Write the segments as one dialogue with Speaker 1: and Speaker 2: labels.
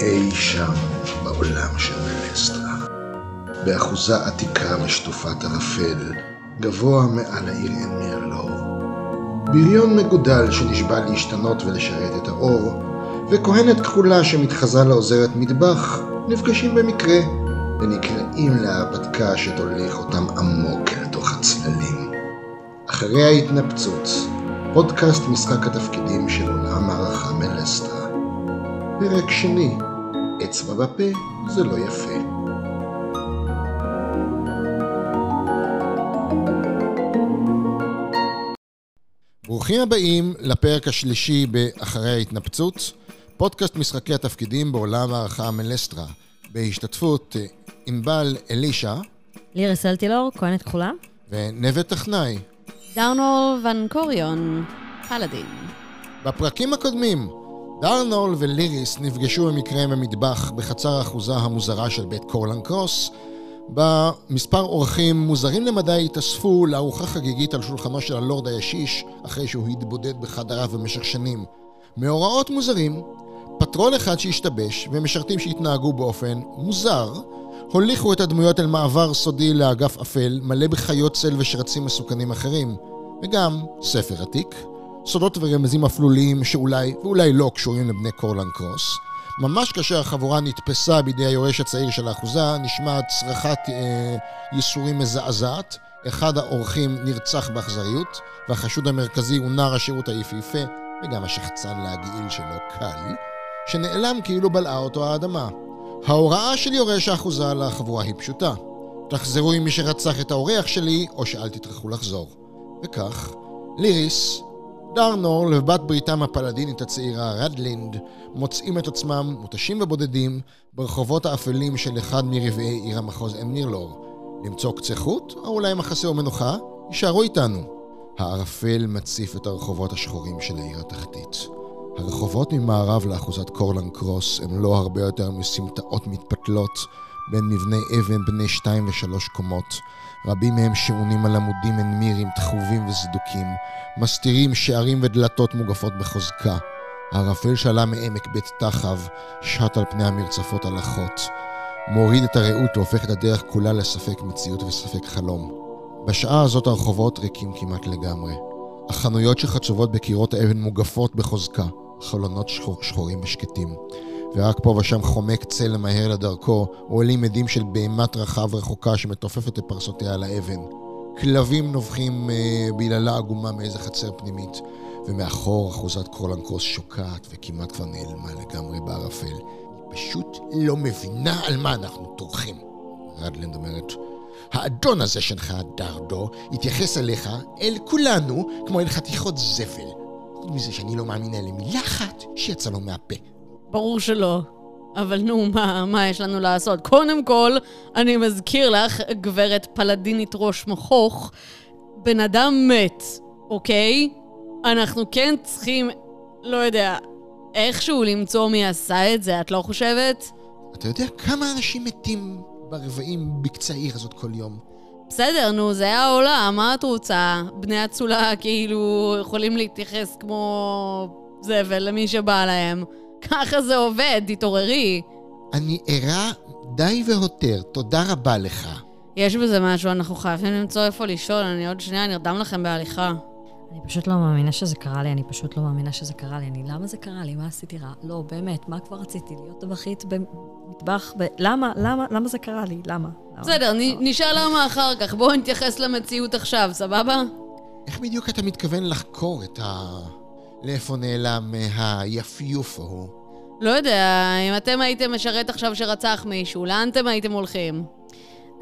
Speaker 1: אי שם בעולם של מלסטרה. באחוזה עתיקה משטופת ערפל, גבוה מעל העיר עין מרלור. בריון מגודל שנשבע להשתנות ולשרת את האור, וכהנת כחולה שמתחזה לעוזרת מטבח, נפגשים במקרה, ונקראים להרפתקה שתוליך אותם עמוק אל תוך הצללים. אחרי ההתנפצות, פודקאסט משחק התפקידים של עולם הערכה מלסטרה. פרק שני, אצבע בפה זה לא יפה. ברוכים הבאים לפרק השלישי ב"אחרי ההתנפצות", פודקאסט משחקי התפקידים בעולם הערכה מלסטרה, בהשתתפות אה, ענבל אלישע
Speaker 2: לירס אלטילור, כהנת כחולה.
Speaker 1: ונווה טכנאי.
Speaker 3: דאונור ונקוריון, פלאדין.
Speaker 1: בפרקים הקודמים, דארנול וליריס נפגשו במקרה במטבח בחצר האחוזה המוזרה של בית קורלן קרוס, בה מספר אורחים מוזרים למדי התאספו לארוחה חגיגית על שולחנו של הלורד הישיש, אחרי שהוא התבודד בחדריו במשך שנים. מאורעות מוזרים, פטרול אחד שהשתבש ומשרתים שהתנהגו באופן מוזר, הוליכו את הדמויות אל מעבר סודי לאגף אפל, מלא בחיות צל ושרצים מסוכנים אחרים, וגם ספר עתיק. סודות ורמזים אפלוליים שאולי ואולי לא קשורים לבני קורלן קרוס. ממש כאשר החבורה נתפסה בידי היורש הצעיר של האחוזה, נשמעת צרחת אה, ייסורים מזעזעת, אחד האורחים נרצח באכזריות, והחשוד המרכזי הוא נער השירות היפהפה, וגם השחצן להגעיל שלו קל, שנעלם כאילו בלעה אותו האדמה. ההוראה של יורש האחוזה לחבורה היא פשוטה. תחזרו עם מי שרצח את האורח שלי, או שאל תטרחו לחזור. וכך, ליריס, דארנור ובת בריתם הפלדינית הצעירה רדלינד מוצאים את עצמם מותשים ובודדים ברחובות האפלים של אחד מרבעי עיר המחוז עין נירלור. למצוא קצה חוט, או אולי מחסה או מנוחה, יישארו איתנו. הערפל מציף את הרחובות השחורים של העיר התחתית. הרחובות ממערב לאחוזת קורלן קרוס הם לא הרבה יותר מסמטאות מתפתלות בין מבני אבן בני שתיים ושלוש קומות. רבים מהם שעונים על עמודים אין מירים, תחובים וסדוקים, מסתירים שערים ודלתות מוגפות בחוזקה. הערפל שעלה מעמק בית תחב, שט על פני המרצפות הלחות. מוריד את הרעות והופך את הדרך כולה לספק מציאות וספק חלום. בשעה הזאת הרחובות ריקים כמעט לגמרי. החנויות שחצובות בקירות האבן מוגפות בחוזקה, חלונות שחור, שחורים ושקטים. ורק פה ושם חומק צל מהר לדרכו, או עולים עדים של בהמת רחב רחוקה שמתופפת לפרסותיה על האבן. כלבים נובחים אה, ביללה עגומה מאיזה חצר פנימית, ומאחור אחוזת קרולנקרוס שוקעת וכמעט כבר נעלמה לגמרי בערפל. היא פשוט לא מבינה על מה אנחנו טורחים. רדלנד אומרת, האדון הזה שלך, דרדו, התייחס אליך, אל כולנו, כמו אל חתיכות זבל. חוץ מזה שאני לא מאמינה למילה אחת שיצאה לו מהפה.
Speaker 3: ברור שלא. אבל נו, מה, מה יש לנו לעשות? קודם כל, אני מזכיר לך, גברת פלדינית ראש מכוך, בן אדם מת, אוקיי? אנחנו כן צריכים, לא יודע, איכשהו למצוא מי עשה את זה, את לא חושבת?
Speaker 1: אתה יודע כמה אנשים מתים ברבעים בקצה העיר הזאת כל יום?
Speaker 3: בסדר, נו, זה היה העולם, מה את רוצה? בני אצולה כאילו יכולים להתייחס כמו זבל למי שבא להם. ככה זה עובד, תתעוררי.
Speaker 1: אני ערה די והותר, תודה רבה לך.
Speaker 3: יש בזה משהו, אנחנו חייבים למצוא איפה לשאול, אני עוד שנייה נרדם לכם בהליכה.
Speaker 2: אני פשוט לא מאמינה שזה קרה לי, אני פשוט לא מאמינה שזה קרה לי. אני, למה זה קרה לי? מה עשיתי רע? לא, באמת, מה כבר רציתי? להיות טבחית במטבח? ב... למה? למה? למה זה קרה לי? למה? למה?
Speaker 3: בסדר,
Speaker 2: לא.
Speaker 3: נ- נשאל למה אחר כך, בואו נתייחס למציאות עכשיו, סבבה?
Speaker 1: איך בדיוק אתה מתכוון לחקור את ה... לאיפה נעלם אה, היפיוף ההוא?
Speaker 3: לא יודע, אם אתם הייתם משרת עכשיו שרצח מישהו, לאן אתם הייתם הולכים?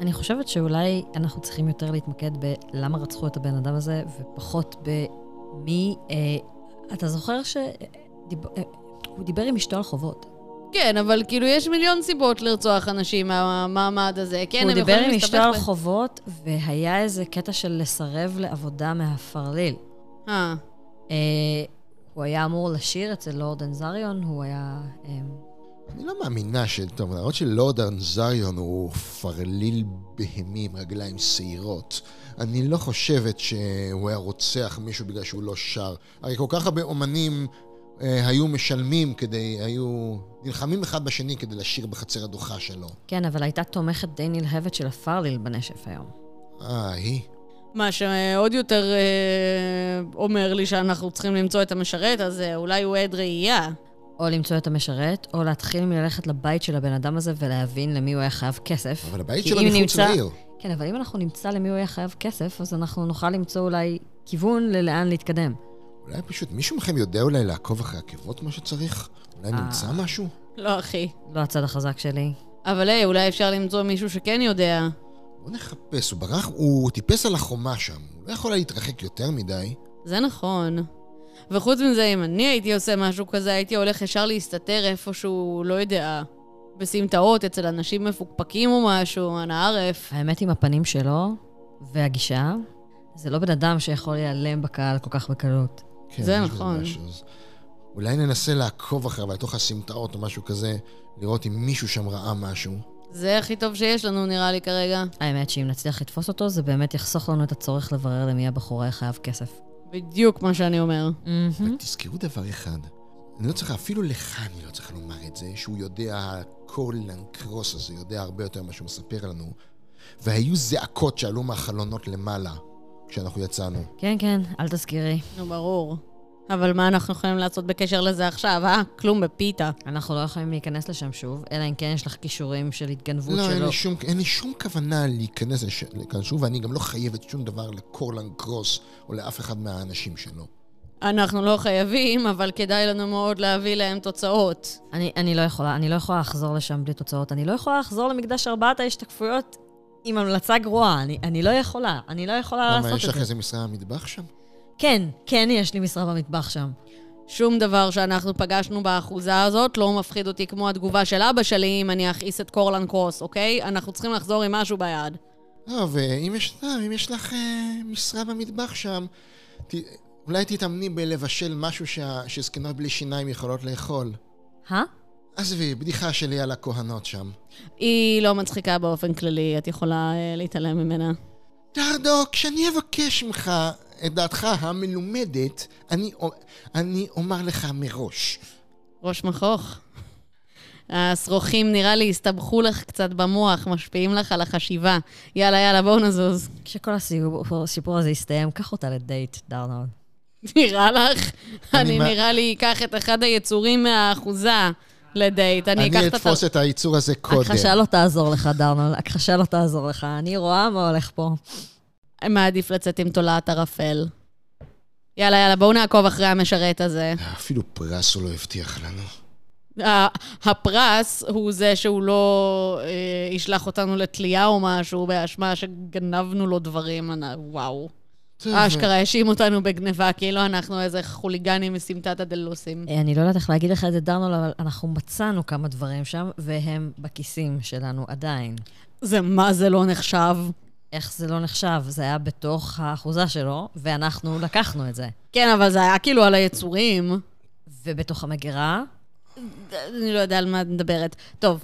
Speaker 2: אני חושבת שאולי אנחנו צריכים יותר להתמקד בלמה רצחו את הבן אדם הזה, ופחות במי... אה, אתה זוכר שהוא דיב... אה, הוא דיבר עם אשתו על חובות.
Speaker 3: כן, אבל כאילו יש מיליון סיבות לרצוח אנשים מהמעמד הזה. כן,
Speaker 2: הוא
Speaker 3: הם
Speaker 2: דיבר
Speaker 3: יכולים
Speaker 2: עם
Speaker 3: להסתבך
Speaker 2: אשתו על
Speaker 3: ב-
Speaker 2: חובות, והיה איזה קטע של לסרב לעבודה מהפרליל.
Speaker 3: אה,
Speaker 2: אה, הוא היה אמור לשיר אצל לורד אנזריון, הוא היה... אה,
Speaker 1: אני לא מאמינה ש... טוב, למרות שלורד אנזריון הוא פרליל בהמי עם רגליים שעירות, אני לא חושבת שהוא היה רוצח מישהו בגלל שהוא לא שר. הרי כל כך הרבה אומנים אה, היו משלמים כדי, היו נלחמים אחד בשני כדי לשיר בחצר הדוחה שלו.
Speaker 2: כן, אבל הייתה תומכת די נלהבת של הפרליל בנשף היום.
Speaker 1: אה, היא.
Speaker 3: מה שעוד יותר אה, אומר לי שאנחנו צריכים למצוא את המשרת, אז אה, אולי הוא עד ראייה.
Speaker 2: או למצוא את המשרת, או להתחיל מללכת לבית של הבן אדם הזה ולהבין למי הוא היה חייב כסף.
Speaker 1: אבל הבית
Speaker 2: כי
Speaker 1: שלה
Speaker 2: אם
Speaker 1: מחוץ
Speaker 2: נמצא-
Speaker 1: לעיר.
Speaker 2: כן, אבל אם אנחנו נמצא למי הוא היה חייב כסף, אז אנחנו נוכל למצוא אולי כיוון ללאן להתקדם.
Speaker 1: אולי פשוט מישהו מכם יודע אולי לעקוב אחרי עקבות כמו שצריך? אולי
Speaker 2: אה.
Speaker 1: נמצא משהו?
Speaker 3: לא, אחי.
Speaker 2: לא הצד החזק שלי.
Speaker 3: אבל היי, אולי אפשר למצוא מישהו שכן יודע.
Speaker 1: בוא נחפש, הוא ברח, הוא טיפס על החומה שם, הוא לא יכול היה להתרחק יותר מדי.
Speaker 3: זה נכון. וחוץ מזה, אם אני הייתי עושה משהו כזה, הייתי הולך ישר להסתתר איפשהו, לא יודע, בסמטאות, אצל אנשים מפוקפקים או משהו, אנא ערף.
Speaker 2: האמת עם הפנים שלו והגישה, זה לא בן אדם שיכול להיעלם בקהל כל כך בקלות.
Speaker 1: כן,
Speaker 3: זה
Speaker 1: יש בזה
Speaker 3: נכון.
Speaker 1: משהו, אז אולי ננסה לעקוב אחריו, לתוך הסמטאות או משהו כזה, לראות אם מישהו שם ראה משהו.
Speaker 3: זה הכי טוב שיש לנו, נראה לי כרגע.
Speaker 2: האמת שאם נצליח לתפוס אותו, זה באמת יחסוך לנו את הצורך לברר למי הבחורה חייב כסף.
Speaker 3: בדיוק מה שאני אומר.
Speaker 1: אבל תזכרו דבר אחד, אני לא צריכה, אפילו לך אני לא צריכה לומר את זה, שהוא יודע, הקורלן קרוס הזה יודע הרבה יותר ממה שהוא מספר לנו. והיו זעקות שעלו מהחלונות למעלה כשאנחנו יצאנו.
Speaker 2: כן, כן, אל תזכירי.
Speaker 3: נו, ברור. אבל מה אנחנו יכולים לעשות בקשר לזה עכשיו, אה? כלום בפיתה.
Speaker 2: אנחנו לא יכולים להיכנס לשם שוב, אלא אם כן יש לך כישורים של התגנבות
Speaker 1: לא, אין
Speaker 2: שלו.
Speaker 1: לי, שום, אין לי שום כוונה להיכנס לש- לכאן שוב, ואני גם לא חייבת שום דבר לקורלן קרוס או לאף אחד מהאנשים שלו.
Speaker 3: אנחנו לא חייבים, אבל כדאי לנו מאוד להביא להם תוצאות.
Speaker 2: אני, אני לא יכולה, אני לא יכולה לחזור לשם בלי תוצאות. אני לא יכולה לחזור למקדש ארבעת ההשתקפויות עם המלצה גרועה. אני, אני לא יכולה, אני לא יכולה
Speaker 1: למה,
Speaker 2: לעשות
Speaker 1: יש
Speaker 2: את
Speaker 1: לך
Speaker 2: זה.
Speaker 1: איזה משרה במטבח שם?
Speaker 2: כן, כן יש לי משרה במטבח שם.
Speaker 3: שום דבר שאנחנו פגשנו באחוזה הזאת לא מפחיד אותי כמו התגובה של אבא שלי אם אני אכעיס את קורלן קרוס, אוקיי? אנחנו צריכים לחזור עם משהו ביד.
Speaker 1: לא, ואם יש, לא, אם יש לך אה, משרה במטבח שם, ת, אולי תתאמני בלבשל משהו שה, שזקנות בלי שיניים יכולות לאכול.
Speaker 2: אה?
Speaker 1: עזבי, בדיחה שלי על הכהנות שם.
Speaker 3: היא לא מצחיקה באופן כללי, את יכולה אה, להתעלם ממנה.
Speaker 1: דרדו, כשאני אבקש ממך את דעתך המלומדת, אני, א- אני אומר לך מראש.
Speaker 3: ראש מכוך. השרוכים נראה לי הסתבכו לך קצת במוח, משפיעים לך על החשיבה. יאללה, יאללה, בואו נזוז.
Speaker 2: כשכל הסיפור הסיפור הזה יסתיים, קח אותה לדייט, דרנול.
Speaker 3: נראה לך?
Speaker 1: אני
Speaker 3: אני
Speaker 1: מה-
Speaker 3: נראה לי אקח את אחד היצורים מהאחוזה לדייט. אני אקח
Speaker 1: אני
Speaker 3: את התר...
Speaker 1: אתפוס את הייצור הזה קודם.
Speaker 2: הכחשה לא תעזור לך, דרנול, הכחשה לא תעזור לך. אני רואה מה הולך פה.
Speaker 3: מעדיף לצאת עם תולעת ערפל. יאללה, יאללה, בואו נעקוב אחרי המשרת הזה.
Speaker 1: אפילו פרס הוא לא הבטיח לנו.
Speaker 3: אה, ה- הפרס הוא זה שהוא לא אה, ישלח אותנו לתלייה או משהו באשמה שגנבנו לו דברים. אנ- וואו.
Speaker 1: טוב,
Speaker 3: אשכרה האשים אותנו בגניבה, כאילו אנחנו איזה חוליגנים מסמטת הדלוסים.
Speaker 2: אה, אני לא יודעת איך להגיד לך את זה, דרנול, אבל אנחנו מצאנו כמה דברים שם, והם בכיסים שלנו עדיין.
Speaker 3: זה מה זה לא נחשב?
Speaker 2: איך זה לא נחשב? זה היה בתוך האחוזה שלו, ואנחנו לקחנו את זה.
Speaker 3: כן, אבל זה היה כאילו על היצורים.
Speaker 2: ובתוך המגירה,
Speaker 3: אני לא יודע על מה את מדברת. טוב,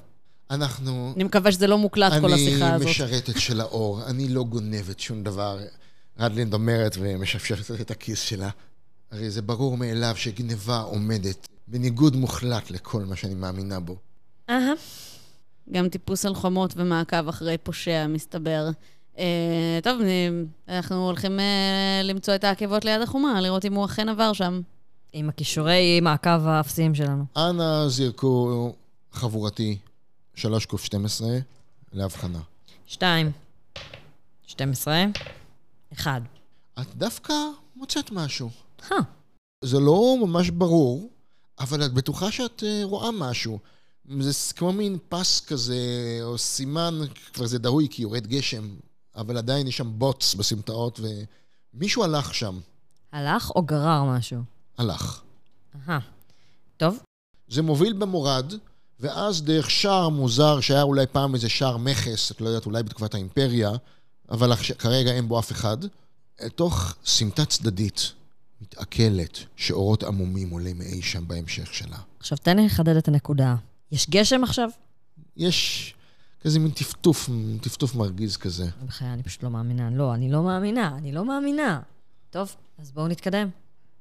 Speaker 1: אנחנו...
Speaker 3: אני מקווה שזה לא מוקלט כל השיחה
Speaker 1: אני
Speaker 3: הזאת.
Speaker 1: משרתת של האור, אני לא גונבת שום דבר. רדלינד אומרת ומשפשפת את הכיס שלה. הרי זה ברור מאליו שגניבה עומדת בניגוד מוחלט לכל מה שאני מאמינה בו.
Speaker 2: אהה.
Speaker 3: גם טיפוס על חומות ומעקב אחרי פושע, מסתבר. אה, טוב, אני- אנחנו הולכים אה, למצוא את העקבות ליד החומה, לראות אם הוא אכן עבר שם.
Speaker 2: עם הכישורי מעקב האפסיים שלנו.
Speaker 1: אנא זירקו חבורתי 3 ק 12 להבחנה.
Speaker 2: שתיים, 12, אחד.
Speaker 1: את דווקא מוצאת משהו.
Speaker 2: אה,
Speaker 1: זה לא ממש ברור, אבל את בטוחה שאת אה, רואה משהו. זה ס- כמו מין פס כזה, או סימן, כבר זה דהוי כי יורד גשם, אבל עדיין יש שם בוץ בסמטאות, ומישהו הלך שם.
Speaker 2: הלך או גרר משהו?
Speaker 1: הלך.
Speaker 2: אהה. טוב,
Speaker 1: זה מוביל במורד, ואז דרך שער מוזר, שהיה אולי פעם איזה שער מכס, את לא יודעת, אולי בתקופת האימפריה, אבל עכשיו- כרגע אין בו אף אחד, אל תוך סמטה צדדית, מתעכלת, שאורות עמומים עולים אי שם בהמשך שלה.
Speaker 2: עכשיו תן לי לחדד את הנקודה. יש גשם עכשיו?
Speaker 1: יש כזה מין טפטוף, טפטוף מרגיז כזה.
Speaker 2: בחיי, אני פשוט לא מאמינה. לא, אני לא מאמינה, אני לא מאמינה. טוב, אז בואו נתקדם.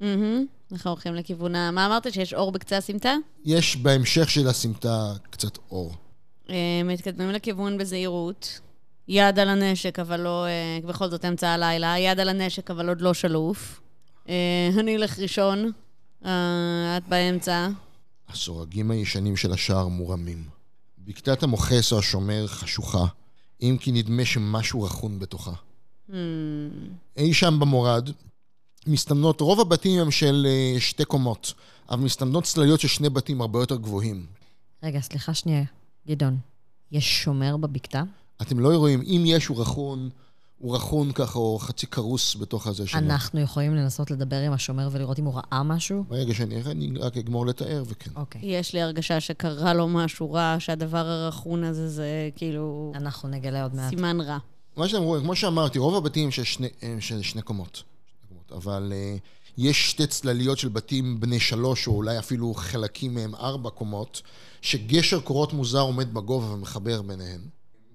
Speaker 3: מהמם. אנחנו הולכים לכיוון ה... מה אמרת? שיש אור בקצה הסמטה?
Speaker 1: יש בהמשך של הסמטה קצת אור.
Speaker 3: אה, מתקדמים לכיוון בזהירות. יד על הנשק, אבל לא... אה, בכל זאת אמצע הלילה. יד על הנשק, אבל עוד לא שלוף. אה, אני אלך ראשון. אה, את באמצע.
Speaker 1: הסורגים הישנים של השער מורמים. בקתת המוכס או השומר חשוכה, אם כי נדמה שמשהו רכון בתוכה.
Speaker 3: Hmm,
Speaker 1: אי שם במורד, מסתמנות, רוב הבתים הם של אה, שתי קומות, אבל מסתמנות צלליות של שני בתים הרבה יותר גבוהים.
Speaker 2: רגע, סליחה שנייה, גדעון. יש שומר בבקתה?
Speaker 1: אתם לא רואים, אם יש הוא רכון, הוא רכון ככה, או חצי כרוס בתוך הזה שלו.
Speaker 2: אנחנו יכולים לנסות לדבר עם השומר ולראות אם הוא ראה משהו?
Speaker 1: ברגע שאני אראה, אני רק אגמור לתאר, וכן.
Speaker 2: אוקיי.
Speaker 3: יש לי הרגשה שקרה לו משהו רע, שהדבר הרכון הזה זה כאילו
Speaker 2: אנחנו נגלה עוד מעט.
Speaker 3: סימן רע.
Speaker 1: מה שאתם רואים, כמו שאמרתי, רוב הבתים הם של שני, הם של שני קומות. שני קומות, אבל uh, יש שתי צלליות של בתים בני שלוש, או אולי אפילו חלקים מהם ארבע קומות, שגשר קורות מוזר עומד בגובה ומחבר ביניהן.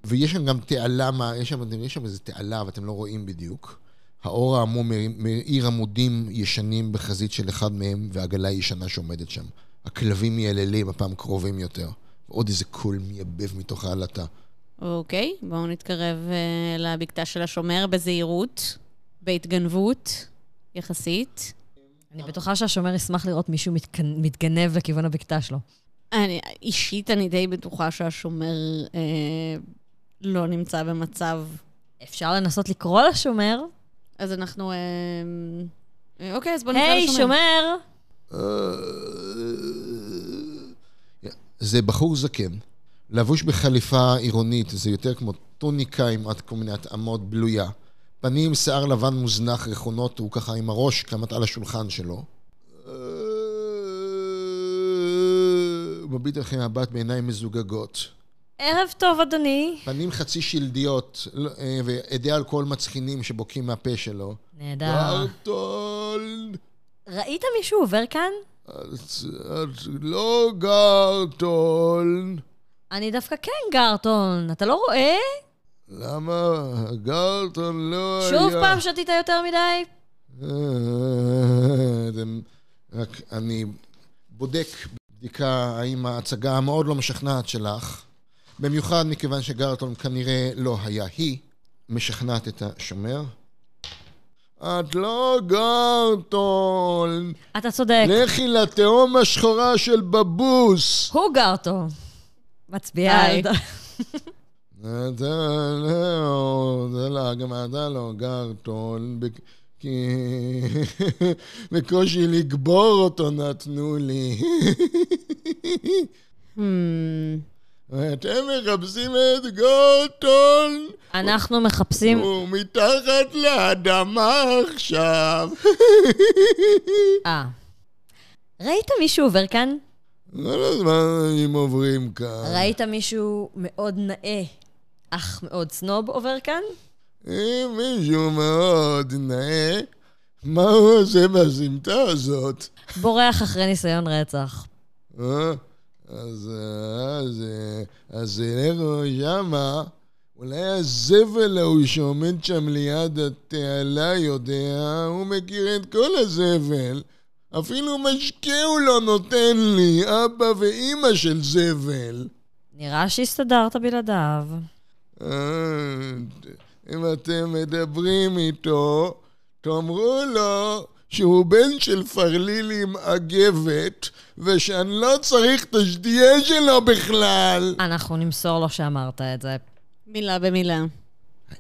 Speaker 1: ויש שם גם תעלה, מה- יש שם, יש שם איזו תעלה, אבל אתם לא רואים בדיוק. האור העמום מאיר- מאיר עמודים ישנים בחזית של אחד מהם, ועגלה ישנה שעומדת שם. הכלבים מייללים, הפעם קרובים יותר. ועוד איזה קול מייבב מתוך העלטה.
Speaker 3: אוקיי, בואו נתקרב uh, לבקתה של השומר בזהירות, בהתגנבות, יחסית.
Speaker 2: אני בטוחה שהשומר ישמח לראות מישהו מתקנ- מתגנב לכיוון הבקתה שלו.
Speaker 3: אני, אישית, אני די בטוחה שהשומר אה, לא נמצא במצב...
Speaker 2: אפשר לנסות לקרוא לשומר?
Speaker 3: אז אנחנו... אה, אה, אוקיי, אז בואו נקרא
Speaker 2: היי,
Speaker 3: לשומר.
Speaker 2: שומר!
Speaker 1: זה בחור זקן, לבוש בחליפה עירונית, זה יותר כמו טוניקה עם עד כל מיני התאמות בלויה. פנים, שיער לבן מוזנח, רכונות, הוא ככה עם הראש כמעט על השולחן שלו. הוא מביט לכם מבט בעיניים מזוגגות.
Speaker 2: ערב טוב, אדוני.
Speaker 1: פנים חצי שלדיות, לא- אה, ואדי אלכוהול מצחינים שבוקעים מהפה שלו.
Speaker 2: נהדר.
Speaker 1: גרטון!
Speaker 2: ראית מישהו עובר כאן?
Speaker 1: אז- אז לא גרטון!
Speaker 2: אני דווקא כן, גרטון. אתה לא רואה?
Speaker 1: למה גרטון לא היה...
Speaker 3: אה.
Speaker 2: שוב פעם שתית יותר מדי?
Speaker 1: אה, אתם- רק אני בודק בדיקה האם ההצגה המאוד לא משכנעת שלך, במיוחד מכיוון שגרטון כנראה לא היה היא, משכנעת את השומר. את לא גרטון!
Speaker 2: אתה צודק.
Speaker 1: לכי לתהום השחורה של בבוס!
Speaker 2: הוא גרטון. מצביעה על...
Speaker 3: היי.
Speaker 1: אתה לא, זה לא, גם אתה לא גרטון, בק- כי בקושי לקבור אותו נתנו לי.
Speaker 3: Hmm,
Speaker 1: אתם מחפשים את גרטון,
Speaker 2: אנחנו מחפשים...
Speaker 1: הוא מתחת לאדמה עכשיו.
Speaker 2: אה. ראית מישהו עובר כאן?
Speaker 1: כל הזמן הם עוברים כאן.
Speaker 2: ראית מישהו מאוד נאה, אך מאוד סנוב עובר כאן?
Speaker 1: אם מישהו מאוד נאה, מה הוא עושה בסמטה הזאת?
Speaker 2: בורח אחרי ניסיון רצח.
Speaker 1: אה? אז, אה, אז, אה, אז אלכו שמה, אולי הזבל ההוא שעומד שם ליד התעלה יודע, הוא מכיר את כל הזבל. אפילו משקה הוא לא נותן לי, אבא ואימא של זבל.
Speaker 2: נראה שהסתדרת בלעדיו.
Speaker 1: אה, אם אתם מדברים איתו, תאמרו לו שהוא בן של פרליל עם אגבת, ושאני לא צריך את השתייה שלו בכלל.
Speaker 2: אנחנו נמסור לו שאמרת את זה.
Speaker 3: מילה במילה.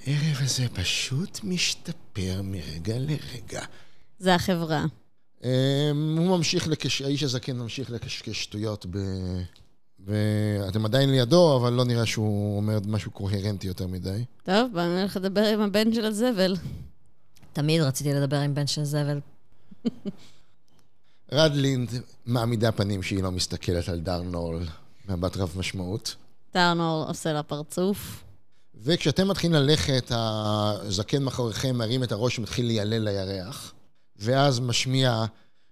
Speaker 1: הערב הזה פשוט משתפר מרגע לרגע.
Speaker 3: זה החברה.
Speaker 1: אמ, הוא ממשיך לקש... האיש הזקן ממשיך לקשקש שטויות ב... ואתם עדיין לידו, אבל לא נראה שהוא אומר משהו קוהרנטי יותר מדי.
Speaker 3: טוב, בואו נלך לדבר עם הבן של הזבל.
Speaker 2: תמיד רציתי לדבר עם בן של זבל.
Speaker 1: רדלינד מעמידה פנים שהיא לא מסתכלת על דארנול מבט רב משמעות.
Speaker 3: טרנור עושה לה פרצוף.
Speaker 1: וכשאתם מתחילים ללכת, הזקן מאחוריכם מרים את הראש ומתחיל ליילל לירח, ואז משמיע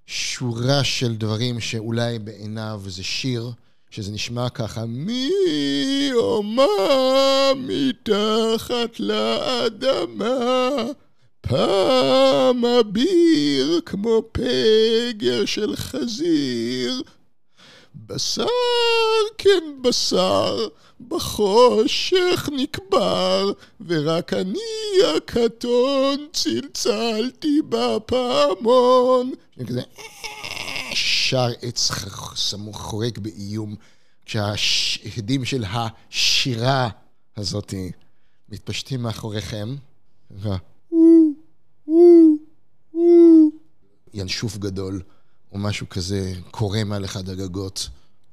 Speaker 1: שורה של דברים שאולי בעיניו זה שיר, שזה נשמע ככה, מי או מה מתחת לאדמה, פעם אביר כמו פגר של חזיר, בשר כן בשר, בחושך נקבר, ורק אני הקטון צלצלתי בפעמון. כזה שר עץ ח- סמוך חורק באיום, כשההדים של השירה הזאת מתפשטים מאחוריכם. ינשוף גדול, או משהו כזה קורם על אחד הגגות.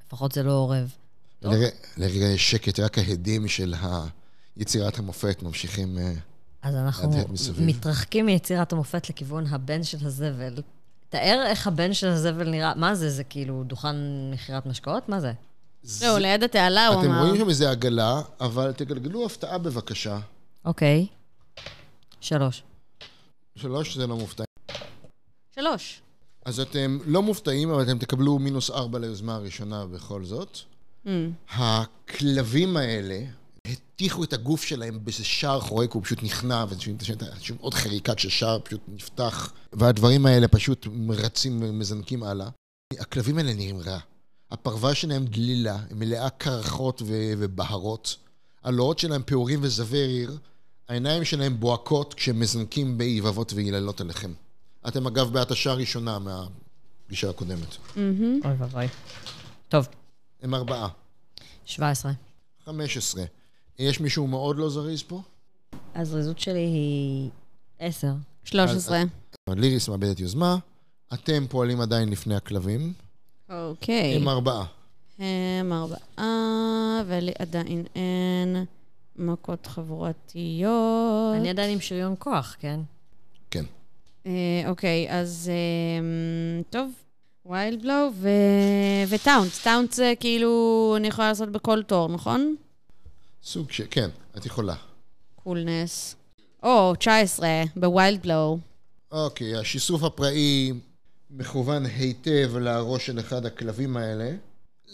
Speaker 2: לפחות זה לא עורב. טוב.
Speaker 1: לרגע- לרגע יש שקט, רק ההדים של ה- יצירת המופת ממשיכים... אה,
Speaker 2: אז אנחנו
Speaker 1: להדהד מסביב.
Speaker 2: מתרחקים מיצירת המופת לכיוון הבן של הזבל. תאר איך הבן של הזבל נראה, מה זה? זה כאילו דוכן מכירת משקאות? מה זה?
Speaker 3: לא, הוא ליד התעלה, הוא
Speaker 1: אתם
Speaker 3: אמר.
Speaker 1: רואים שם איזה עגלה, אבל תגלגלו הפתעה בבקשה.
Speaker 2: אוקיי. שלוש.
Speaker 1: שלוש זה לא מופתע.
Speaker 3: שלוש.
Speaker 1: אז אתם לא מופתעים, אבל אתם תקבלו מינוס ארבע ליוזמה הראשונה בכל זאת.
Speaker 3: Mm.
Speaker 1: הכלבים האלה הטיחו את הגוף שלהם באיזה שער חורק, הוא פשוט נכנע, ושום עוד חריקה כששער פשוט נפתח, והדברים האלה פשוט רצים ומזנקים הלאה. הכלבים האלה נראים רע. הפרווה שלהם דלילה, היא מלאה קרחות ו- ובהרות. הלואות שלהם פעורים וזווריר, העיניים שלהם בוהקות כשהם מזנקים באיבבות ויללות עליכם. אתם אגב בהתשה ראשונה מהפגישה הקודמת.
Speaker 3: מהמם.
Speaker 2: אוי ואבוי. טוב,
Speaker 1: הם ארבעה.
Speaker 2: 17.
Speaker 1: 15. יש מישהו מאוד לא זריז פה?
Speaker 2: הזריזות שלי היא 10.
Speaker 3: שלוש עשרה.
Speaker 1: ליריס מאבדת יוזמה, אתם פועלים עדיין לפני הכלבים,
Speaker 3: אוקיי.
Speaker 1: עם ארבעה.
Speaker 3: הם ארבעה, ולי עדיין אין מכות חבורתיות.
Speaker 2: אני עדיין עם שריון כוח, כן?
Speaker 1: כן.
Speaker 3: אה, אוקיי, אז אה, טוב, ויילד בלואו וטאונס. טאונס זה כאילו, אני יכולה לעשות בכל תור, נכון?
Speaker 1: סוג ש... כן, את יכולה.
Speaker 3: קולנס. או, 19, בווילד בלואו.
Speaker 1: אוקיי, השיסוף הפראי מכוון היטב לראש של אחד הכלבים האלה.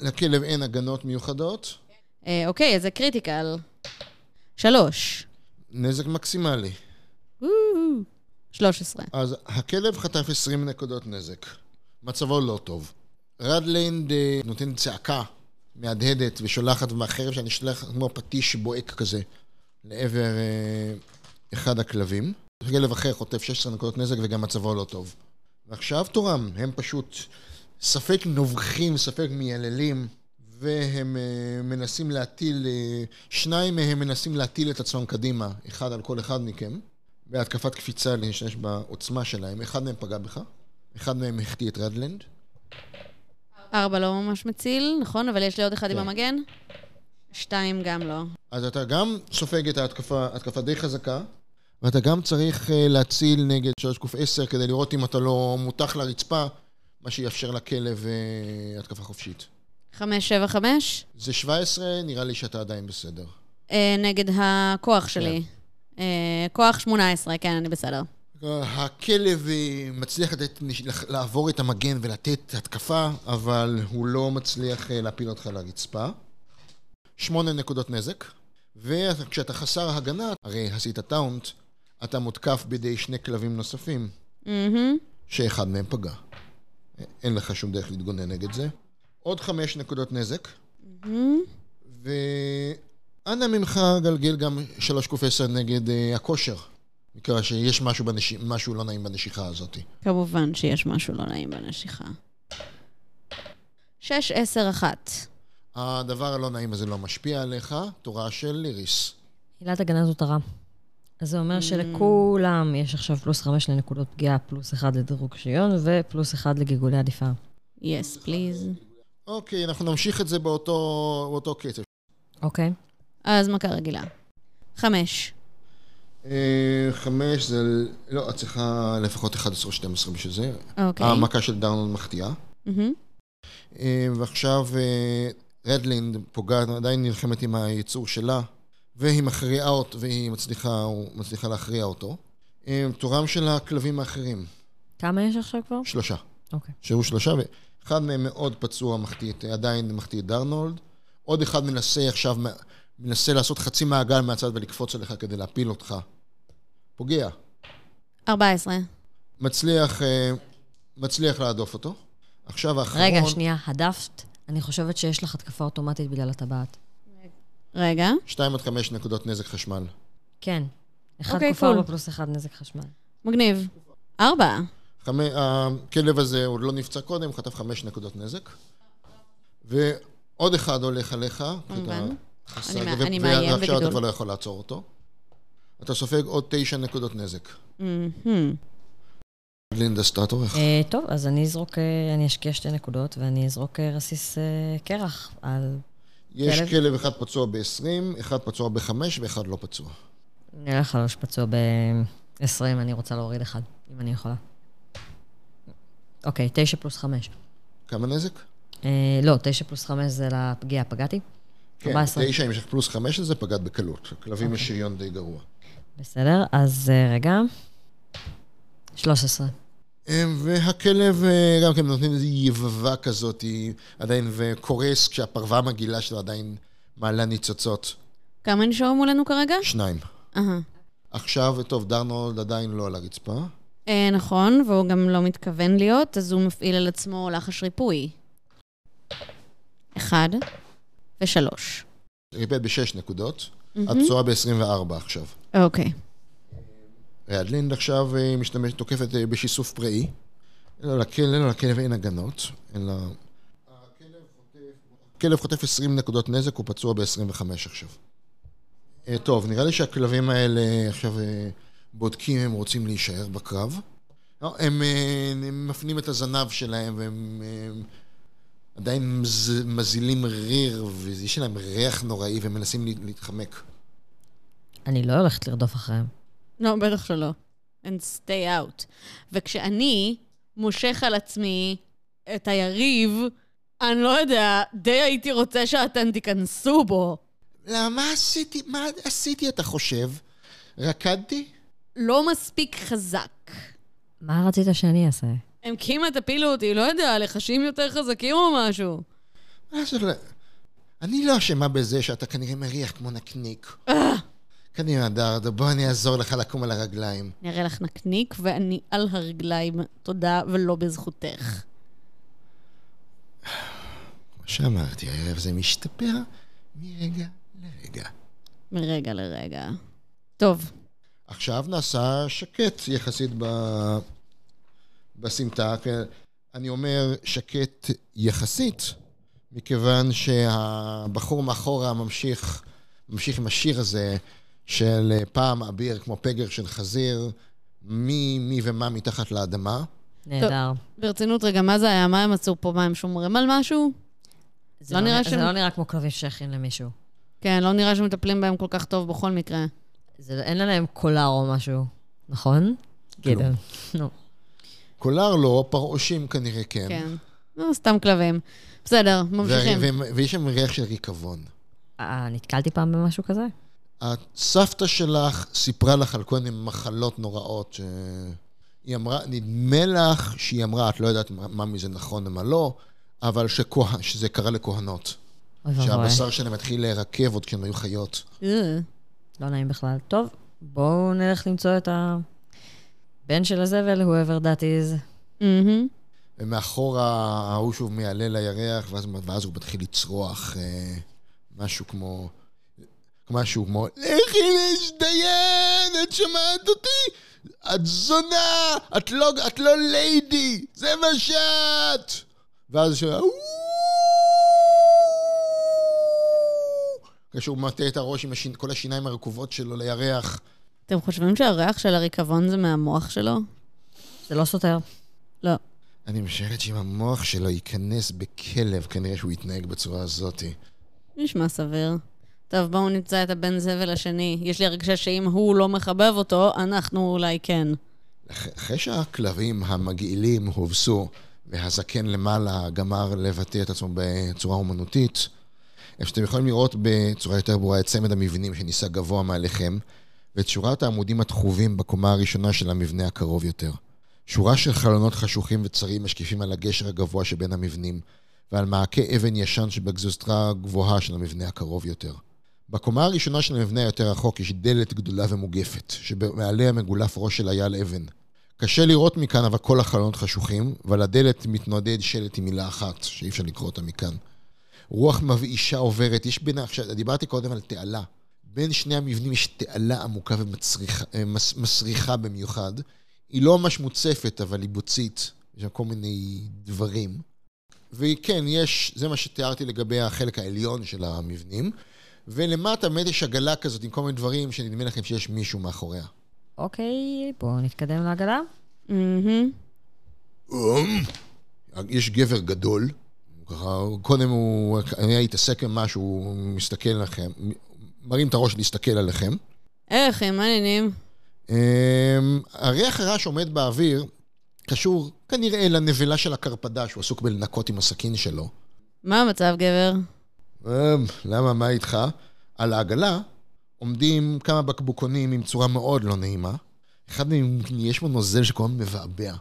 Speaker 1: לכלב אין הגנות מיוחדות.
Speaker 3: אה, אוקיי, אז זה קריטיקל. שלוש.
Speaker 1: נזק מקסימלי.
Speaker 3: 13.
Speaker 1: אז הכלב חטף 20 נקודות נזק. מצבו לא טוב. רדלינד אה, נותן צעקה מהדהדת ושולחת מהחרב שאני שולח כמו פטיש בוהק כזה לעבר אה, אחד הכלבים. כלב אחר חוטף 16 נקודות נזק וגם מצבו לא טוב. ועכשיו תורם, הם פשוט ספק נובחים, ספק מייללים, והם אה, מנסים להטיל, אה, שניים מהם מנסים להטיל את עצמם קדימה, אחד על כל אחד מכם. בהתקפת קפיצה להשתמש בעוצמה שלהם. אחד מהם פגע בך, אחד מהם החטיא את רדלנד.
Speaker 3: ארבע לא ממש מציל, נכון? אבל יש לי עוד אחד עם
Speaker 1: כן.
Speaker 3: המגן? שתיים גם לא.
Speaker 1: אז אתה גם סופג את ההתקפה, התקפה די חזקה, ואתה גם צריך אה, להציל נגד 3ק10 כדי לראות אם אתה לא מותח לרצפה, מה שיאפשר לכלב אה, התקפה חופשית.
Speaker 3: חמש, שבע, חמש?
Speaker 1: זה 17, נראה לי שאתה עדיין בסדר.
Speaker 3: אה, נגד הכוח שלי. אה, כוח 18, כן, אני בסדר.
Speaker 1: הכלב אה, מצליח לתת, לח- לעבור את המגן ולתת התקפה, אבל הוא לא מצליח אה, להפיל אותך לרצפה. שמונה נקודות נזק, וכשאתה חסר הגנה, הרי עשית טאונט, אתה מותקף בידי שני כלבים נוספים,
Speaker 3: מהמם.
Speaker 1: שאחד מהם פגע. א- אין לך שום דרך להתגונן נגד זה. עוד חמש נקודות נזק,
Speaker 3: מהמם.
Speaker 1: ואנא ממך גלגל גם שלוש קוף עשר נגד אה, הכושר. נקרא שיש משהו, בנש... משהו לא נעים בנשיכה הזאת.
Speaker 3: כמובן שיש משהו לא נעים בנשיכה. שש, עשר, אחת.
Speaker 1: הדבר הלא נעים הזה לא משפיע עליך, תורה של ליריס.
Speaker 2: עילת הגנה זאת הרע. אז זה אומר שלכולם יש עכשיו פלוס חמש לנקודות פגיעה, פלוס אחד לדירוג שריון ופלוס אחד לגלגולי עדיפה.
Speaker 3: יס, פליז.
Speaker 1: אוקיי, אנחנו נמשיך את זה באותו, באותו קצב.
Speaker 2: אוקיי.
Speaker 3: אז מכה רגילה. חמש.
Speaker 1: אה, חמש זה... לא, את צריכה לפחות 11 או 12 בשביל זה.
Speaker 3: אוקיי.
Speaker 1: המכה של דרנון מחטיאה.
Speaker 3: מהמם.
Speaker 1: אה, ועכשיו אה, רדלינד פוגעת, עדיין נלחמת עם היצור שלה, והיא מכריעה אותו, והיא מצליחה, הוא מצליחה להכריע אותו. אה, תורם של הכלבים האחרים,
Speaker 2: כמה יש עכשיו כבר?
Speaker 1: שלושה.
Speaker 2: אוקיי.
Speaker 1: שהיו שלושה, ואחד מהם מאוד פצוע, מחטיא, את- עדיין מחטיא את דרנולד. עוד אחד מנסה עכשיו, מ- מנסה לעשות חצי מעגל מהצד ולקפוץ עליך כדי להפיל אותך. פוגע.
Speaker 3: 14.
Speaker 1: מצליח, אה, מצליח להדוף אותו. עכשיו האחרון...
Speaker 2: רגע, שנייה, הדפת. אני חושבת שיש לך התקפה אוטומטית בגלל הטבעת.
Speaker 3: רגע.
Speaker 1: 2 עד 5 נקודות נזק חשמל.
Speaker 2: כן. אחד
Speaker 3: אוקיי,
Speaker 2: כופה
Speaker 3: קול.
Speaker 2: ארבע פלוס אחד נזק חשמל.
Speaker 3: מגניב. ארבע.
Speaker 1: חמי, הכלב הזה עוד לא נפצע קודם, חטף 5 נקודות נזק. ועוד אחד הולך עליך. כי אתה
Speaker 3: כמובן.
Speaker 1: חסר
Speaker 3: אני מא-
Speaker 1: גבוה,
Speaker 3: אני מאיים
Speaker 1: ועכשיו אתה
Speaker 3: בגדול.
Speaker 1: כבר לא יכול לעצור אותו. אתה סופג עוד 9 נקודות נזק.
Speaker 3: מהמם.
Speaker 1: לינדה סטטורך.
Speaker 2: אה, טוב, אז אני אזרוק, אה, אני אשקיע שתי נקודות, ואני אזרוק אה, רסיס אה, קרח על...
Speaker 1: יש
Speaker 2: כלב?
Speaker 1: כלב אחד פצוע ב-20, אחד פצוע ב-5 ואחד לא פצוע.
Speaker 2: נלך חלוש פצוע ב-20, לא אני רוצה להוריד אחד, אם אני יכולה. אוקיי, 9 פלוס 5.
Speaker 1: כמה נזק?
Speaker 2: אה, לא, 9 פלוס 5 זה לפגיעה, פגעתי?
Speaker 1: כן,
Speaker 2: 14.
Speaker 1: 9 אם יש לך פלוס 5 לזה, פגעת בקלות. כלבים יש שריון די גרוע.
Speaker 2: בסדר, אז אה, רגע. 13.
Speaker 1: אה, והכלב אה, גם כן נותן איזו יבבה כזאת, היא עדיין וקורס כשהפרווה מגעילה שלו עדיין מעלה ניצוצות.
Speaker 3: כמה נשארו מולנו כרגע?
Speaker 1: שניים.
Speaker 3: אהה.
Speaker 1: עכשיו, טוב, דרנולד עדיין לא על הרצפה.
Speaker 3: אה, נכון, והוא גם לא מתכוון להיות, אז הוא מפעיל על עצמו לחש ריפוי. אחד ושלוש.
Speaker 1: ריפד בשש נקודות.
Speaker 3: מהמם.
Speaker 1: את פצועה ב-24 עכשיו.
Speaker 3: אוקיי.
Speaker 1: אדלינד עכשיו אה, משתמשת, תוקפת אה, בשיסוף פראי. לא, לכלב, לכלב אין הגנות, אלא... הכלב חוטף 20 נקודות נזק, הוא פצוע ב-25 עכשיו. אה, טוב, נראה לי שהכלבים האלה עכשיו אה, בודקים אם הם רוצים להישאר בקרב. לא, הם, אה, הם מפנים את הזנב שלהם והם אה, עדיין מז, מזילים ריר, ויש להם ריח נוראי והם מנסים לה- להתחמק.
Speaker 2: אני לא הולכת לרדוף אחריהם.
Speaker 3: לא, בטח שלא. And stay out. וכשאני מושך על עצמי את היריב, אני לא יודע, די הייתי רוצה שאתן תיכנסו בו.
Speaker 1: למה מה עשיתי? מה עשיתי, אתה חושב? רקדתי?
Speaker 3: לא מספיק חזק.
Speaker 2: מה רצית שאני אעשה?
Speaker 3: הם כמעט הפילו אותי, לא יודע, לחשים יותר חזקים או משהו.
Speaker 1: מה לעשות? לא- אני לא אשמה בזה שאתה כנראה מריח כמו נקניק.
Speaker 3: אה,
Speaker 1: קדימה, דרדו, בוא אני אעזור לך לקום על הרגליים.
Speaker 3: אני אראה לך נקניק, ואני על הרגליים, תודה, ולא בזכותך.
Speaker 1: כמו שאמרתי, הערב זה משתפר מרגע לרגע.
Speaker 3: מרגע לרגע. טוב,
Speaker 1: עכשיו נעשה שקט יחסית ב... בסמטה. כן, אני אומר שקט יחסית, מכיוון שהבחור מאחורה ממשיך, ממשיך עם השיר הזה של אה, פעם אביר כמו פגר של חזיר, מי, מי ומה מתחת לאדמה.
Speaker 2: נהדר.
Speaker 3: ברצינות רגע, מה זה היה? מה הם עשו פה? מה, הם שומרים על משהו?
Speaker 2: זה
Speaker 3: לא נראה
Speaker 2: זה
Speaker 3: שהם-
Speaker 2: לא נראה כמו כלבים שייכים למישהו.
Speaker 3: כן, לא נראה שמטפלים בהם כל כך טוב בכל מקרה.
Speaker 2: זה, אין עליהם קולר או משהו, נכון? גדעון. נו.
Speaker 1: קולר לא, פרעושים כנראה כן.
Speaker 3: כן. לא, סתם כלבים. בסדר, ממשיכים.
Speaker 1: ו- ו- ויש שם ריח של ריקבון.
Speaker 2: אה, נתקלתי פעם במשהו כזה?
Speaker 1: הסבתא שלך סיפרה לך על כל מיני מחלות נוראות. ש... היא אמרה, נדמה לך שהיא אמרה, את לא יודעת מה, מה מזה נכון ומה לא, אבל שכוה, שזה קרה לכהנות.
Speaker 2: אוי ואבוי.
Speaker 1: שהבשר שלהם התחיל להירקב עוד כשהן היו חיות.
Speaker 3: אה,
Speaker 2: לא נעים בכלל. טוב, בואו נלך למצוא את הבן של הזבל, whoever that is.
Speaker 3: מהמם.
Speaker 1: ומאחורה ההוא שוב מעלה לירח, ואז, ואז הוא מתחיל לצרוח אה, משהו כמו... משהו כמו, לכי להשדיין, את שמעת אותי? את זונה, את לא, את לא ליידי, זה מה שאת! ואז ש... כשהוא מטה את הראש עם השינ... כל השיניים הרקובות שלו לירח.
Speaker 3: אתם חושבים שהריח של הריקבון זה מהמוח שלו?
Speaker 2: זה לא סותר.
Speaker 3: לא.
Speaker 1: אני משערת שאם המוח שלו ייכנס בכלב, כנראה שהוא יתנהג בצורה הזאתי.
Speaker 3: נשמע סביר. טוב, בואו נמצא את הבן זבל השני. יש לי הרגשה שאם הוא לא מחבב אותו, אנחנו אולי כן.
Speaker 1: אח- אחרי שהכלבים המגעילים הובסו והזקן למעלה גמר לבטא את עצמו בצורה אומנותית, אז שאתם יכולים לראות בצורה יותר ברורה את צמד המבנים שנישא גבוה מעליכם ואת שורת העמודים התחובים בקומה הראשונה של המבנה הקרוב יותר. שורה של חלונות חשוכים וצרים משקיפים על הגשר הגבוה שבין המבנים ועל מעקה אבן ישן שבגזוסטרה גבוהה של המבנה הקרוב יותר. בקומה הראשונה של המבנה היותר רחוק יש דלת גדולה ומוגפת, שמעליה מגולף ראש של אייל אבן. קשה לראות מכאן, אבל כל החלונות חשוכים, ועל הדלת מתנודד שלט עם מילה אחת, שאי אפשר לקרוא אותה מכאן. רוח מבאישה עוברת, יש בין, עכשיו, דיברתי קודם על תעלה. בין שני המבנים יש תעלה עמוקה ומסריחה מס, מסריחה במיוחד. היא לא ממש מוצפת, אבל היא בוצית. יש שם כל מיני דברים. וכן, יש, זה מה שתיארתי לגבי החלק העליון של המבנים. ולמטה באמת יש עגלה כזאת עם כל מיני דברים שנדמה לכם שיש מישהו מאחוריה.
Speaker 2: אוקיי, בואו נתקדם לעגלה.
Speaker 3: מהמם.
Speaker 1: "אמ?" יש גבר גדול, הוא ככה, קודם הוא היה התעסק במשהו, הוא מסתכל עליכם, מרים את הראש להסתכל עליכם.
Speaker 3: איך הם, מה העניינים?
Speaker 1: אמ, הריח הרע שעומד באוויר קשור כנראה לנבלה של הקרפדה שהוא עסוק בלנקות עם הסכין שלו.
Speaker 3: מה המצב, גבר?
Speaker 1: אמ, למה, מה איתך? על העגלה עומדים כמה בקבוקונים עם צורה מאוד לא נעימה. אחד מהם, יש בו נוזל שכל הזמן מבעבע.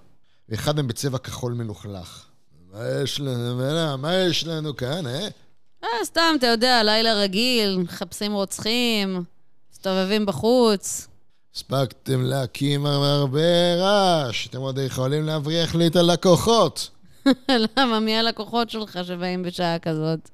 Speaker 1: ואחד מהם בצבע כחול מלוכלך. מה יש לנו, מה- מה יש לנו כאן, אה?
Speaker 3: אה, סתם, אתה יודע, לילה רגיל, מחפשים רוצחים, מסתובבים בחוץ.
Speaker 1: הספקתם להקים הרבה רעש, אתם עוד יכולים להבריח לי את הלקוחות.
Speaker 3: למה, מי הלקוחות שלך שבאים בשעה כזאת?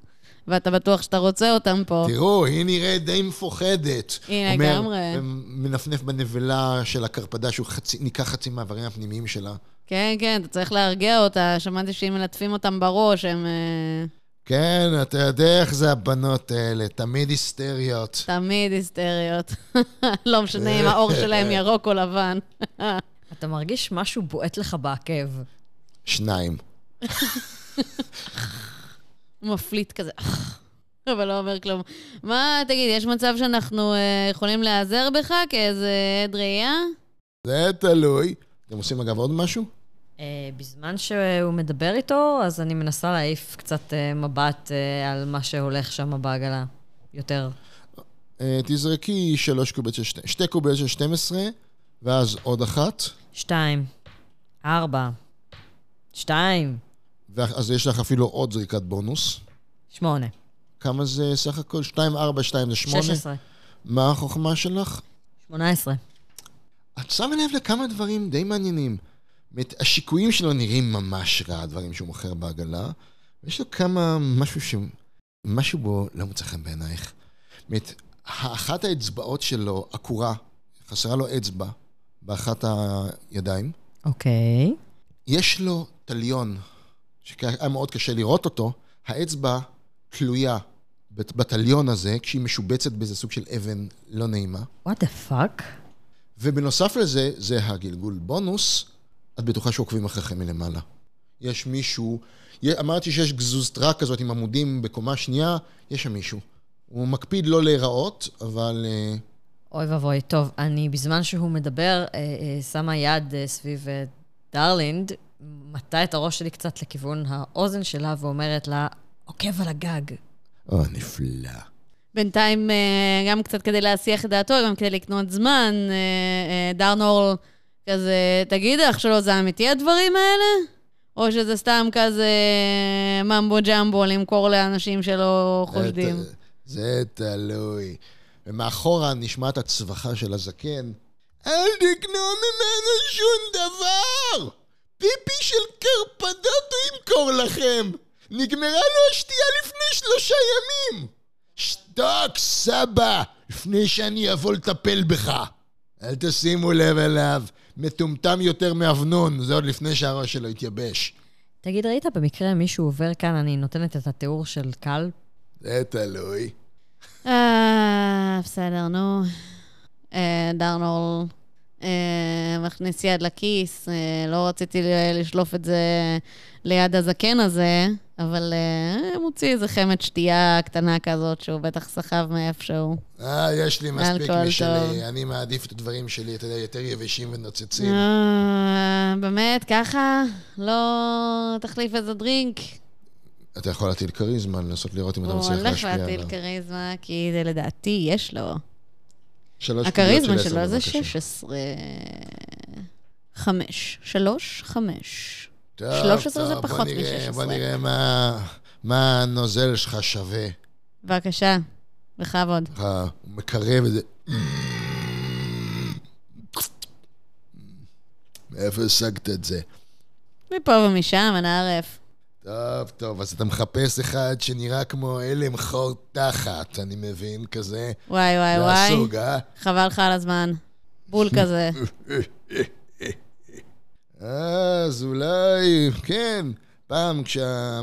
Speaker 3: ואתה בטוח שאתה רוצה אותם פה.
Speaker 1: תראו, היא נראית די מפוחדת.
Speaker 3: היא
Speaker 1: אומר,
Speaker 3: לגמרי.
Speaker 1: מנפנף בנבלה של הקרפדה שהוא חצי, ניקח חצי מהאיברים הפנימיים שלה.
Speaker 3: כן, כן, אתה צריך להרגיע אותה. שמעתי שאם מלטפים אותם בראש, הם אה,
Speaker 1: כן, אתה יודע איך זה הבנות האלה, תמיד היסטריות.
Speaker 3: תמיד היסטריות. לא משנה אם האור שלהם ירוק או לבן.
Speaker 2: אתה מרגיש משהו בועט לך בעקב.
Speaker 1: שניים.
Speaker 3: מפליט כזה, "אח", אבל לא אומר כלום. מה, תגיד, יש מצב שאנחנו אה, יכולים להיעזר בך כאיזה עד ראייה?
Speaker 1: זה תלוי. אתם עושים אגב עוד משהו?
Speaker 2: אה, בזמן שהוא מדבר איתו, אז אני מנסה להעיף קצת אה, מבט אה, על מה שהולך שם בעגלה. יותר.
Speaker 1: אה, תזרקי שלוש קוביות של שתי, שתי קוביות של 12, ואז עוד אחת.
Speaker 2: שתיים. ארבע. שתיים.
Speaker 1: ואז יש לך אפילו עוד זריקת בונוס.
Speaker 2: שמונה.
Speaker 1: כמה זה סך הכל? 2, 4, 2 זה 8.
Speaker 2: שש עשרה.
Speaker 1: מה החוכמה שלך?
Speaker 2: שמונה עשרה.
Speaker 1: את שמה לב לכמה דברים די מעניינים. באמת, השיקויים שלו נראים ממש רע, הדברים שהוא מוכר בעגלה. יש לו כמה, משהו ש... משהו בו לא מוצא חן בעינייך. באמת, אחת האצבעות שלו עקורה, חסרה לו אצבע באחת הידיים.
Speaker 2: אוקיי.
Speaker 1: יש לו תליון, שהיה מאוד קשה לראות אותו, האצבע תלויה בת- בתליון הזה, כשהיא משובצת באיזה סוג של אבן לא נעימה.
Speaker 2: וואט דה פאק?
Speaker 1: ובנוסף לזה, זה הגלגול בונוס, את בטוחה שעוקבים אחריכם מלמעלה. יש מישהו, י- אמרתי שיש גזוזתרה כזאת עם עמודים בקומה שנייה, יש שם מישהו. הוא מקפיד לא להיראות, אבל אה,
Speaker 2: אוי ואבוי. טוב, אני בזמן שהוא מדבר, אה, אה, שמה יד אה, סביב אה, דרלינד, מטה את הראש שלי קצת לכיוון האוזן שלה ואומרת לה, עוקב על הגג.
Speaker 1: אה, נפלא.
Speaker 3: בינתיים, אה, גם קצת כדי להסיח את דעתו, גם כדי לקנות זמן, אה, אה, דרנור כזה, תגיד, אח שלו, זה אמיתי הדברים האלה? או שזה סתם כזה ממבו ג'מבו למכור לאנשים שלא חושדים?
Speaker 1: זה ת- זה תלוי. ומאחורה נשמעת הצווחה של הזקן. אל תקנו ממנו שום דבר! פיפי של קרפדות הוא ימכור לכם! נגמרה לו השתייה לפני שלושה ימים! שתוק, סבא, לפני שאני אבוא לטפל בך. אל תשימו לב אליו, מטומטם יותר מאבנון, זה עוד לפני שהראש שלו התייבש.
Speaker 2: תגיד, ראית במקרה מישהו עובר כאן, אני נותנת את התיאור של קל?
Speaker 1: זה תלוי.
Speaker 3: אה, בסדר, נו. אה, דרנול אה, מכניס יד לכיס, אה, לא רציתי ל- לשלוף את זה ליד הזקן הזה, אבל אה, מוציא איזה חמת שתייה קטנה כזאת שהוא בטח סחב מאיפשהו.
Speaker 1: אה, יש לי מספיק
Speaker 3: אלכוהול טוב.
Speaker 1: משלי, אני מעדיף את הדברים שלי, אתה יודע, יותר יבשים ונוצצים.
Speaker 3: אה, באמת, ככה? לא תחליף איזה דרינק?
Speaker 1: אתה יכול להטיל כריזמה, לנסות לראות אם אתה
Speaker 3: הוא
Speaker 1: לא מצליח
Speaker 3: הולך
Speaker 1: להשפיע
Speaker 3: להטיל
Speaker 1: עליו.
Speaker 3: כריזמה, לא כי זה לדעתי יש לו.
Speaker 1: שלוש
Speaker 3: הכריזמה
Speaker 1: קוביות של
Speaker 3: שלו
Speaker 1: עשר,
Speaker 3: זה
Speaker 1: בבקשה.
Speaker 3: 16... חמש. שלוש, חמש.
Speaker 1: טוב,
Speaker 3: 13 זה
Speaker 1: טוב, בוא
Speaker 3: פחות
Speaker 1: נראה,
Speaker 3: מ-16.
Speaker 1: בוא נראה מה- מה הנוזל שלך שווה.
Speaker 3: בבקשה. בכבוד.
Speaker 1: ככה, הוא מקרב את זה. מאיפה השגת את זה?
Speaker 3: מפה ומשם, הנערף.
Speaker 1: טוב, טוב, אז אתה מחפש אחד שנראה כמו הלם חור תחת, אני מבין, כזה.
Speaker 3: וואי, וואי, וואי.
Speaker 1: מהסוג, אה?
Speaker 3: חבל לך על הזמן. בול כזה.
Speaker 1: אז אולי, כן, פעם כשה...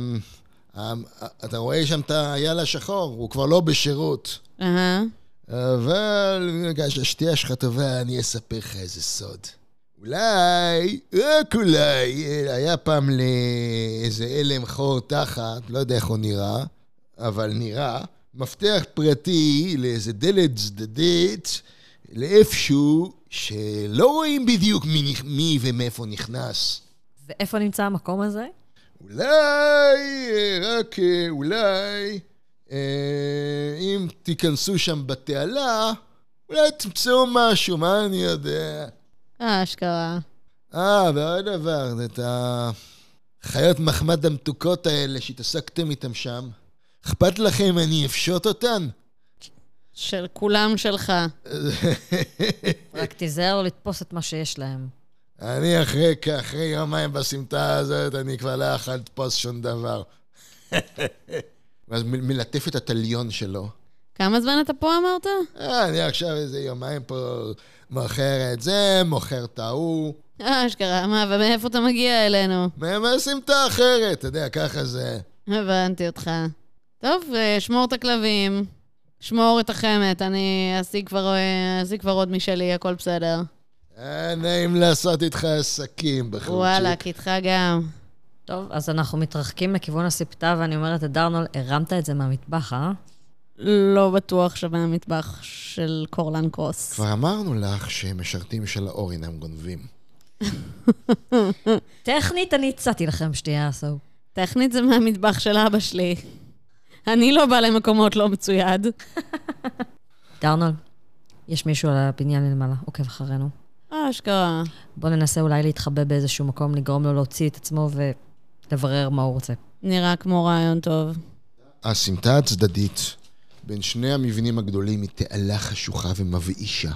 Speaker 1: המ- אתה רואה שם את האייל השחור, הוא כבר לא בשירות.
Speaker 3: אהה.
Speaker 1: אבל רגע, שהשתייה שלך טובה, אני אספר לך איזה סוד. אולי, רק אולי, אה, היה פעם לאיזה הלם חור תחת, לא יודע איך הוא נראה, אבל נראה, מפתח פרטי לאיזה דלת צדדית, לאיפשהו שלא רואים בדיוק מי, נכ- מי ומאיפה נכנס.
Speaker 2: ואיפה נמצא המקום הזה?
Speaker 1: אולי, אה, רק אה, אולי, אה, אם תיכנסו שם בתעלה, אולי תמצאו משהו, מה אני יודע?
Speaker 3: אשכרה.
Speaker 1: אה, ועוד דבר, זה את החיות מחמד המתוקות האלה שהתעסקתם איתם שם. אכפת לכם אני אפשוט אותן?
Speaker 3: של כולם שלך.
Speaker 2: רק תיזהר לא לתפוס את מה שיש להם.
Speaker 1: אני אחרי, אחרי יומיים בסמטה הזאת, אני כבר לא יכול לתפוס שום דבר. ואז מ- מלטף את התליון שלו.
Speaker 3: כמה זמן אתה פה אמרת?
Speaker 1: אה, אני עכשיו איזה יומיים פה מוכר את זה, מוכר את ההוא.
Speaker 3: אשכרה. מה, ומאיפה אתה מגיע אלינו?
Speaker 1: מה מה סמטה אחרת? אתה יודע, ככה זה.
Speaker 3: הבנתי אותך. טוב, אה, שמור את הכלבים. שמור את החמת, אני אשיג כבר, אה, אשיג כבר עוד משלי, הכל בסדר.
Speaker 1: היה אה, נעים לעשות איתך עסקים בחרוצ'יק.
Speaker 3: וואלכ, איתך גם.
Speaker 2: טוב, אז אנחנו מתרחקים לכיוון הספתה, ואני אומרת לדרנול, הרמת את זה מהמטבח, אה?
Speaker 3: לא בטוח שווה המטבח של קורלן קרוס.
Speaker 1: כבר אמרנו לך שמשרתים של האורין הם גונבים.
Speaker 2: טכנית אני הצעתי לכם שתהיה עשו.
Speaker 3: טכנית זה מהמטבח של אבא שלי. אני לא באה למקומות לא מצויד.
Speaker 2: דרנול, יש מישהו על הבניין למעלה, עוקב אחרינו.
Speaker 3: אשכרה.
Speaker 2: בוא ננסה אולי להתחבא באיזשהו מקום, לגרום לו להוציא את עצמו ולברר מה הוא רוצה.
Speaker 3: נראה כמו רעיון טוב.
Speaker 1: הסמטה הצדדית בין שני המבנים הגדולים היא תעלה חשוכה ומבאישה.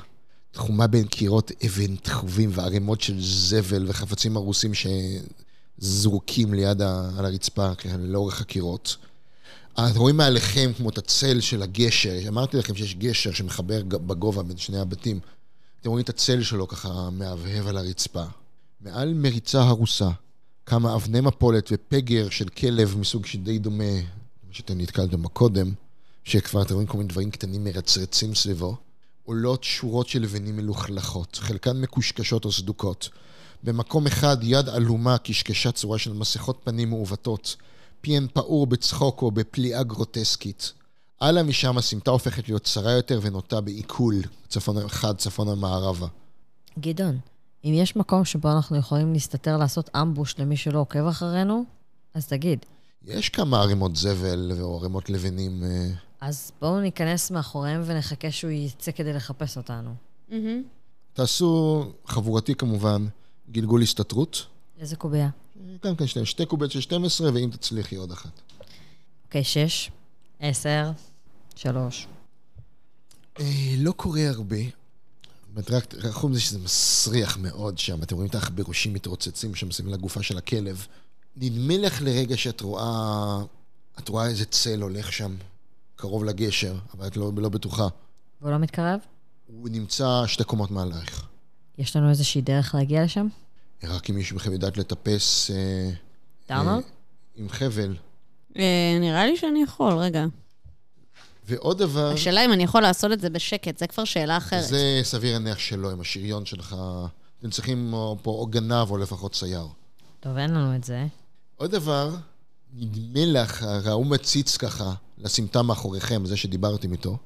Speaker 1: תחומה בין קירות אבן תחובים וערימות של זבל וחפצים הרוסים שזרוקים ליד ה... על הרצפה ככה, לאורך הקירות. אתם רואים מעליכם כמו את הצל של הגשר, אמרתי לכם שיש גשר שמחבר ג- בגובה בין שני הבתים. אתם רואים את הצל שלו ככה מהבהב על הרצפה. מעל מריצה הרוסה, כמה אבני מפולת ופגר של כלב מסוג שדי דומה למה שאתם נתקלתם בו קודם, שכבר אתם רואים כל מיני דברים קטנים מרצרצים סביבו, עולות שורות של לבנים מלוכלכות, חלקן מקושקשות או סדוקות. במקום אחד יד עלומה קשקשה צורה של מסכות פנים מעוותות, פיהן פעור בצחוק או בפליאה גרוטסקית. הלאה משם הסמטה הופכת להיות צרה יותר ונוטה בעיכול, צפון אחד צפונה מערבה.
Speaker 2: גדעון, אם יש מקום שבו אנחנו יכולים להסתתר לעשות אמבוש למי שלא עוקב אחרינו, אז תגיד.
Speaker 1: יש כמה ערימות זבל או ערימות לבנים. אה,
Speaker 2: אז בואו ניכנס מאחוריהם ונחכה שהוא יצא כדי לחפש אותנו.
Speaker 3: מהמם.
Speaker 1: תעשו, חבורתי כמובן, גלגול הסתתרות.
Speaker 2: איזה קובייה?
Speaker 1: גם כן שתי, שתי קוביות של 12, ואם תצליחי עוד אחת.
Speaker 2: אוקיי, שש, עשר, שלוש.
Speaker 1: אה, לא קורה הרבה. באמת, רק רחוק מזה שזה מסריח מאוד שם, אתם רואים את העכברושים מתרוצצים שם סביב לגופה של הכלב. נדמה לך לרגע שאת רואה, את רואה איזה צל הולך שם, קרוב לגשר, אבל את לא, לא בטוחה.
Speaker 2: והוא לא מתקרב?
Speaker 1: הוא נמצא שתי קומות מעלייך.
Speaker 2: יש לנו איזושהי דרך להגיע לשם?
Speaker 1: רק אם מישהו מכם יודעת לטפס אה,
Speaker 2: דרנול?
Speaker 1: עם חבל.
Speaker 3: אה, נראה לי שאני יכול, רגע.
Speaker 1: ועוד דבר...
Speaker 3: השאלה אם אני יכול לעשות את זה בשקט, זה כבר שאלה אחרת.
Speaker 1: אה. זה סביר להניח שלא, עם השריון שלך. אתם צריכים או- פה או גנב או לפחות צייר.
Speaker 2: טוב, אין לנו את זה.
Speaker 1: עוד דבר, נדמה לך, ראו מציץ ככה לסמטה מאחוריכם, זה שדיברתם איתו,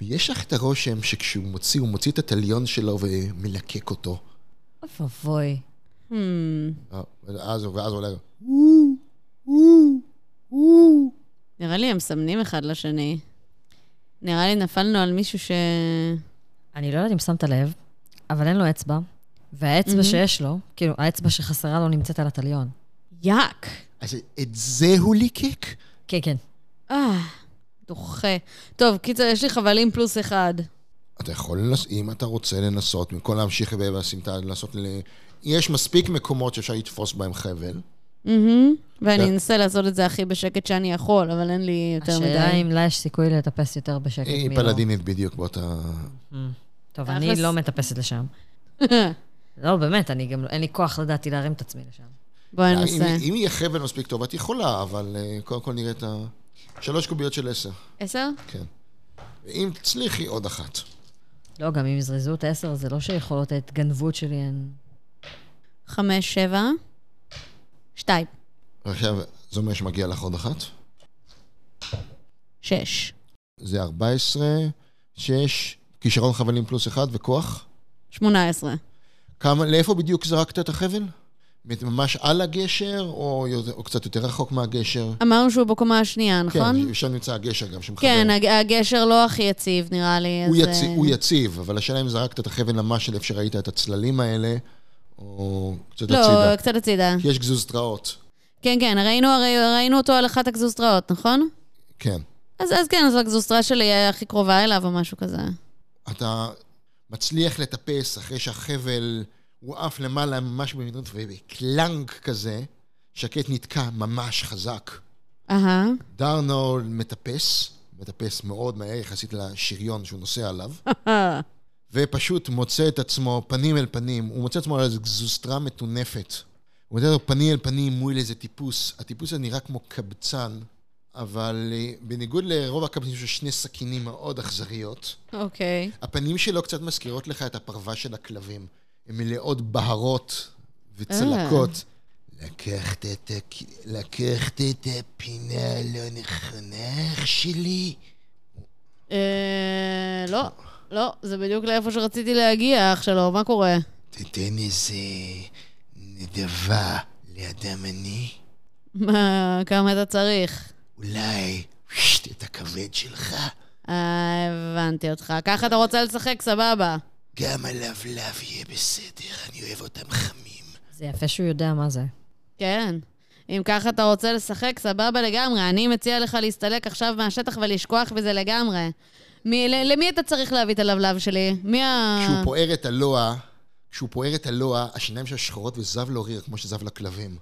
Speaker 1: ויש לך את הרושם שכשהוא מוציא, הוא מוציא את התליון שלו ומלקק אותו.
Speaker 2: אוי ואבוי.
Speaker 3: Hmm,
Speaker 1: אה, ואז, ואז עולה,
Speaker 3: נראה לי הם מסמנים אחד לשני. נראה לי נפלנו על מישהו ש...
Speaker 2: אני לא יודעת אם שמת לב, אבל אין לו אצבע, והאצבע שיש לו, כאילו, האצבע שחסרה לו נמצאת על התליון.
Speaker 3: יאק!
Speaker 1: אז את זה הוא ליקק?
Speaker 2: כן, כן.
Speaker 3: אה, דוחה. טוב, קיצר, יש לי חבלים פלוס אחד.
Speaker 1: אתה יכול, לנס... אם אתה רוצה לנסות, במקום להמשיך ולשים את ה... לעשות ל... יש מספיק מקומות שאפשר לתפוס בהם חבל.
Speaker 3: מהמם. Mm-hmm. ואני
Speaker 1: כן.
Speaker 3: אנסה לעשות את זה הכי בשקט שאני יכול, אבל אין לי יותר מדי.
Speaker 2: השאלה אם לה יש סיכוי לטפס יותר בשקט
Speaker 1: היא
Speaker 2: מלא.
Speaker 1: אה, פלדינית בדיוק באותה...
Speaker 2: Mm. טוב, אני
Speaker 3: תכלס.
Speaker 2: לא מטפסת לשם. לא, באמת, אני גם, לא- אין לי כוח לדעתי להרים את עצמי לשם.
Speaker 3: בואי
Speaker 1: אם,
Speaker 3: ננסה.
Speaker 1: אם יהיה חבל מספיק טוב, את יכולה, אבל אה, קודם כל נראה את ה... שלוש קוביות של עשר,
Speaker 3: עשר?
Speaker 1: כן. אם תצליחי, עוד אחת.
Speaker 2: לא, גם אם יזרזו את העשר, זה לא שיכולות ההתגנבות שלי הן...
Speaker 3: חמש, שבע? שתיים.
Speaker 1: עכשיו, זה אומר שמגיע לך עוד אחת?
Speaker 3: שש.
Speaker 1: זה 14, 6, כישרון חבלים פלוס 1 וכוח.
Speaker 3: שמונה עשרה.
Speaker 1: כמה, לאיפה בדיוק זרקת את החבל? ממש על הגשר, או, יותר- או קצת יותר רחוק מהגשר?
Speaker 3: אמרנו שהוא בקומה השנייה, נכון?
Speaker 1: כן, שם נמצא הגשר גם, שמחבר.
Speaker 3: כן, הג- הגשר לא הכי יציב, נראה לי.
Speaker 1: הוא,
Speaker 3: אז,
Speaker 1: יצ...
Speaker 3: אה,
Speaker 1: הוא יציב, אבל השאלה אם זרקת את החבל למש של איפה שראית את הצללים האלה, או קצת הצידה.
Speaker 3: לא, קצת הצידה.
Speaker 1: כי יש גזוזתראות.
Speaker 3: כן, כן, ראינו, הרי- ראינו אותו על אחת הגזוסטראות, נכון?
Speaker 1: כן.
Speaker 3: אז, אז כן, אז הגזוסטרה שלי היא הכי קרובה אליו או משהו כזה.
Speaker 1: אתה מצליח לטפס אחרי שהחבל הוא עף למעלה ממש במדינות ובקלנק כזה, שקט נתקע ממש חזק.
Speaker 3: אהה.
Speaker 1: דארנול מטפס, מטפס מאוד מהר יחסית לשריון שהוא נוסע עליו, ופשוט מוצא את עצמו פנים אל פנים, הוא מוצא את עצמו על איזו גזוסטרה מטונפת. הוא מוצא את עצמו פנים אל פנים מול איזה טיפוס, הטיפוס הזה נראה כמו קבצן, אבל אה, בניגוד לרוב הקבצנים של שני סכינים מאוד אכזריות,
Speaker 3: אוקיי.
Speaker 1: הפנים שלו קצת מזכירות לך את הפרווה של הכלבים. הן מלאות בהרות וצלקות. לקחת את, הכ... לקחת את הפינה הלא נכונה, אח שלי?
Speaker 3: אה, לא, לא, זה בדיוק לאיפה שרציתי להגיע, אח שלו, מה קורה?
Speaker 1: תיתן איזה נדבה לאדם עני?
Speaker 3: מה, כמה אתה צריך?
Speaker 1: אולי פשט, את הכבד שלך?
Speaker 3: אה, הבנתי אותך. ככה אתה רוצה לשחק, סבבה.
Speaker 1: גם הלבלב יהיה בסדר, אני אוהב אותם חמים.
Speaker 2: זה יפה שהוא יודע מה זה.
Speaker 3: כן. אם ככה אתה רוצה לשחק, סבבה לגמרי. אני מציע לך להסתלק עכשיו מהשטח ולשכוח מזה לגמרי. מי, ל- למי אתה צריך להביא את הלבלב שלי? מי ה...
Speaker 1: כשהוא פוער את הלוע, כשהוא פוער את הלוע, השיניים שלו שחורות וזב לו ריר, כמו שזב לכלבים.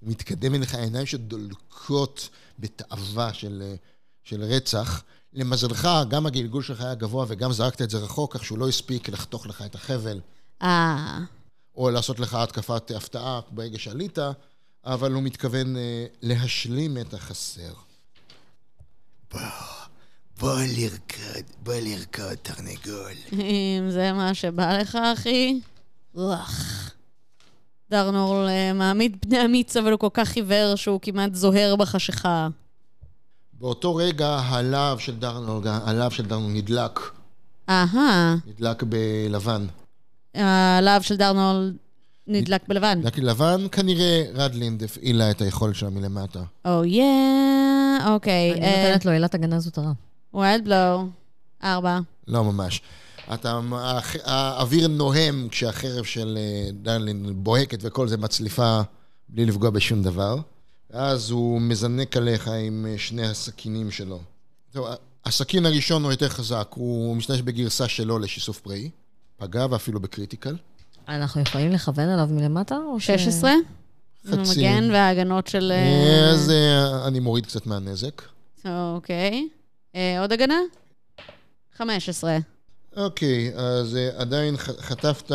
Speaker 1: הוא מתקדם אליך, העיניים שדולקות בתאווה של, אה, של רצח. למזלך, גם הגלגול שלך היה גבוה וגם זרקת את זה רחוק, כך שהוא לא הספיק לחתוך לך את החבל,
Speaker 3: אה,
Speaker 1: או לעשות לך התקפת הפתעה ברגע שעלית, אבל הוא מתכוון אה, להשלים את החסר. בוא, בוא לרקוד, בוא לרקוד, תרנגול.
Speaker 3: אם זה מה שבא לך, אחי. וואח. דרנור אה, מעמיד פני אמיץ, אבל הוא כל כך עיוור שהוא כמעט זוהר בחשיכה.
Speaker 1: באותו רגע הלאו של דרנו, הלאו של דרנו נדלק,
Speaker 3: אהה,
Speaker 1: נדלק בלבן.
Speaker 3: הלהב של דרנול נדלק בלבן.
Speaker 1: נדלק בלבן, כנראה רדלינד הפעילה את היכולת שלה מלמטה.
Speaker 3: או יא, Oh, אוקיי.
Speaker 2: אני
Speaker 3: אה,
Speaker 2: נותנת לו עילת הגנה זוטרה.
Speaker 3: ווילד בלואו, ארבע.
Speaker 1: לא ממש. אתה, האח- האוויר נוהם כשהחרב של אה, דרלינד בוהקת וכל זה מצליפה בלי לפגוע בשום דבר. אז הוא מזנק עליך עם אה, שני הסכינים שלו. טוב, ה- הסכין הראשון הוא יותר חזק, הוא משתמש בגרסה שלו לשיסוף פראי. פגע ואפילו בקריטיקל.
Speaker 2: אנחנו יכולים לכוון עליו מלמטה, או ש...
Speaker 3: 16?
Speaker 1: חצי.
Speaker 3: המגן וההגנות של... אה,
Speaker 1: אז אה, אני מוריד קצת מהנזק.
Speaker 3: אוקיי. אה, עוד הגנה? 15.
Speaker 1: אוקיי, אז אה, עדיין ח- חטפת,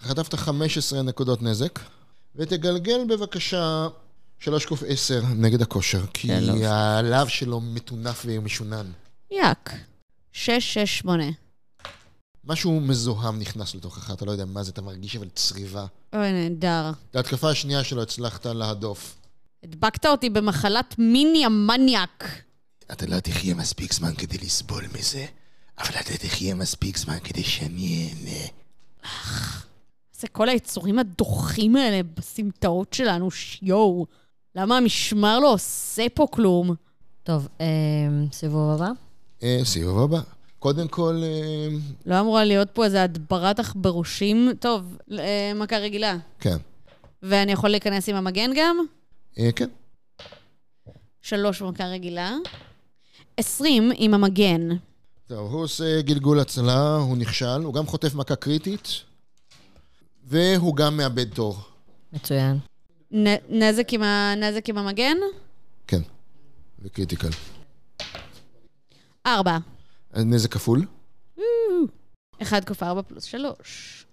Speaker 1: חטפת 15 נקודות נזק, ותגלגל בבקשה 3 קוף 10 נגד הכושר, כי
Speaker 2: שלוש.
Speaker 1: הלאו שלו מטונף ומשונן.
Speaker 3: יאק. 6, 6, 8.
Speaker 1: משהו מזוהם נכנס לתוכך, אתה לא יודע מה זה, אתה מרגיש אבל צריבה.
Speaker 3: אוי, נהדר.
Speaker 1: את ההתקפה השנייה שלו הצלחת להדוף.
Speaker 3: הדבקת אותי במחלת מיני המניאק.
Speaker 1: אתה לא תחיה מספיק זמן כדי לסבול מזה, אבל אתה תחיה מספיק זמן כדי שאני אהנה.
Speaker 3: זה כל היצורים הדוחים האלה בסמטאות שלנו, שיואו. למה המשמר לא עושה פה כלום?
Speaker 2: טוב, אה, סיבוב הבא.
Speaker 1: אה, סיבוב הבא. קודם כל, אה,
Speaker 3: לא אמורה להיות פה איזה הדברת עכברושים. טוב, אה, מכה רגילה.
Speaker 1: כן.
Speaker 3: ואני יכול להיכנס עם המגן גם?
Speaker 1: אה, כן.
Speaker 3: שלוש במכה רגילה. עשרים עם המגן.
Speaker 1: טוב, הוא עושה גלגול הצלה, הוא נכשל, הוא גם חוטף מכה קריטית, והוא גם מאבד תור.
Speaker 2: מצוין.
Speaker 3: נ- נזק עם, ה... נזק עם המגן?
Speaker 1: כן, וקריטיקל. אה,
Speaker 3: ארבע.
Speaker 1: נזק כפול?
Speaker 3: אחד כפול ארבע פלוס שלוש.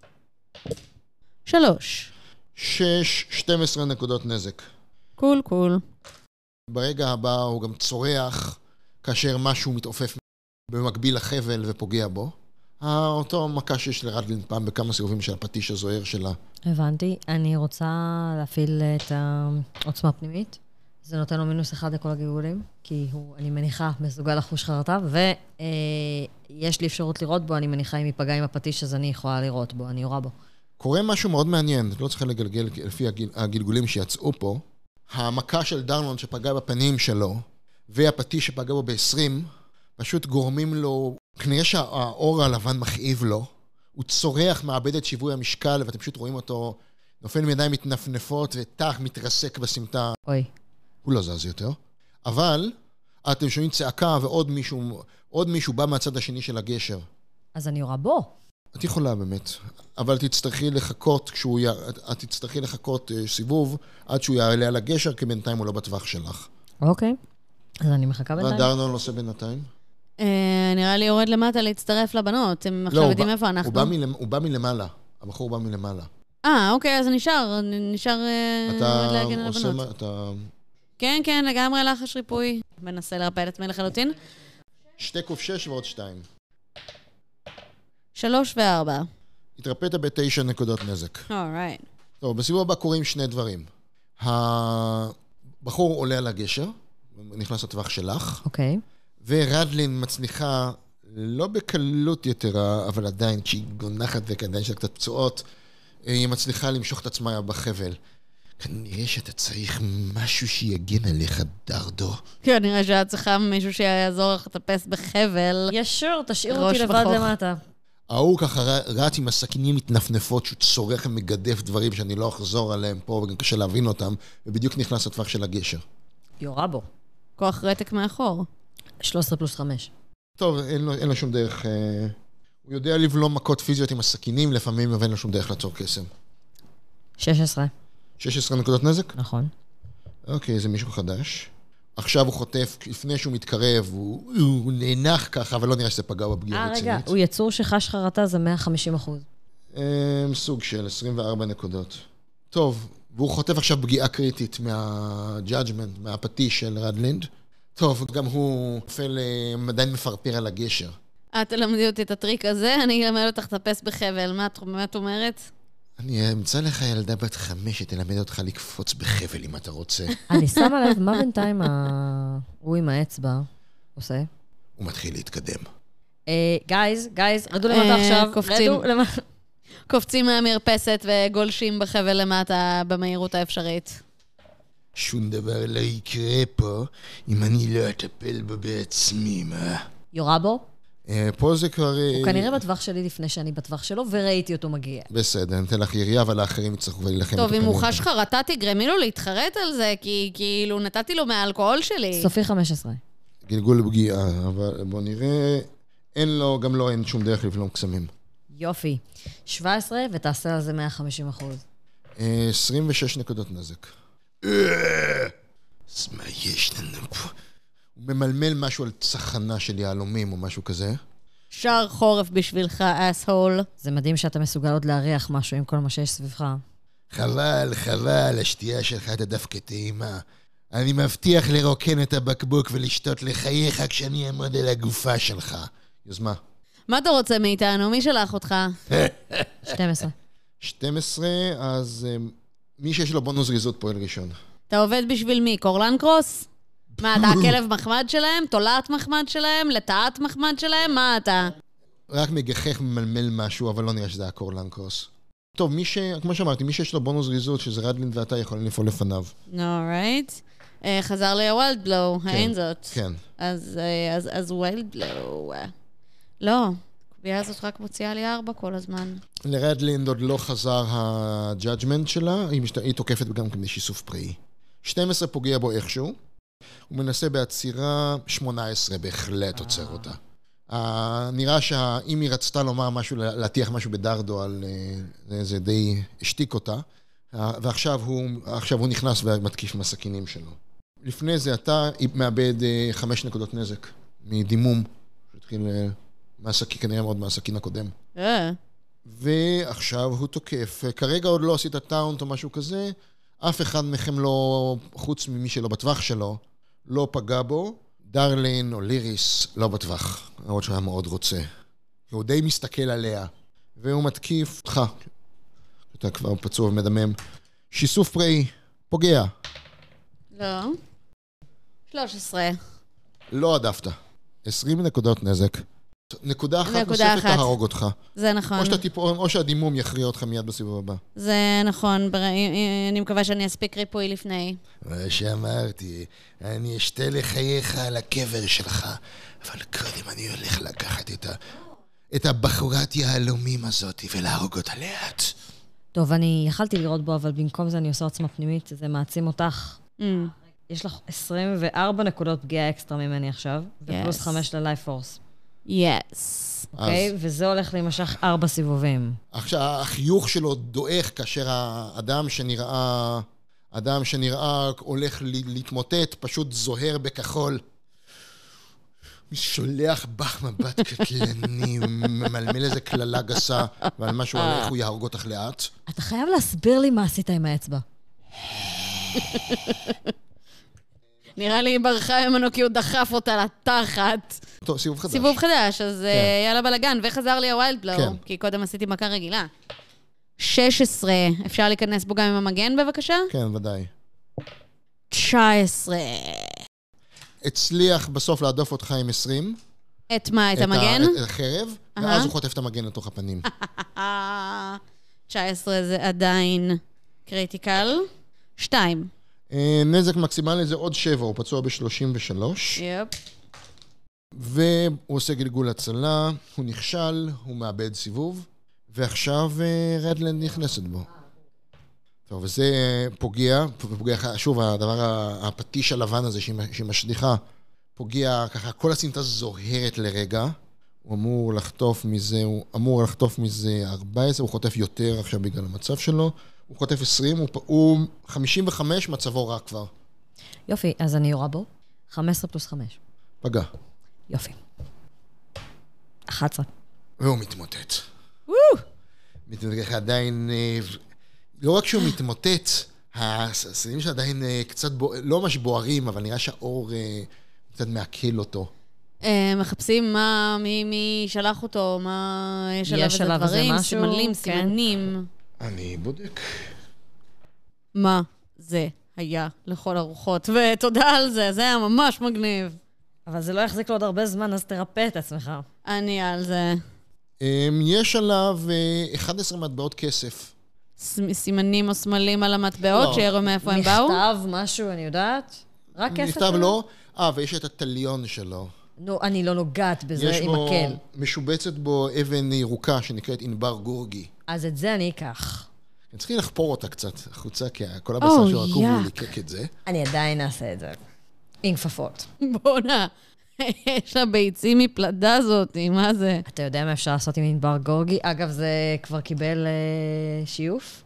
Speaker 3: שלוש.
Speaker 1: 6, 12 נקודות נזק.
Speaker 3: קול קול.
Speaker 1: ברגע הבא הוא גם צורח כאשר משהו מתעופף במקביל לחבל ופוגע בו. אה, אותו מכה שיש לרדלין פעם בכמה סיבובים של הפטיש הזוהר שלה.
Speaker 2: הבנתי. אני רוצה להפעיל את העוצמה הפנימית. זה נותן לו מינוס אחד לכל הגלגולים, כי הוא, אני מניחה, מסוגל לחוש חרטה, ויש לי אפשרות לירות בו, אני מניחה אם ייפגע עם הפטיש, אז אני יכולה לירות בו, אני יורה בו.
Speaker 1: קורה משהו מאוד מעניין, את לא צריכה לגלגל לפי הגיל, הגלגולים שיצאו פה. המכה של דרנון שפגעה בפנים שלו, והפטיש שפגע בו ב-20, פשוט גורמים לו, כנראה שהאור הלבן מכאיב לו, הוא צורח, מאבד את שיווי המשקל, ואתם פשוט רואים אותו נופל עם ידיים מתנפנפות, וטח מתרסק בסמטה
Speaker 2: אוי.
Speaker 1: הוא לא זז יותר, אבל אתם שומעים צעקה ועוד מישהו, עוד מישהו בא מהצד השני של הגשר.
Speaker 2: אז אני יורה בו.
Speaker 1: את יכולה באמת, אבל תצטרכי לחכות כשהוא י... את- את תצטרכי לחכות אה, סיבוב עד שהוא יעלה על הגשר, כי בינתיים הוא לא בטווח שלך.
Speaker 2: אוקיי. אז אני מחכה
Speaker 1: מה
Speaker 2: בינתיים.
Speaker 1: דרנון עושה בינתיים?
Speaker 3: אה, נראה לי יורד למטה להצטרף לבנות. הם עכשיו
Speaker 1: לא, הוא
Speaker 3: יודעים
Speaker 1: בא-
Speaker 3: איפה
Speaker 1: הוא
Speaker 3: אנחנו.
Speaker 1: בא, מלמ... הוא בא מלמעלה, הבחור בא מלמעלה.
Speaker 3: אה, אוקיי, אז נשאר. נ- נשאר אה,
Speaker 1: אתה
Speaker 3: להגן על
Speaker 1: עושה...
Speaker 3: הבנות.
Speaker 1: מה- אתה...
Speaker 3: כן, כן, לגמרי לחש ריפוי. מנסה לרפא את עצמי לחלוטין.
Speaker 1: שתי קוף שש ועוד שתיים.
Speaker 3: שלוש וארבע.
Speaker 1: התרפאת בתשע נקודות נזק.
Speaker 3: אורייט.
Speaker 1: טוב, בסיבוב הבא קורים שני דברים. הבחור עולה על הגשר, נכנס לטווח שלך,
Speaker 2: אוקיי.
Speaker 1: ורדלין מצליחה, לא בקלות יתרה, אבל עדיין, כשהיא גונחת וכעדיין שלה קצת פצועות, היא מצליחה למשוך את עצמה בחבל. כנראה שאתה צריך משהו שיגן עליך, דרדו.
Speaker 3: כן, נראה שאת צריכה מישהו שיעזור לך לטפס בחבל.
Speaker 2: ישור, תשאיר
Speaker 3: ראש
Speaker 2: אותי לבד
Speaker 3: בחוך.
Speaker 2: למטה.
Speaker 1: ההוא ככה ר- רץ עם הסכינים מתנפנפות, שהוא צורך ומגדף דברים שאני לא אחזור עליהם פה, וגם קשה להבין אותם, ובדיוק נכנס לטווח של הגשר.
Speaker 2: יורה בו.
Speaker 3: כוח רתק מאחור.
Speaker 2: 13 פלוס 5.
Speaker 1: טוב, אין לו, אין לו שום דרך... אה, הוא יודע לבלום מכות פיזיות עם הסכינים לפעמים, אבל אין לו שום דרך לעצור קסם.
Speaker 2: 16.
Speaker 1: 16 נקודות נזק?
Speaker 2: נכון.
Speaker 1: אוקיי, זה מישהו חדש. עכשיו הוא חוטף, לפני שהוא מתקרב, הוא, הוא נאנח ככה, אבל לא נראה שזה פגע בפגיעה
Speaker 2: אה,
Speaker 1: רצינית.
Speaker 2: רגע, הוא יצור שחש חרטה זה 150 אחוז.
Speaker 1: אמ, סוג של 24 נקודות. טוב, והוא חוטף עכשיו פגיעה קריטית מה-judgment, מהפטיש של רדלינד. טוב, גם הוא נופל, אה, עדיין מפרפר על הגשר.
Speaker 3: את תלמדי אותי את הטריק הזה, אני אלמד אותך לטפס בחבל. מה את- מה את אומרת?
Speaker 1: אני אמצא לך ילדה בת חמש שתלמד אותך לקפוץ בחבל אם אתה רוצה.
Speaker 2: אני שמה לב, מה בינתיים ה- הוא עם האצבע עושה?
Speaker 1: הוא מתחיל להתקדם.
Speaker 2: גייז, גייז, רדו
Speaker 3: אה,
Speaker 2: למטה עכשיו.
Speaker 3: קופצים.
Speaker 2: רדו למטה.
Speaker 3: קופצים מהמרפסת וגולשים בחבל למטה במהירות האפשרית.
Speaker 1: שום דבר לא יקרה פה אם אני לא אטפל בו בעצמי, מה?
Speaker 2: יורה בו.
Speaker 1: אה, פה זה כבר...
Speaker 2: הוא כנראה בטווח שלי לפני שאני בטווח שלו, וראיתי אותו מגיע.
Speaker 1: בסדר, אני אתן לך ירייה, אבל האחרים יצטרכו כבר להילחם.
Speaker 3: טוב,
Speaker 1: אותו
Speaker 3: אם הוא
Speaker 1: כנראה.
Speaker 3: חש חרטה, תגרמי לו להתחרט על זה, כי כאילו נתתי לו מהאלכוהול שלי.
Speaker 2: סופי 15.
Speaker 1: גלגול פגיעה, אבל בוא נראה. אין לו, גם לו אין שום דרך לבלום קסמים.
Speaker 2: יופי. 17, ותעשה על זה 150 אחוז.
Speaker 1: אה, 26 נקודות נזק. אה, אז מה יש לנו פה? הוא ממלמל משהו על צחנה של יהלומים או משהו כזה.
Speaker 3: שער חורף בשבילך, אסהול.
Speaker 2: זה מדהים שאתה מסוגל עוד להריח משהו עם כל מה שיש סביבך.
Speaker 1: חבל, חבל, השתייה שלך הייתה דווקא טעימה. אני מבטיח לרוקן את הבקבוק ולשתות לחייך כשאני אעמוד על הגופה שלך. יוזמה.
Speaker 3: מה אתה רוצה מאיתנו? מי שלח אותך?
Speaker 2: 12.
Speaker 1: 12, אז אה, מי שיש לו בונוס ריזות פועל ראשון.
Speaker 3: אתה עובד בשביל מי? קורלן קרוס? מה, אתה הכלב מחמד שלהם? תולעת מחמד שלהם? לטאת מחמד שלהם? מה אתה?
Speaker 1: רק מגחך ממלמל משהו, אבל לא נראה שזה היה קורלנקוס. טוב, מי ש... כמו שאמרתי, מי שיש לו בונוס ריזות, שזה רדלין ואתה, יכולים לפעול לפניו.
Speaker 3: אורייט. אה, חזר לי הווילד בלואו, האין זאת.
Speaker 1: כן.
Speaker 3: אז, אה, אז, אז ווילד בלואו. לא, הקביעה הזאת רק מוציאה לי ארבע כל הזמן.
Speaker 1: לרדלין עוד לא חזר הג'אג'מנט שלה, היא, משת... היא תוקפת גם כדי שיסוף פראי. 12 פוגע בו איכשהו, הוא מנסה בעצירה 18, בהחלט עוצר אותה. אה, נראה שאם היא רצתה לומר משהו, לה- להטיח משהו בדרדו על... אה, זה- זה די השתיק אותה. אה, ועכשיו הוא, עכשיו הוא נכנס ומתקיף עם הסכינים שלו. לפני זה אתה מאבד אה, חמש נקודות נזק מדימום, שהתחיל אה, מהסכין, כנראה מאוד מהסכין הקודם.
Speaker 3: אה,
Speaker 1: ועכשיו הוא תוקף. כרגע עוד לא עשית טאונט או משהו כזה, אף אחד מכם לא, חוץ ממי שלא בטווח שלו, לא פגע בו. דרלין או ליריס לא בטווח, למרות שהוא היה מאוד רוצה. הוא די מסתכל עליה, והוא מתקיף אותך. אתה כבר פצוע ומדמם. שיסוף פראי, פוגע.
Speaker 3: לא. 13.
Speaker 1: לא הדפת. 20 נקודות נזק. נקודה אחת
Speaker 3: נקודה
Speaker 1: נוספת
Speaker 3: אחת.
Speaker 1: תהרוג אותך.
Speaker 3: זה נכון.
Speaker 1: או, שאתה תיפול, או שהדימום יכריע אותך מיד בסיבוב הבא.
Speaker 3: זה נכון. בר- אני מקווה שאני אספיק ריפוי לפני.
Speaker 1: מה שאמרתי, אני אשתה לחייך על הקבר שלך, אבל קודם אני הולך לקחת את, ה... את הבחורת יהלומים הזאת ולהרוג אותה לאט.
Speaker 2: טוב, אני יכלתי לראות בו, אבל במקום זה אני עושה עוצמה פנימית, זה מעצים אותך.
Speaker 3: Mm.
Speaker 2: יש לך 24 נקודות פגיעה אקסטרה ממני עכשיו, ופלוס
Speaker 3: Yes.
Speaker 2: 5 ללייף פורס,
Speaker 3: יס.
Speaker 2: אוקיי? וזה הולך להימשך 4 סיבובים.
Speaker 1: עכשיו, החיוך שלו דועך כאשר האדם שנראה, אדם שנראה הולך ל- להתמוטט, פשוט זוהר בכחול. שולח בך מבט קטלני, ממלמל איזה קללה גסה, ועל מה שהוא הולך הוא יהרוג אותך לאט.
Speaker 2: אתה חייב להסביר לי מה עשית עם האצבע.
Speaker 3: נראה לי ברחה ממנו כי הוא דחף אותה לתחת.
Speaker 1: טוב, סיבוב חדש.
Speaker 3: סיבוב חדש, אז אה,
Speaker 1: כן.
Speaker 3: יאללה בלאגן, וחזר לי הווילד בלואו,
Speaker 1: כן.
Speaker 3: כי קודם עשיתי מכה רגילה. 16, אפשר להיכנס בו גם עם המגן בבקשה?
Speaker 1: כן, ודאי.
Speaker 3: 19.
Speaker 1: הצליח בסוף להדוף אותך עם 20.
Speaker 3: את מה? את
Speaker 1: ה-
Speaker 3: המגן?
Speaker 1: את החרב,
Speaker 3: אהה.
Speaker 1: ואז הוא חוטף את המגן לתוך הפנים.
Speaker 3: אה, 19 זה עדיין קריטיקל. 2.
Speaker 1: אה, נזק מקסימלי זה עוד 7, הוא פצוע ב-33,
Speaker 3: יופ.
Speaker 1: והוא עושה גלגול הצלה, הוא נכשל, הוא מאבד סיבוב, ועכשיו אה, רדלנד נכנסת בו. טוב, וזה אה, פוגע, פוגע, לך- שוב, הדבר, ה- הפטיש הלבן הזה שהיא שהיא משליכה, פוגע ככה, כל הסמטה זוהרת לרגע. הוא אמור לחטוף מזה, הוא אמור לחטוף מזה 14, הוא חוטף יותר עכשיו בגלל המצב שלו. הוא חוטף 20, הוא, פ- הוא 55, מצבו רע כבר.
Speaker 2: יופי, אז אני יורה בו. 15 פלוס 5.
Speaker 1: פגע.
Speaker 2: יופי. 11.
Speaker 1: והוא מתמוטט. מתמוטט עדיין... אה, לא רק שהוא מתמוטט, הסרטים שלו עדיין אה, קצת, בוע- לא ממש בוערים, אבל נראה שהאור אה, קצת מעכל אותו.
Speaker 3: אה, מחפשים מה, מי, מי שלח אותו, מה, יש עליו איזה
Speaker 2: עליו איזה
Speaker 3: דברים,
Speaker 2: משהו,
Speaker 3: סימנים,
Speaker 2: כן.
Speaker 3: סימנים.
Speaker 1: אני בודק.
Speaker 3: מה זה היה לכל הרוחות, ותודה על זה, זה היה ממש מגניב.
Speaker 2: אבל זה לא יחזיק לו עוד הרבה זמן, אז תרפא את עצמך.
Speaker 3: אני על זה.
Speaker 1: אמ, יש עליו אה, 11 מטבעות כסף.
Speaker 3: ס- סימנים או סמלים על
Speaker 1: לא.
Speaker 3: המטבעות, שיראו מאיפה הם באו?
Speaker 2: מכתב, משהו, אני יודעת? רק כסף?
Speaker 1: נכתב
Speaker 2: שלו?
Speaker 1: לו, אה, ויש את התליון שלו.
Speaker 2: נו, אני לא נוגעת בזה
Speaker 1: יש
Speaker 2: עם
Speaker 1: בו,
Speaker 2: מקל.
Speaker 1: משובצת בו אבן ירוקה שנקראת ענבר גורגי.
Speaker 2: אז את זה אני אקח.
Speaker 1: אתם צריכים לחפור אותה קצת החוצה, כי כל הבשר
Speaker 3: Oh,
Speaker 1: שלו עקום הוא
Speaker 3: yuck.
Speaker 1: ליקק את זה.
Speaker 2: אני עדיין אעשה את זה. עם כפפות.
Speaker 3: בואנה, יש לה ביצים מפלדה זאתי, מה זה?
Speaker 2: אתה יודע מה אפשר לעשות עם ענבר גורגי? אגב, זה כבר קיבל אה, שיוף?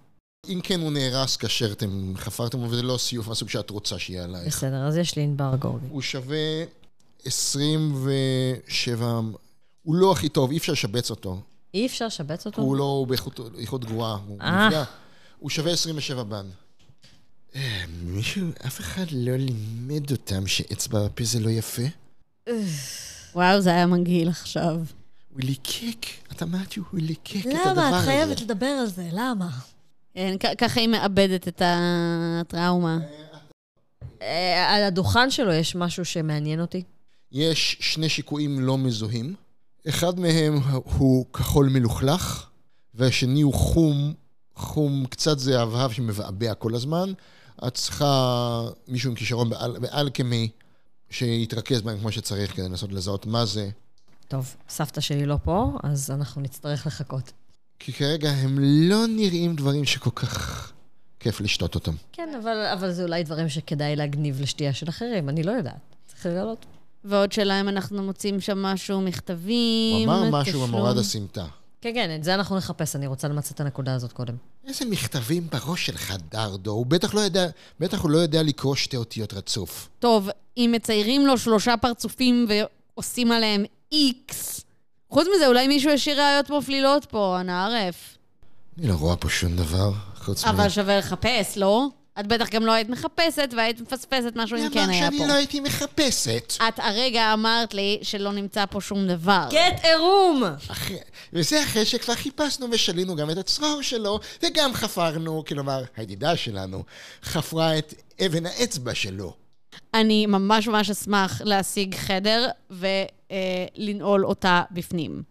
Speaker 1: אם כן, הוא נהרס כאשר אתם חפרתם, אבל זה לא סיוף מהסוג שאת רוצה שיהיה עלייך.
Speaker 2: בסדר, אז יש לי ענבר גורגי.
Speaker 1: הוא שווה 27... הוא לא הכי טוב, אי אפשר לשבץ אותו.
Speaker 2: אי אפשר לשבץ אותו?
Speaker 1: הוא לא, הוא באיכות איכות גרועה, הוא
Speaker 2: אה.
Speaker 1: נפגע. הוא שווה 27 בן. אה, מישהו, אף אחד לא לימד אותם שאצבע בפה זה לא יפה.
Speaker 3: וואו, זה היה מגעיל עכשיו.
Speaker 1: הוא ליקק, את אמרת שהוא ליקק את הדבר הזה.
Speaker 2: למה? את חייבת לדבר על זה, למה?
Speaker 3: כן, כ- ככה היא מאבדת את הטראומה.
Speaker 2: אה, על הדוכן שלו יש משהו שמעניין אותי?
Speaker 1: יש שני שיקויים לא מזוהים. אחד מהם הוא כחול מלוכלך, והשני הוא חום, חום קצת זהבהב שמבעבע כל הזמן. את צריכה מישהו עם כישרון באל, באלכמי שיתרכז בהם כמו שצריך כדי לנסות לזהות מה זה.
Speaker 2: טוב, סבתא שלי לא פה, אז אנחנו נצטרך לחכות.
Speaker 1: כי כרגע הם לא נראים דברים שכל כך כיף לשתות אותם.
Speaker 2: כן, אבל, אבל זה אולי דברים שכדאי להגניב לשתייה של אחרים, אני לא יודעת. צריך לגלות.
Speaker 3: ועוד שאלה אם אנחנו מוצאים שם משהו,
Speaker 1: הוא
Speaker 3: מכתבים,
Speaker 1: אמר משהו
Speaker 3: תשלום.
Speaker 1: במורד הסמטה.
Speaker 2: כן, כן, את זה אנחנו נחפש, אני רוצה למצות את הנקודה הזאת קודם.
Speaker 1: איזה מכתבים בראש שלך, דרדו? הוא בטח לא יודע, בטח הוא לא יודע לקרוא שתי אותיות רצוף.
Speaker 3: טוב, אם מציירים לו שלושה פרצופים ועושים עליהם איקס, חוץ מזה, אולי מישהו ישאיר ראיות מפלילות פה, אנא ערף.
Speaker 1: אני לא רואה פה שום דבר, חוץ מ...
Speaker 3: אבל שווה לחפש, לא? את בטח גם לא היית מחפשת והיית מפספסת משהו אם כן היה
Speaker 1: אני
Speaker 3: פה.
Speaker 1: לא הייתי מחפשת.
Speaker 3: את הרגע אמרת לי שלא נמצא פה שום דבר.
Speaker 2: גט עירום!
Speaker 1: אחרי- וזה אחרי שכבר חיפשנו ושלינו גם את הצרור שלו, וגם חפרנו, כלומר, הידידה שלנו חפרה את אבן האצבע שלו.
Speaker 3: אני ממש ממש אשמח להשיג חדר ולנעול אותה בפנים.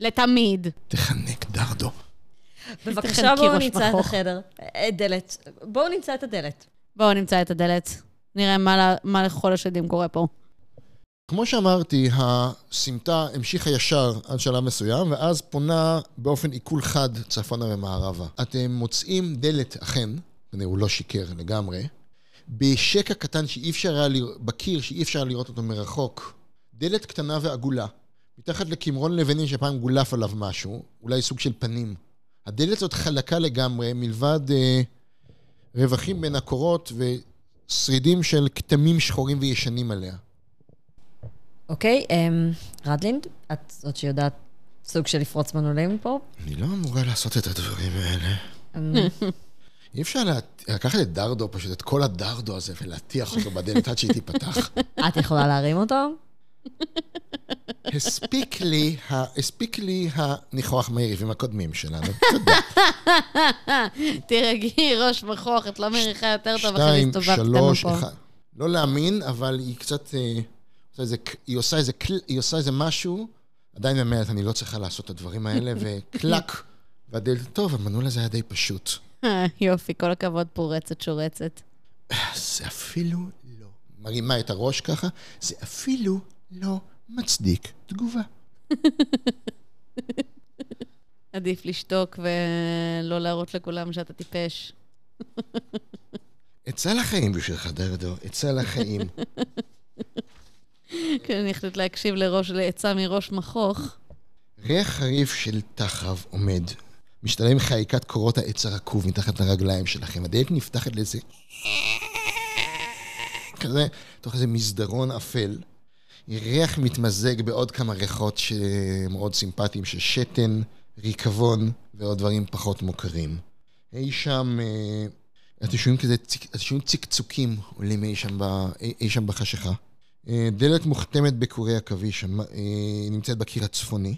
Speaker 3: לתמיד.
Speaker 1: תחנק, דרדו.
Speaker 2: בבקשה
Speaker 3: תחנקי
Speaker 2: בואו
Speaker 3: ראש
Speaker 2: נמצא את
Speaker 3: בחוך.
Speaker 2: החדר. אה, דלת. בואו נמצא את הדלת.
Speaker 3: בואו נמצא את הדלת. נראה מה, לה- מה לכל השדים קורה פה.
Speaker 1: כמו שאמרתי, הסמטה המשיכה ישר עד שלב מסוים, ואז פונה באופן עיכול חד צפונה ומערבה. אתם מוצאים דלת, אכן, כנראה הוא לא שיקר לגמרי, בשקע קטן שאי אפשר היה לראות, בקיר שאי אפשר לראות אותו מרחוק, דלת קטנה ועגולה, מתחת לקמרון לבנים שפעם גולף עליו משהו, אולי סוג של פנים. הדלת הזאת חלקה לגמרי, מלבד אה, רווחים בין הקורות ושרידים של כתמים שחורים וישנים עליה.
Speaker 2: אוקיי, אמ, רדלינד, את זאת שיודעת סוג של לפרוץ מנעולים פה?
Speaker 1: אני לא אמורה לעשות את הדברים האלה.
Speaker 2: אמ,
Speaker 1: אי אפשר לה- לקחת את דרדו, פשוט את כל הדרדו הזה, ולהטיח אותו בדלת עד שהיא תיפתח.
Speaker 2: את יכולה להרים אותו?
Speaker 1: הספיק לי, ה- הספיק לי הניחוח מהיריבים הקודמים שלנו. תודה.
Speaker 3: תירגעי, ראש מכוח, את לא מריחה יותר טוב אחרי
Speaker 1: שתיים,
Speaker 3: הסתובבת לנו
Speaker 1: שלוש,
Speaker 3: פה.
Speaker 1: אחד. לא להאמין, אבל היא קצת... אה, עושה איזה ק- היא עושה איזה קל- היא עושה איזה משהו, עדיין אומרת, אני לא צריכה לעשות את הדברים האלה, וקלק. והדלת, טוב, המנעול הזה היה די פשוט.
Speaker 3: אה, יופי, כל הכבוד, פורצת שורצת.
Speaker 1: זה אפילו לא. מרימה את הראש ככה, זה אפילו לא מצדיק תגובה.
Speaker 3: עדיף לשתוק ולא להראות לכולם שאתה טיפש.
Speaker 1: עצה לחיים בשבילך, דרדו, עצה לחיים.
Speaker 3: כן, אני החליט להקשיב לראש, לעצה מראש מכוך.
Speaker 1: ריח חריף של תחב עומד, משתלם חעיקת קורות העץ הרקוב מתחת לרגליים שלכם. הדלת נפתחת לאיזה... כזה, תוך איזה מסדרון אפל. ריח מתמזג בעוד כמה ריחות שמאוד סימפטיים, של שתן, ריקבון ועוד דברים פחות מוכרים. אי שם, אה, אתם שומעים כזה, ציק- אתם שומעים צקצוקים עולים אי שם, ב, אי, אי שם בחשיכה. אה, דלת מוכתמת בקורי עכביש, המ- אה, נמצאת בקיר הצפוני.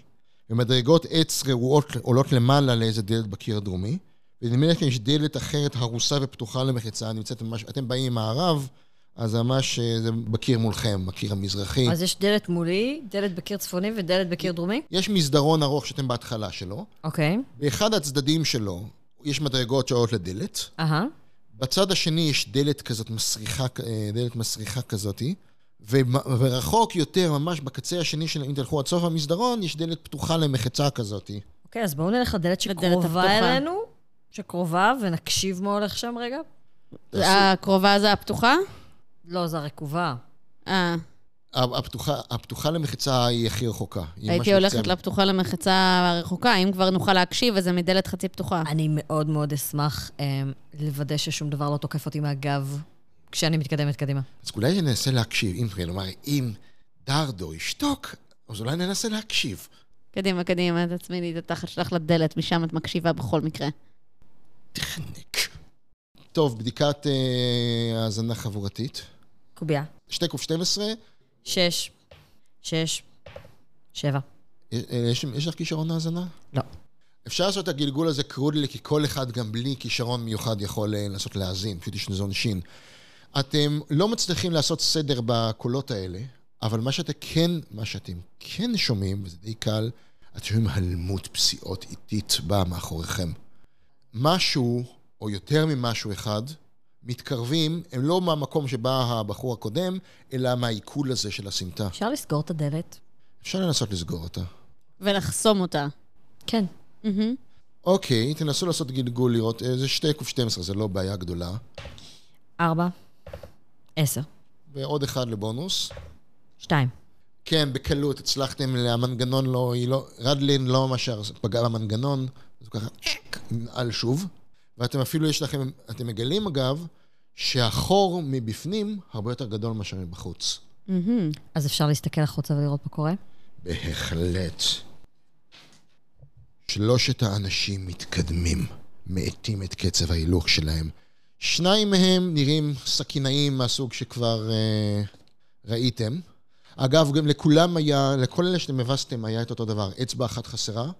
Speaker 1: ומדרגות עץ רעועות עולות למעלה לאיזה דלת בקיר הדרומי, ונדמה לי שיש דלת אחרת הרוסה ופתוחה למחצה, נמצאת ממש, אתם באים ממערב, אז זה ממש אה, זה בקיר מולכם, בקיר המזרחי.
Speaker 2: אז יש דלת מולי, דלת בקיר צפוני ודלת בקיר דרומי?
Speaker 1: יש מסדרון ארוך שאתם בהתחלה שלו,
Speaker 2: אוקיי.
Speaker 1: באחד הצדדים שלו יש מדרגות שעולות לדלת,
Speaker 2: אהה.
Speaker 1: בצד השני יש דלת כזאת מסריחה, אה, דלת מסריחה כזאתי, ומ- ורחוק יותר, ממש בקצה השני של, אם תלכו עד סוף המסדרון, יש דלת פתוחה למחצה כזאתי.
Speaker 2: אוקיי, אז בואו נלך לדלת שקרובה
Speaker 3: הפתוחה.
Speaker 2: אלינו, שקרובה, ונקשיב מה הולך שם רגע.
Speaker 1: תעשו-
Speaker 3: הקרובה זה הפתוחה?
Speaker 2: לא, זו הרקובה.
Speaker 3: אה,
Speaker 1: הפתוחה, הפתוחה למחצה היא הכי רחוקה. היא ממש
Speaker 3: הייתי
Speaker 1: בקצה
Speaker 3: הולכת
Speaker 1: המ-
Speaker 3: לפתוחה למחצה הרחוקה, אם כבר נוכל להקשיב, אז זה מדלת חצי פתוחה.
Speaker 2: אני מאוד מאוד אשמח אמ, לוודא ששום דבר לא תוקף אותי מהגב כשאני מתקדמת קדימה.
Speaker 1: אז אולי ננסה להקשיב. אם, כלומר, אם דרדו ישתוק, אז אולי ננסה להקשיב.
Speaker 3: קדימה, קדימה, תצמידי את התחת שלך לדלת, משם את מקשיבה בכל מקרה.
Speaker 1: תחנק. טוב, בדיקת אה, האזנה חבורתית.
Speaker 2: קובייה.
Speaker 1: 2 קוף 12,
Speaker 2: שש. שש. שבע.
Speaker 1: אה, אה, יש, יש לך כישרון האזנה?
Speaker 2: לא.
Speaker 1: אפשר לעשות את הגלגול הזה קרודלי, כי כל אחד גם בלי כישרון מיוחד יכול אה, לנסות להאזין, פשוט יש לזה עונשין. אתם לא מצליחים לעשות סדר בקולות האלה, אבל מה שאתם כן, מה שאתם כן שומעים, וזה די קל, אתם שומעים הלמות פסיעות איטית באה מאחוריכם. משהו, או יותר ממשהו אחד, מתקרבים, הם לא מהמקום שבא הבחור הקודם, אלא מהעיכול הזה של הסמטה.
Speaker 2: אפשר לסגור את הדלת?
Speaker 1: אפשר לנסות לסגור אותה.
Speaker 3: ולחסום אותה.
Speaker 2: כן.
Speaker 3: מהמם.
Speaker 1: אוקיי, תנסו לעשות גלגול לראות, אה, זה 2 קוף 12, זה לא בעיה גדולה.
Speaker 2: ארבע, עשר,
Speaker 1: ועוד אחד לבונוס.
Speaker 2: שתיים.
Speaker 1: כן, בקלות, הצלחתם, המנגנון לא, היא לא, רדלין לא ממש פגע במנגנון, אז הוא ככה אק, ננעל שוב, ואתם אפילו יש לכם, אתם מגלים אגב, שהחור מבפנים הרבה יותר גדול מאשר מבחוץ.
Speaker 3: מהמם.
Speaker 2: אז אפשר להסתכל החוצה ולראות מה קורה?
Speaker 1: בהחלט. שלושת האנשים מתקדמים, מאטים את קצב ההילוך שלהם. שניים מהם נראים סכינאים מהסוג שכבר אה, ראיתם. אגב, גם לכולם היה, לכל אלה שאתם הבסתם היה את אותו דבר, אצבע אחת חסרה.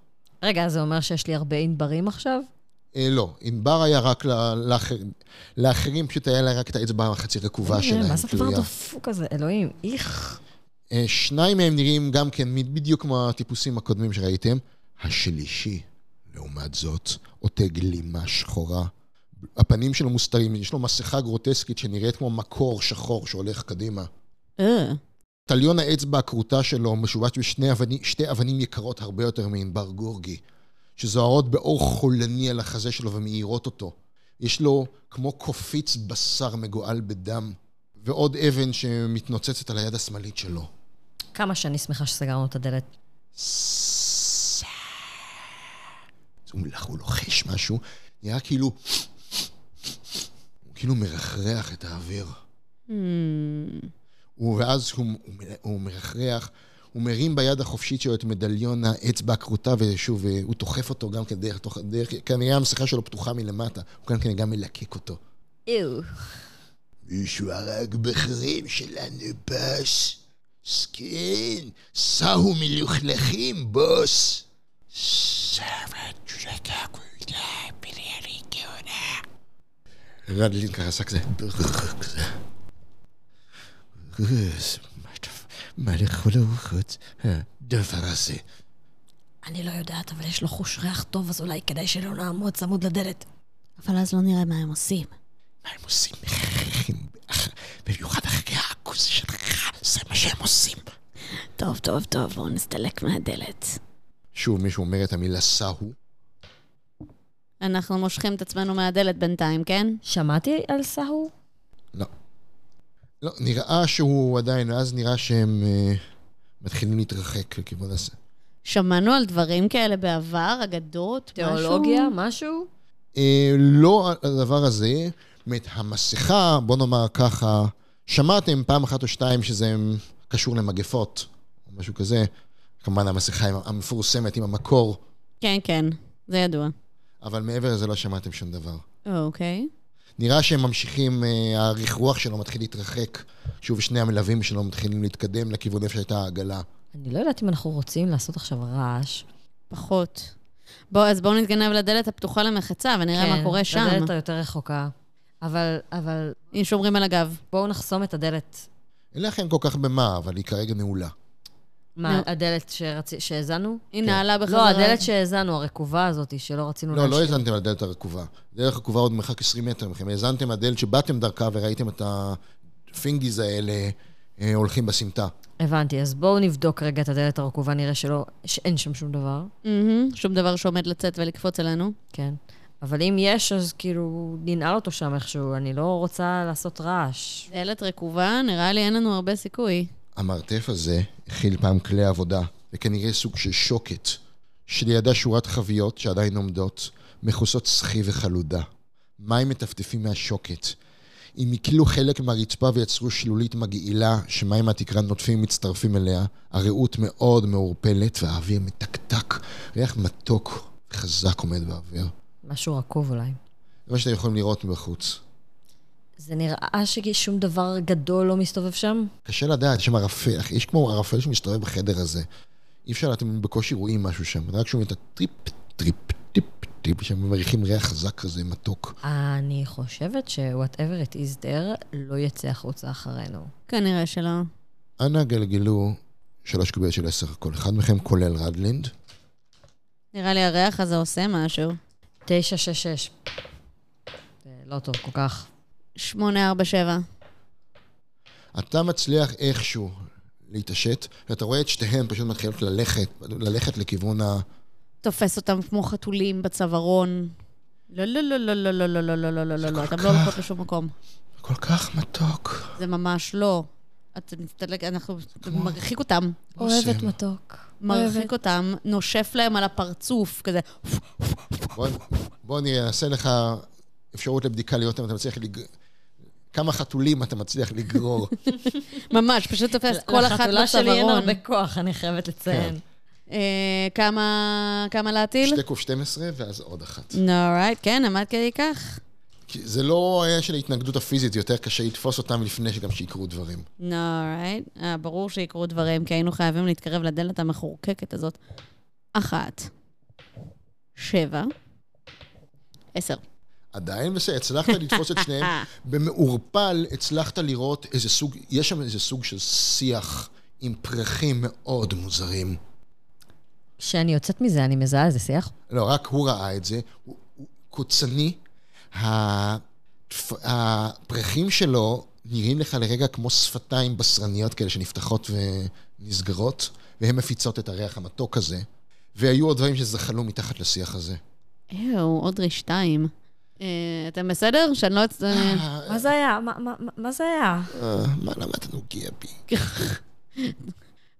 Speaker 2: רגע, אז זה אומר שיש לי הרבה ענברים עכשיו?
Speaker 1: אה, לא, ענבר היה רק ל- לאחרים, לאחרים פשוט היה לה רק את האצבע החצי רקובה שלהם.
Speaker 2: אה,
Speaker 1: כאילו,
Speaker 2: מה זה הדבר
Speaker 1: תלויה.
Speaker 2: הדפוק הזה? אלוהים, איך.
Speaker 1: אה, שניים מהם נראים גם כן בדיוק כמו הטיפוסים הקודמים שראיתם. השלישי, לעומת זאת, עוטה גלימה שחורה. הפנים שלו מוסתרים, יש לו מסכה גרוטסקית שנראית כמו מקור שחור שהולך קדימה.
Speaker 3: אה,
Speaker 1: תליון האצבע הכרותה שלו משובץ בשתי אבנים, שתי אבנים יקרות הרבה יותר מענבר גורגי, שזוהרות באור חולני על החזה שלו ומאירות אותו. יש לו כמו קופיץ בשר מגואל בדם, ועוד אבן שמתנוצצת על היד השמאלית שלו.
Speaker 2: כמה שאני שמחה שסגרנו את הדלת.
Speaker 1: אז הוא לח- הוא לוחש משהו, נראה כאילו... הוא כאילו מרחרח את האוויר.
Speaker 3: מהמם.
Speaker 1: הוא, ואז הוא, הוא, מ- הוא מרחרח, הוא מרים ביד החופשית שלו את מדליון האצבע הכרותה, ושוב, אה, הוא דוחף אותו גם כן דרך, תוך- דרך... כנראה המסכה שלו פתוחה מלמטה, הוא כאן כנראה גם מלקק אותו.
Speaker 2: איו.
Speaker 1: מישהו הרג בחרים שלנו, בוס. סקין, סהו מלוכלכים, בוס. רדלין ככה עשה כזה. "בוס, מה דפ- מה לכל הרוחות הדבר הזה?
Speaker 2: אני לא יודעת, אבל יש לו חוש ריח טוב, אז אולי כדאי שלא נעמוד צמוד לדלת.
Speaker 3: אבל אז לא נראה מה הם עושים.
Speaker 1: מה הם עושים? במיוחד אחרי הכוס שלך, זה מה שהם עושים.
Speaker 3: טוב, טוב, טוב, בואו נסתלק מהדלת.
Speaker 1: שוב מישהו אומר את המילה סהו.
Speaker 3: אנחנו מושכים את עצמנו מהדלת בינתיים, כן?
Speaker 2: שמעתי על סהו?
Speaker 1: לא. לא, נראה שהוא עדיין, אז נראה שהם אה, מתחילים להתרחק לכיוון הזה.
Speaker 3: שמענו על דברים כאלה בעבר, אגדות,
Speaker 2: תיאולוגיה?
Speaker 3: משהו?
Speaker 2: משהו?
Speaker 1: אה, לא על הדבר הזה, באמת, המסכה, בוא נאמר ככה, שמעתם פעם אחת או שתיים שזה קשור למגפות, או משהו כזה. כמובן המסכה עם- המפורסמת עם המקור,
Speaker 3: כן, כן, זה ידוע.
Speaker 1: אבל מעבר לזה לא שמעתם שום דבר.
Speaker 2: Oh,
Speaker 3: אוקיי.
Speaker 1: נראה שהם ממשיכים, אה, האריך רוח שלו מתחיל להתרחק. שוב, שני המלווים שלו מתחילים להתקדם לכיוון איפה שהייתה העגלה.
Speaker 2: אני לא יודעת אם אנחנו רוצים לעשות עכשיו רעש.
Speaker 3: פחות. בוא, אז בואו נתגנב לדלת הפתוחה למחצה ונראה
Speaker 2: כן,
Speaker 3: מה קורה שם.
Speaker 2: הדלת היותר רחוקה. אבל, אבל
Speaker 3: אם שומרים על הגב.
Speaker 2: בואו נחסום את הדלת.
Speaker 1: אין לכם כל כך במה, אבל היא כרגע נעולה.
Speaker 2: מה,
Speaker 3: נו.
Speaker 2: הדלת שרצ... שהאזנו?
Speaker 3: היא נעלה בחזרה.
Speaker 2: לא, הדלת שהאזנו, הרקובה הזאת, שלא רצינו
Speaker 1: לא, לא
Speaker 2: להשאיר.
Speaker 1: האזנתם על הדלת הרקובה. דלת הרקובה עוד מרחק 20 מטר מכם. האזנתם על הדלת שבאתם דרכה וראיתם את הפינגיז האלה אה, הולכים בסמטה.
Speaker 2: הבנתי, אז בואו נבדוק רגע את הדלת הרקובה, נראה שלא, שאין שם שום דבר.
Speaker 3: מהמם, שום דבר שעומד לצאת ולקפוץ עלינו.
Speaker 2: כן. אבל אם יש, אז כאילו, ננעל אותו שם איכשהו, אני לא רוצה לעשות רעש.
Speaker 3: דלת רקובה, נראה לי אין לנו הרבה סיכוי.
Speaker 1: המרתף הזה הכיל פעם כלי עבודה, וכנראה סוג של שוקת, שלידה שורת חביות שעדיין עומדות, מכוסות סחי וחלודה. מים מטפטפים מהשוקת. אם עיכלו חלק מהרצפה ויצרו שלולית מגעילה, שמים מהתקרה נוטפים מצטרפים אליה, הרעות מאוד מעורפלת והאוויר מתקתק, ריח מתוק וחזק עומד באוויר.
Speaker 2: משהו רקוב אולי.
Speaker 1: זה מה שאתם יכולים לראות מבחוץ.
Speaker 2: זה נראה ששום דבר גדול לא מסתובב שם?
Speaker 1: קשה לדעת, יש שם ערפל, יש כמו ערפל שמסתובב בחדר הזה. אי אפשר, אתם בקושי רואים משהו שם, רק שומעים את הטריפ, טריפ, טיפ, טיפ, שם מריחים ריח חזק כזה, מתוק.
Speaker 2: אני חושבת ש-whatever it is there לא יצא החוצה אחרינו.
Speaker 3: כנראה שלא.
Speaker 1: אנא גלגלו שלוש קוביות של עשר כל אחד מכם, כולל רדלינד.
Speaker 3: נראה לי הריח הזה עושה משהו.
Speaker 2: 966. זה לא טוב כל כך.
Speaker 3: 847.
Speaker 1: אתה מצליח איכשהו להתעשת, ואתה רואה את שתיהן פשוט מתחילות ללכת, ללכת לכיוון
Speaker 3: תופס אותם כמו חתולים בצווארון. לא, לא, לא, לא, לא, לא, לא, לא, לא, לא, לא, לא, לא, אתם לא
Speaker 1: כך-
Speaker 3: הולכות לשום מקום.
Speaker 1: כל כך מתוק.
Speaker 3: זה ממש לא. אתה מסתלג, אנחנו, אתה
Speaker 1: כמו-
Speaker 3: מרחיק אותם.
Speaker 2: אוהבת
Speaker 1: עושים?
Speaker 2: מתוק.
Speaker 3: מרחיק
Speaker 2: אוהבת.
Speaker 3: אותם, נושף להם על הפרצוף, כזה.
Speaker 1: בוא, בוא נראה, נעשה לך אפשרות לבדיקה להיות אם אתה מצליח לג... כמה חתולים אתה מצליח לגרור.
Speaker 3: ממש, פשוט תופס כל אחת
Speaker 2: לחתולה שלי אין
Speaker 3: בצווארון.
Speaker 2: הרבה כוח, אני חייבת לציין.
Speaker 3: אה, כמה, כמה להטיל?
Speaker 1: שתי קוף 12 ואז עוד אחת.
Speaker 3: אורייט, כן, עמד כדי כך.
Speaker 1: כי זה לא העניין של ההתנגדות הפיזית, זה יותר קשה לתפוס אותם לפני שגם שיקרו דברים.
Speaker 3: אורייט. אה, ברור שיקרו דברים, כי היינו חייבים להתקרב לדלת המחורקקת הזאת. אחת, שבע, עשר.
Speaker 1: עדיין בסדר, הצלחת לתפוס את שניהם. במעורפל הצלחת לראות איזה סוג, יש שם איזה סוג של שיח עם פרחים מאוד מוזרים.
Speaker 2: כשאני יוצאת מזה, אני מזהה איזה שיח.
Speaker 1: לא, רק הוא ראה את זה. הוא, הוא קוצני. התפ... הפרחים שלו נראים לך לרגע כמו שפתיים בשרניות כאלה שנפתחות ונסגרות, והן מפיצות את הריח המתוק הזה. והיו עוד דברים שזחלו מתחת לשיח הזה.
Speaker 3: אהו, עוד רשתיים. אה, אתם בסדר? שאני לא... אצ- אה,
Speaker 2: מה זה היה? מה- מה- מה- מה זה היה?
Speaker 1: אה, מה למה אתה נוגע בי?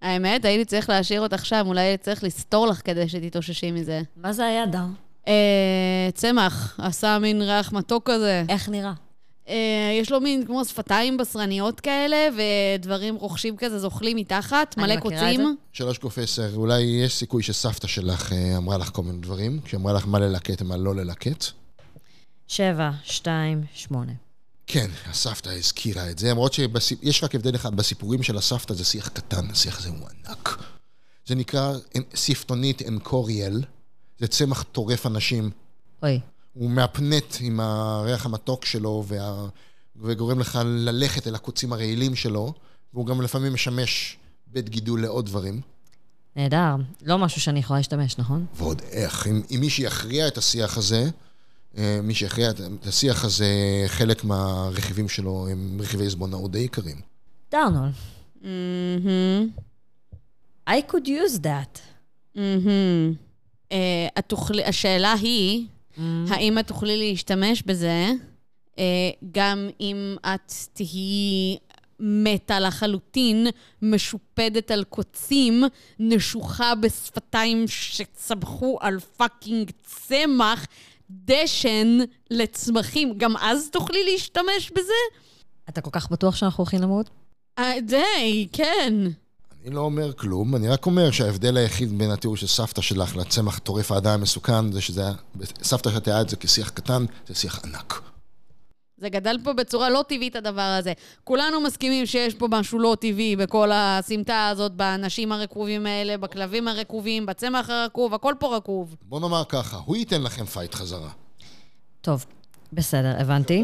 Speaker 3: האמת, הייתי צריך להשאיר אותך שם, אולי הייתי צריך לסתור לך כדי שתתאוששי מזה.
Speaker 2: מה זה היה, דר?
Speaker 3: אה, צמח, עשה מין ריח מתוק כזה.
Speaker 2: איך נראה?
Speaker 3: אה, יש לו מין כמו שפתיים בשרניות כאלה, ודברים רוכשים כזה זוחלים מתחת,
Speaker 2: אני
Speaker 3: מלא
Speaker 2: מכירה את
Speaker 3: קוצים.
Speaker 1: שלוש קוף עשר, אולי יש סיכוי שסבתא שלך אה, אמרה לך כל מיני דברים, כשאמרה לך מה ללקט ומה לא ללקט.
Speaker 2: שבע, שתיים, שמונה.
Speaker 1: כן, הסבתא הזכירה את זה, למרות שיש רק הבדל אחד, בסיפורים של הסבתא זה שיח קטן, השיח הזה הוא ענק. זה נקרא אנ- שפתונית אנקוריאל, זה צמח טורף אנשים,
Speaker 2: אוי,
Speaker 1: הוא מהפנט עם הריח המתוק שלו וה... וגורם לך ללכת אל הקוצים הרעילים שלו, והוא גם לפעמים משמש בית גידול לעוד דברים.
Speaker 2: נהדר. לא משהו שאני יכולה להשתמש, נכון?
Speaker 1: ועוד איך, אם, אם מי שיכריע את השיח הזה, אה, מי שיכריע את- את השיח הזה, חלק מהרכיבים שלו הם רכיבי עזבונאות די יקרים.
Speaker 2: דרנול,
Speaker 3: מהמם,
Speaker 2: I could use that.
Speaker 3: מהמם. אה, את תוכלי- השאלה היא, האם את תוכלי להשתמש בזה, אה, גם אם את תהיי מתה לחלוטין, משופדת על קוצים, נשוכה בשפתיים שצמחו על פאקינג צמח, דשן לצמחים, גם אז תוכלי להשתמש בזה?
Speaker 2: אתה כל כך בטוח שאנחנו הולכים למות?
Speaker 3: אה, די, כן.
Speaker 1: אני לא אומר כלום, אני רק אומר שההבדל היחיד בין התיאור של סבתא שלך לצמח טורף האדם המסוכן, זה שזה היה, סבתא שתיארה את זה כשיח קטן, זה שיח ענק.
Speaker 3: זה גדל פה בצורה לא טבעית, הדבר הזה. כולנו מסכימים שיש פה משהו לא טבעי בכל הסמטה הזאת, באנשים הרקובים האלה, בכלבים הרקובים, בצמח הרקוב, הכל פה רקוב.
Speaker 1: בוא נאמר ככה, הוא ייתן לכם פייט חזרה.
Speaker 2: טוב, בסדר, הבנתי.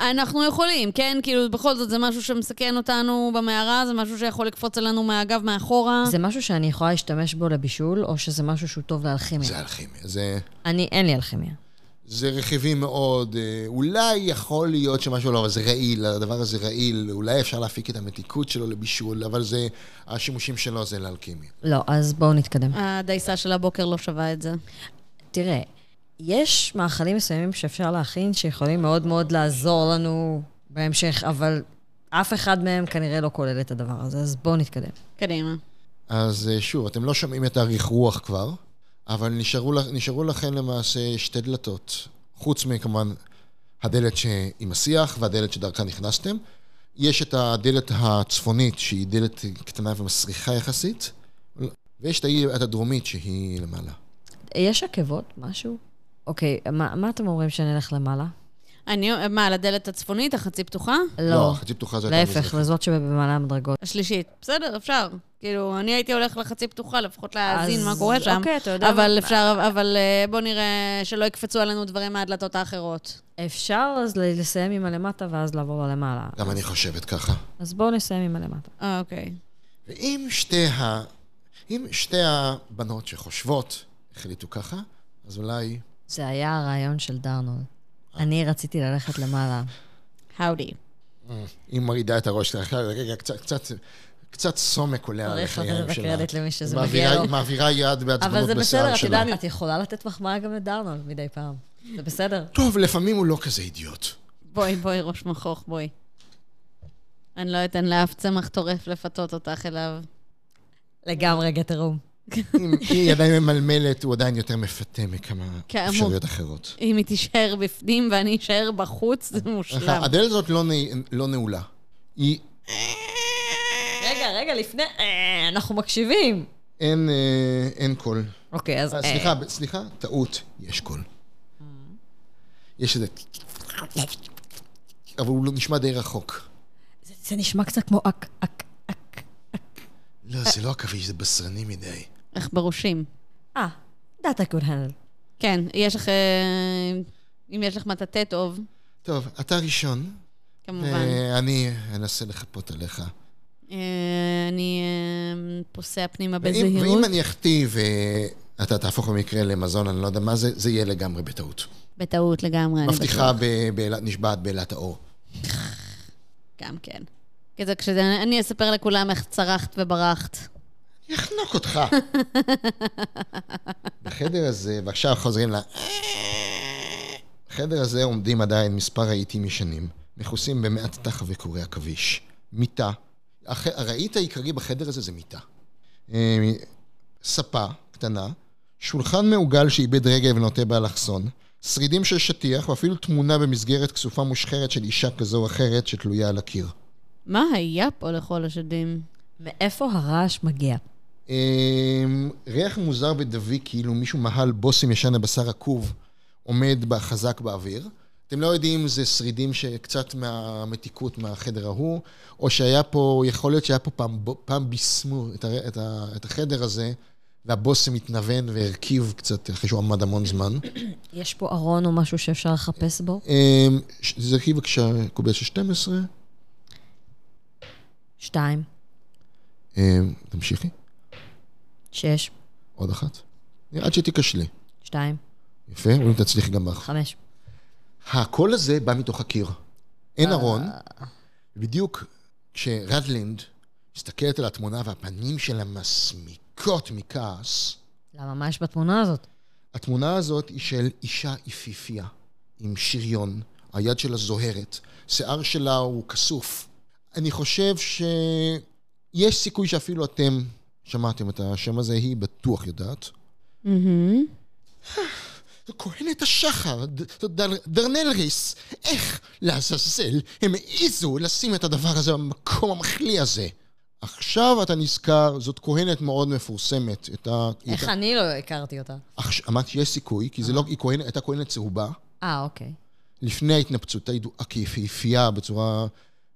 Speaker 3: אנחנו יכולים, כן? כאילו, בכל זאת, זה משהו שמסכן אותנו במערה, זה משהו שיכול לקפוץ עלינו מהגב, מאחורה.
Speaker 2: זה משהו שאני יכולה להשתמש בו לבישול, או שזה משהו שהוא טוב
Speaker 1: זה
Speaker 2: לאלכימיה?
Speaker 1: אלכימיה, זה,
Speaker 2: אני, אין לי אלכימיה.
Speaker 1: זה רכיבים מאוד, אה, אולי יכול להיות שמשהו לא, אבל זה רעיל, הדבר הזה רעיל, אולי אפשר להפיק את המתיקות שלו לבישול, אבל זה, השימושים שלו זה לאלכימיה.
Speaker 2: לא, אז בואו נתקדם.
Speaker 3: הדייסה של הבוקר לא שווה את זה.
Speaker 2: תראה, יש מאכלים מסוימים שאפשר להכין שיכולים מאוד מאוד לעזור לנו בהמשך, אבל אף אחד מהם כנראה לא כולל את הדבר הזה, אז בואו נתקדם.
Speaker 3: קדימה.
Speaker 1: אז אה, שוב, אתם לא שומעים את האריך רוח כבר, אבל נשארו, לכ- נשארו לכם למעשה שתי דלתות, חוץ מכמובן הדלת ש... עם השיח והדלת שדרכה נכנסתם. יש את הדלת הצפונית, שהיא דלת קטנה ומסריחה יחסית, ויש את העיר- את הדרומית, שהיא למעלה.
Speaker 2: יש עקבות, משהו? אוקיי, מה, מה אתם אומרים שנלך למעלה?
Speaker 3: אני, מה, לדלת הצפונית, החצי פתוחה?
Speaker 2: לא,
Speaker 1: חצי פתוחה זה יותר
Speaker 2: להפך, לא.
Speaker 1: מזרחית.
Speaker 2: לזאת שבמעלה המדרגות.
Speaker 3: השלישית. בסדר, אפשר. כאילו, אני הייתי הולך לחצי פתוחה, לפחות להאזין
Speaker 2: אז-
Speaker 3: מה קורה שם.
Speaker 2: אוקיי, אתה יודע
Speaker 3: אבל
Speaker 2: מה-
Speaker 3: אפשר, אבל אה, בוא נראה שלא יקפצו עלינו דברים מהדלתות האחרות.
Speaker 2: אפשר אז ל- לסיים עם הלמטה ואז לעבור ללמעלה.
Speaker 1: גם אני חושבת ככה.
Speaker 2: אז בואו נסיים עם הלמטה.
Speaker 3: אה, אוקיי.
Speaker 1: ואם שתי, ה... אם שתי הבנות שחושבות החליטו ככה, אז אולי...
Speaker 2: זה היה הרעיון של דרנול. אני רציתי ללכת למעלה.
Speaker 3: האודי.
Speaker 1: היא מרעידה את הראש, רגע, רגע, קצת, קצת, קצת סומק עולה על
Speaker 2: צריך
Speaker 1: החיים
Speaker 2: לתת את
Speaker 1: שלה.
Speaker 2: הקרדיט למי שזה
Speaker 1: מעבירה-
Speaker 2: מגיע לו.
Speaker 1: מעבירה יד
Speaker 2: אבל
Speaker 1: בעצבנות
Speaker 2: זה
Speaker 1: בשיער
Speaker 2: בסדר, את
Speaker 1: שלה.
Speaker 2: יודעת, את יכולה לתת מחמאה גם לדרנולד מדי פעם. זה בסדר.
Speaker 1: טוב, לפעמים הוא לא כזה אידיוט.
Speaker 3: בואי, בואי, ראש מכוך, בואי. אני לא אתן לאף צמח טורף לפתות אותך אליו.
Speaker 2: לגמרי גטרום.
Speaker 1: אם היא עדיין ממלמלת, הוא עדיין יותר מפתה מכמה
Speaker 3: כאמור.
Speaker 1: אפשרויות אחרות.
Speaker 3: אם היא תישאר בפנים ואני אשאר בחוץ, זה מושלם.
Speaker 1: הדלת הזאת לא נע- לא נעולה. היא
Speaker 2: רגע, רגע, לפני... אה, אנחנו מקשיבים.
Speaker 1: אין, אה, אין קול.
Speaker 2: אוקיי, אז...
Speaker 1: אה,
Speaker 2: אה,
Speaker 1: סליחה, ב- סליחה, טעות, יש קול. יש איזה... אבל הוא לא- נשמע די רחוק.
Speaker 2: זה- זה נשמע קצת כמו אק, אק, אק.
Speaker 1: לא, זה לא עכביש, זה בשרני מדי.
Speaker 3: איך בראשים.
Speaker 2: אה, that I could handle.
Speaker 3: כן, יש לך... אה, אם יש לך מטאטא טוב,
Speaker 1: טוב, אתה ראשון,
Speaker 3: כמובן.
Speaker 2: אה.
Speaker 1: ואני אנסה לחפות עליך.
Speaker 3: אה, אני אה, פוסע פנימה
Speaker 1: ואם-
Speaker 3: בזהירות.
Speaker 1: ואם אני אכתיב, אה, אתה תהפוך במקרה למזון, אני לא יודע מה זה, זה יהיה לגמרי בטעות.
Speaker 3: בטעות לגמרי. אני
Speaker 1: מבטיחה ב- באילת- נשבעת באילת האור.
Speaker 3: גם כן. כזה כשזה, אני אספר לכולם איך צרחת וברחת.
Speaker 1: אני אחנוק אותך. בחדר הזה, ועכשיו חוזרים ל... בחדר הזה עומדים עדיין מספר רהיטים ישנים, מכוסים במעט תח וקורי עכביש. מיטה. הח- הרהיט העיקרי בחדר הזה זה מיטה. אה, מ- ספה קטנה, שולחן מעוגל שאיבד רגל ונוטה באלכסון, שרידים של שטיח ואפילו תמונה במסגרת כסופה מושחרת של אישה כזו או אחרת שתלויה על הקיר.
Speaker 3: מה היה פה לכל השדים?
Speaker 2: מאיפה הרעש מגיע?
Speaker 1: אמ, ריח מוזר ודביק, כאילו מישהו מהל בושם ישן הבשר עקוב עומד בה- חזק באוויר. אתם לא יודעים אם זה שרידים שקצת מהמתיקות מהחדר ההוא, או שהיה פה, יכול להיות שהיה פה פעם, ב- פעם ביסמו את, הר, את, ה, את החדר הזה, והבושם התנוון והרכיב קצת, אחרי שהוא עמד המון זמן.
Speaker 2: יש פה ארון או משהו שאפשר לחפש בו?
Speaker 1: אמ, ש- זרקי בבקשה קובל של 12,
Speaker 2: שתיים,
Speaker 1: אמ, תמשיכי,
Speaker 2: שש,
Speaker 1: עוד אחת. עד שתיכשלי.
Speaker 2: שתיים,
Speaker 1: יפה, ואם תצליחי גם באחרונה.
Speaker 2: חמש.
Speaker 1: הקול הזה בא מתוך הקיר. אין ארון. בדיוק כשרדלינד מסתכלת על התמונה והפנים שלה מסמיקות מכעס,
Speaker 2: למה, מה יש בתמונה הזאת?
Speaker 1: התמונה הזאת היא של אישה יפיפייה, עם שריון, היד שלה זוהרת, שיער שלה הוא כסוף. אני חושב שיש סיכוי שאפילו אתם שמעתם את השם הזה, היא בטוח יודעת.
Speaker 3: מהמם.
Speaker 1: כהנת השחר, ד- דר- דרנלריס, איך לעזאזל הם העיזו לשים את הדבר הזה במקום המחליא הזה? עכשיו אתה נזכר, זאת כהנת מאוד מפורסמת. את ה...
Speaker 2: איך
Speaker 1: את ה-
Speaker 2: אני לא הכרתי אותה?
Speaker 1: עכשיו, אמרת שיש סיכוי, כי זה לא... היא כהנת, הייתה כהנת צהובה,
Speaker 2: אה, אוקיי.
Speaker 1: לפני ההתנפצות, היא ידועה כיפהפייה בצורה...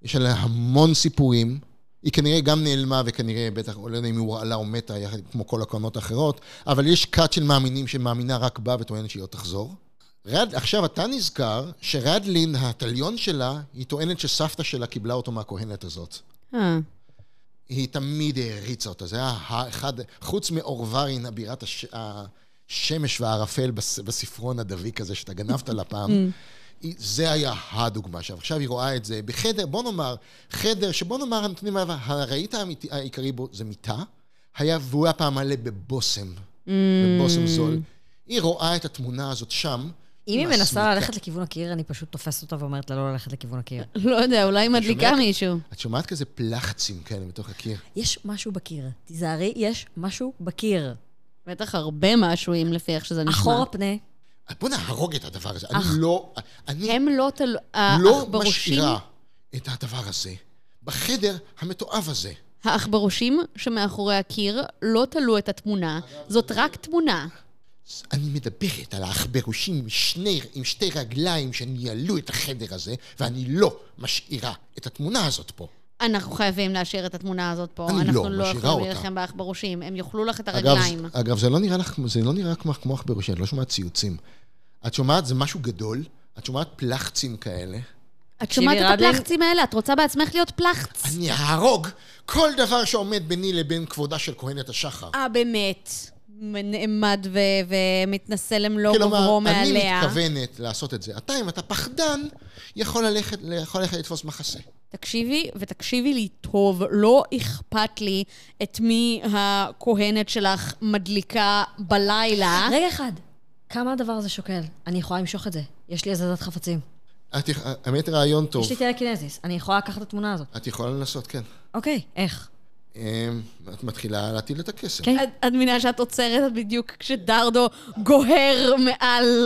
Speaker 1: יש עליה המון סיפורים. היא כנראה גם נעלמה, וכנראה, בטח, לא יודע אם היא הורעלה או מתה, יחד כמו כל הקרנות האחרות, אבל יש כת של מאמינים שמאמינה רק בה וטוענת שהיא לא תחזור. רד, עכשיו אתה נזכר שרדלין, התליון שלה, היא טוענת שסבתא שלה קיבלה אותו מהכהנת הזאת.
Speaker 3: אה,
Speaker 1: היא תמיד העריצה אותה, זה היה האחד, חוץ מאורברין, אבירת הש, השמש והערפל בס, בספרון הדביק הזה שאתה גנבת לה פעם, היא- זה היה הדוגמה שם. עכשיו היא רואה את זה בחדר, בוא נאמר, חדר שבוא נאמר, הנתונים עליו, הרהיט האמיתי- העיקרי בו זה מיטה, היה, והוא היה פעם מלא בבושם, בבושם זול. היא רואה את התמונה הזאת שם.
Speaker 2: אם היא מנסה
Speaker 1: מסמיקה.
Speaker 2: ללכת לכיוון הקיר, אני פשוט תופסת אותה ואומרת לה לא ללכת לכיוון הקיר.
Speaker 3: לא יודע, אולי היא מדליקה
Speaker 1: שומעת?
Speaker 3: מישהו.
Speaker 1: את שומעת כזה פלחצים כאלה מתוך הקיר.
Speaker 2: יש משהו בקיר. תיזהרי, יש משהו בקיר.
Speaker 3: בטח הרבה משהו, אם לפי איך שזה נשמע.
Speaker 2: אחורה פנה.
Speaker 1: בוא נהרוג את הדבר הזה. אני לא... אני
Speaker 3: הם לא תל...
Speaker 1: לא
Speaker 3: העכברושים-
Speaker 1: משאירה את הדבר הזה בחדר המתועב הזה.
Speaker 3: העכברושים שמאחורי הקיר לא תלו את התמונה, זאת רק תמונה.
Speaker 1: אני מדברת על העכברושים עם, שני- עם שתי רגליים שניהלו את החדר הזה, ואני לא משאירה את התמונה הזאת פה.
Speaker 3: אנחנו חייבים להשאיר את התמונה הזאת פה.
Speaker 1: אני לא
Speaker 3: אנחנו
Speaker 1: משאירה
Speaker 3: יכולים
Speaker 1: אותה.
Speaker 3: להילחם בעכברושים, הם יאכלו לך את
Speaker 1: אגב,
Speaker 3: הרגליים.
Speaker 1: זה- אגב, זה לא נראה לך, כמו- זה לא נראה כמו, כמו עכברושים, את לא שומעת ציוצים. את שומעת, זה משהו גדול, את שומעת פלחצים כאלה.
Speaker 3: את שומעת את
Speaker 2: רדלין-
Speaker 3: הפלחצים האלה? את רוצה בעצמך להיות פלחץ?
Speaker 1: אני אהרוג כל דבר שעומד ביני לבין כבודה של כהנת השחר.
Speaker 3: אה, באמת. נעמד ו- ומתנשא
Speaker 2: לא
Speaker 3: למלוא
Speaker 1: כלומר,
Speaker 3: גוברו
Speaker 1: כאילו, אני
Speaker 3: מעליה.
Speaker 1: מתכוונת לעשות את זה. אתה, אם אתה פחדן, יכול ללכת, יכול ללכת לתפוס מחסה.
Speaker 3: תקשיבי, ותקשיבי לי טוב, לא אכפת לי את מי הכהנת שלך מדליקה בלילה.
Speaker 2: רגע אחד, כמה הדבר הזה שוקל? אני יכולה למשוך את זה. יש לי הזזת חפצים.
Speaker 1: את יכ- האמת רעיון טוב.
Speaker 2: יש לי טלקינזיס, אני יכולה לקחת את התמונה הזאת.
Speaker 1: את יכולה לנסות, כן.
Speaker 2: אוקיי, איך?
Speaker 1: אמ, את מתחילה להטיל את הכסף.
Speaker 2: כן.
Speaker 3: את- את מבינה שאת עוצרת בדיוק כשדרדו גוהר מעל...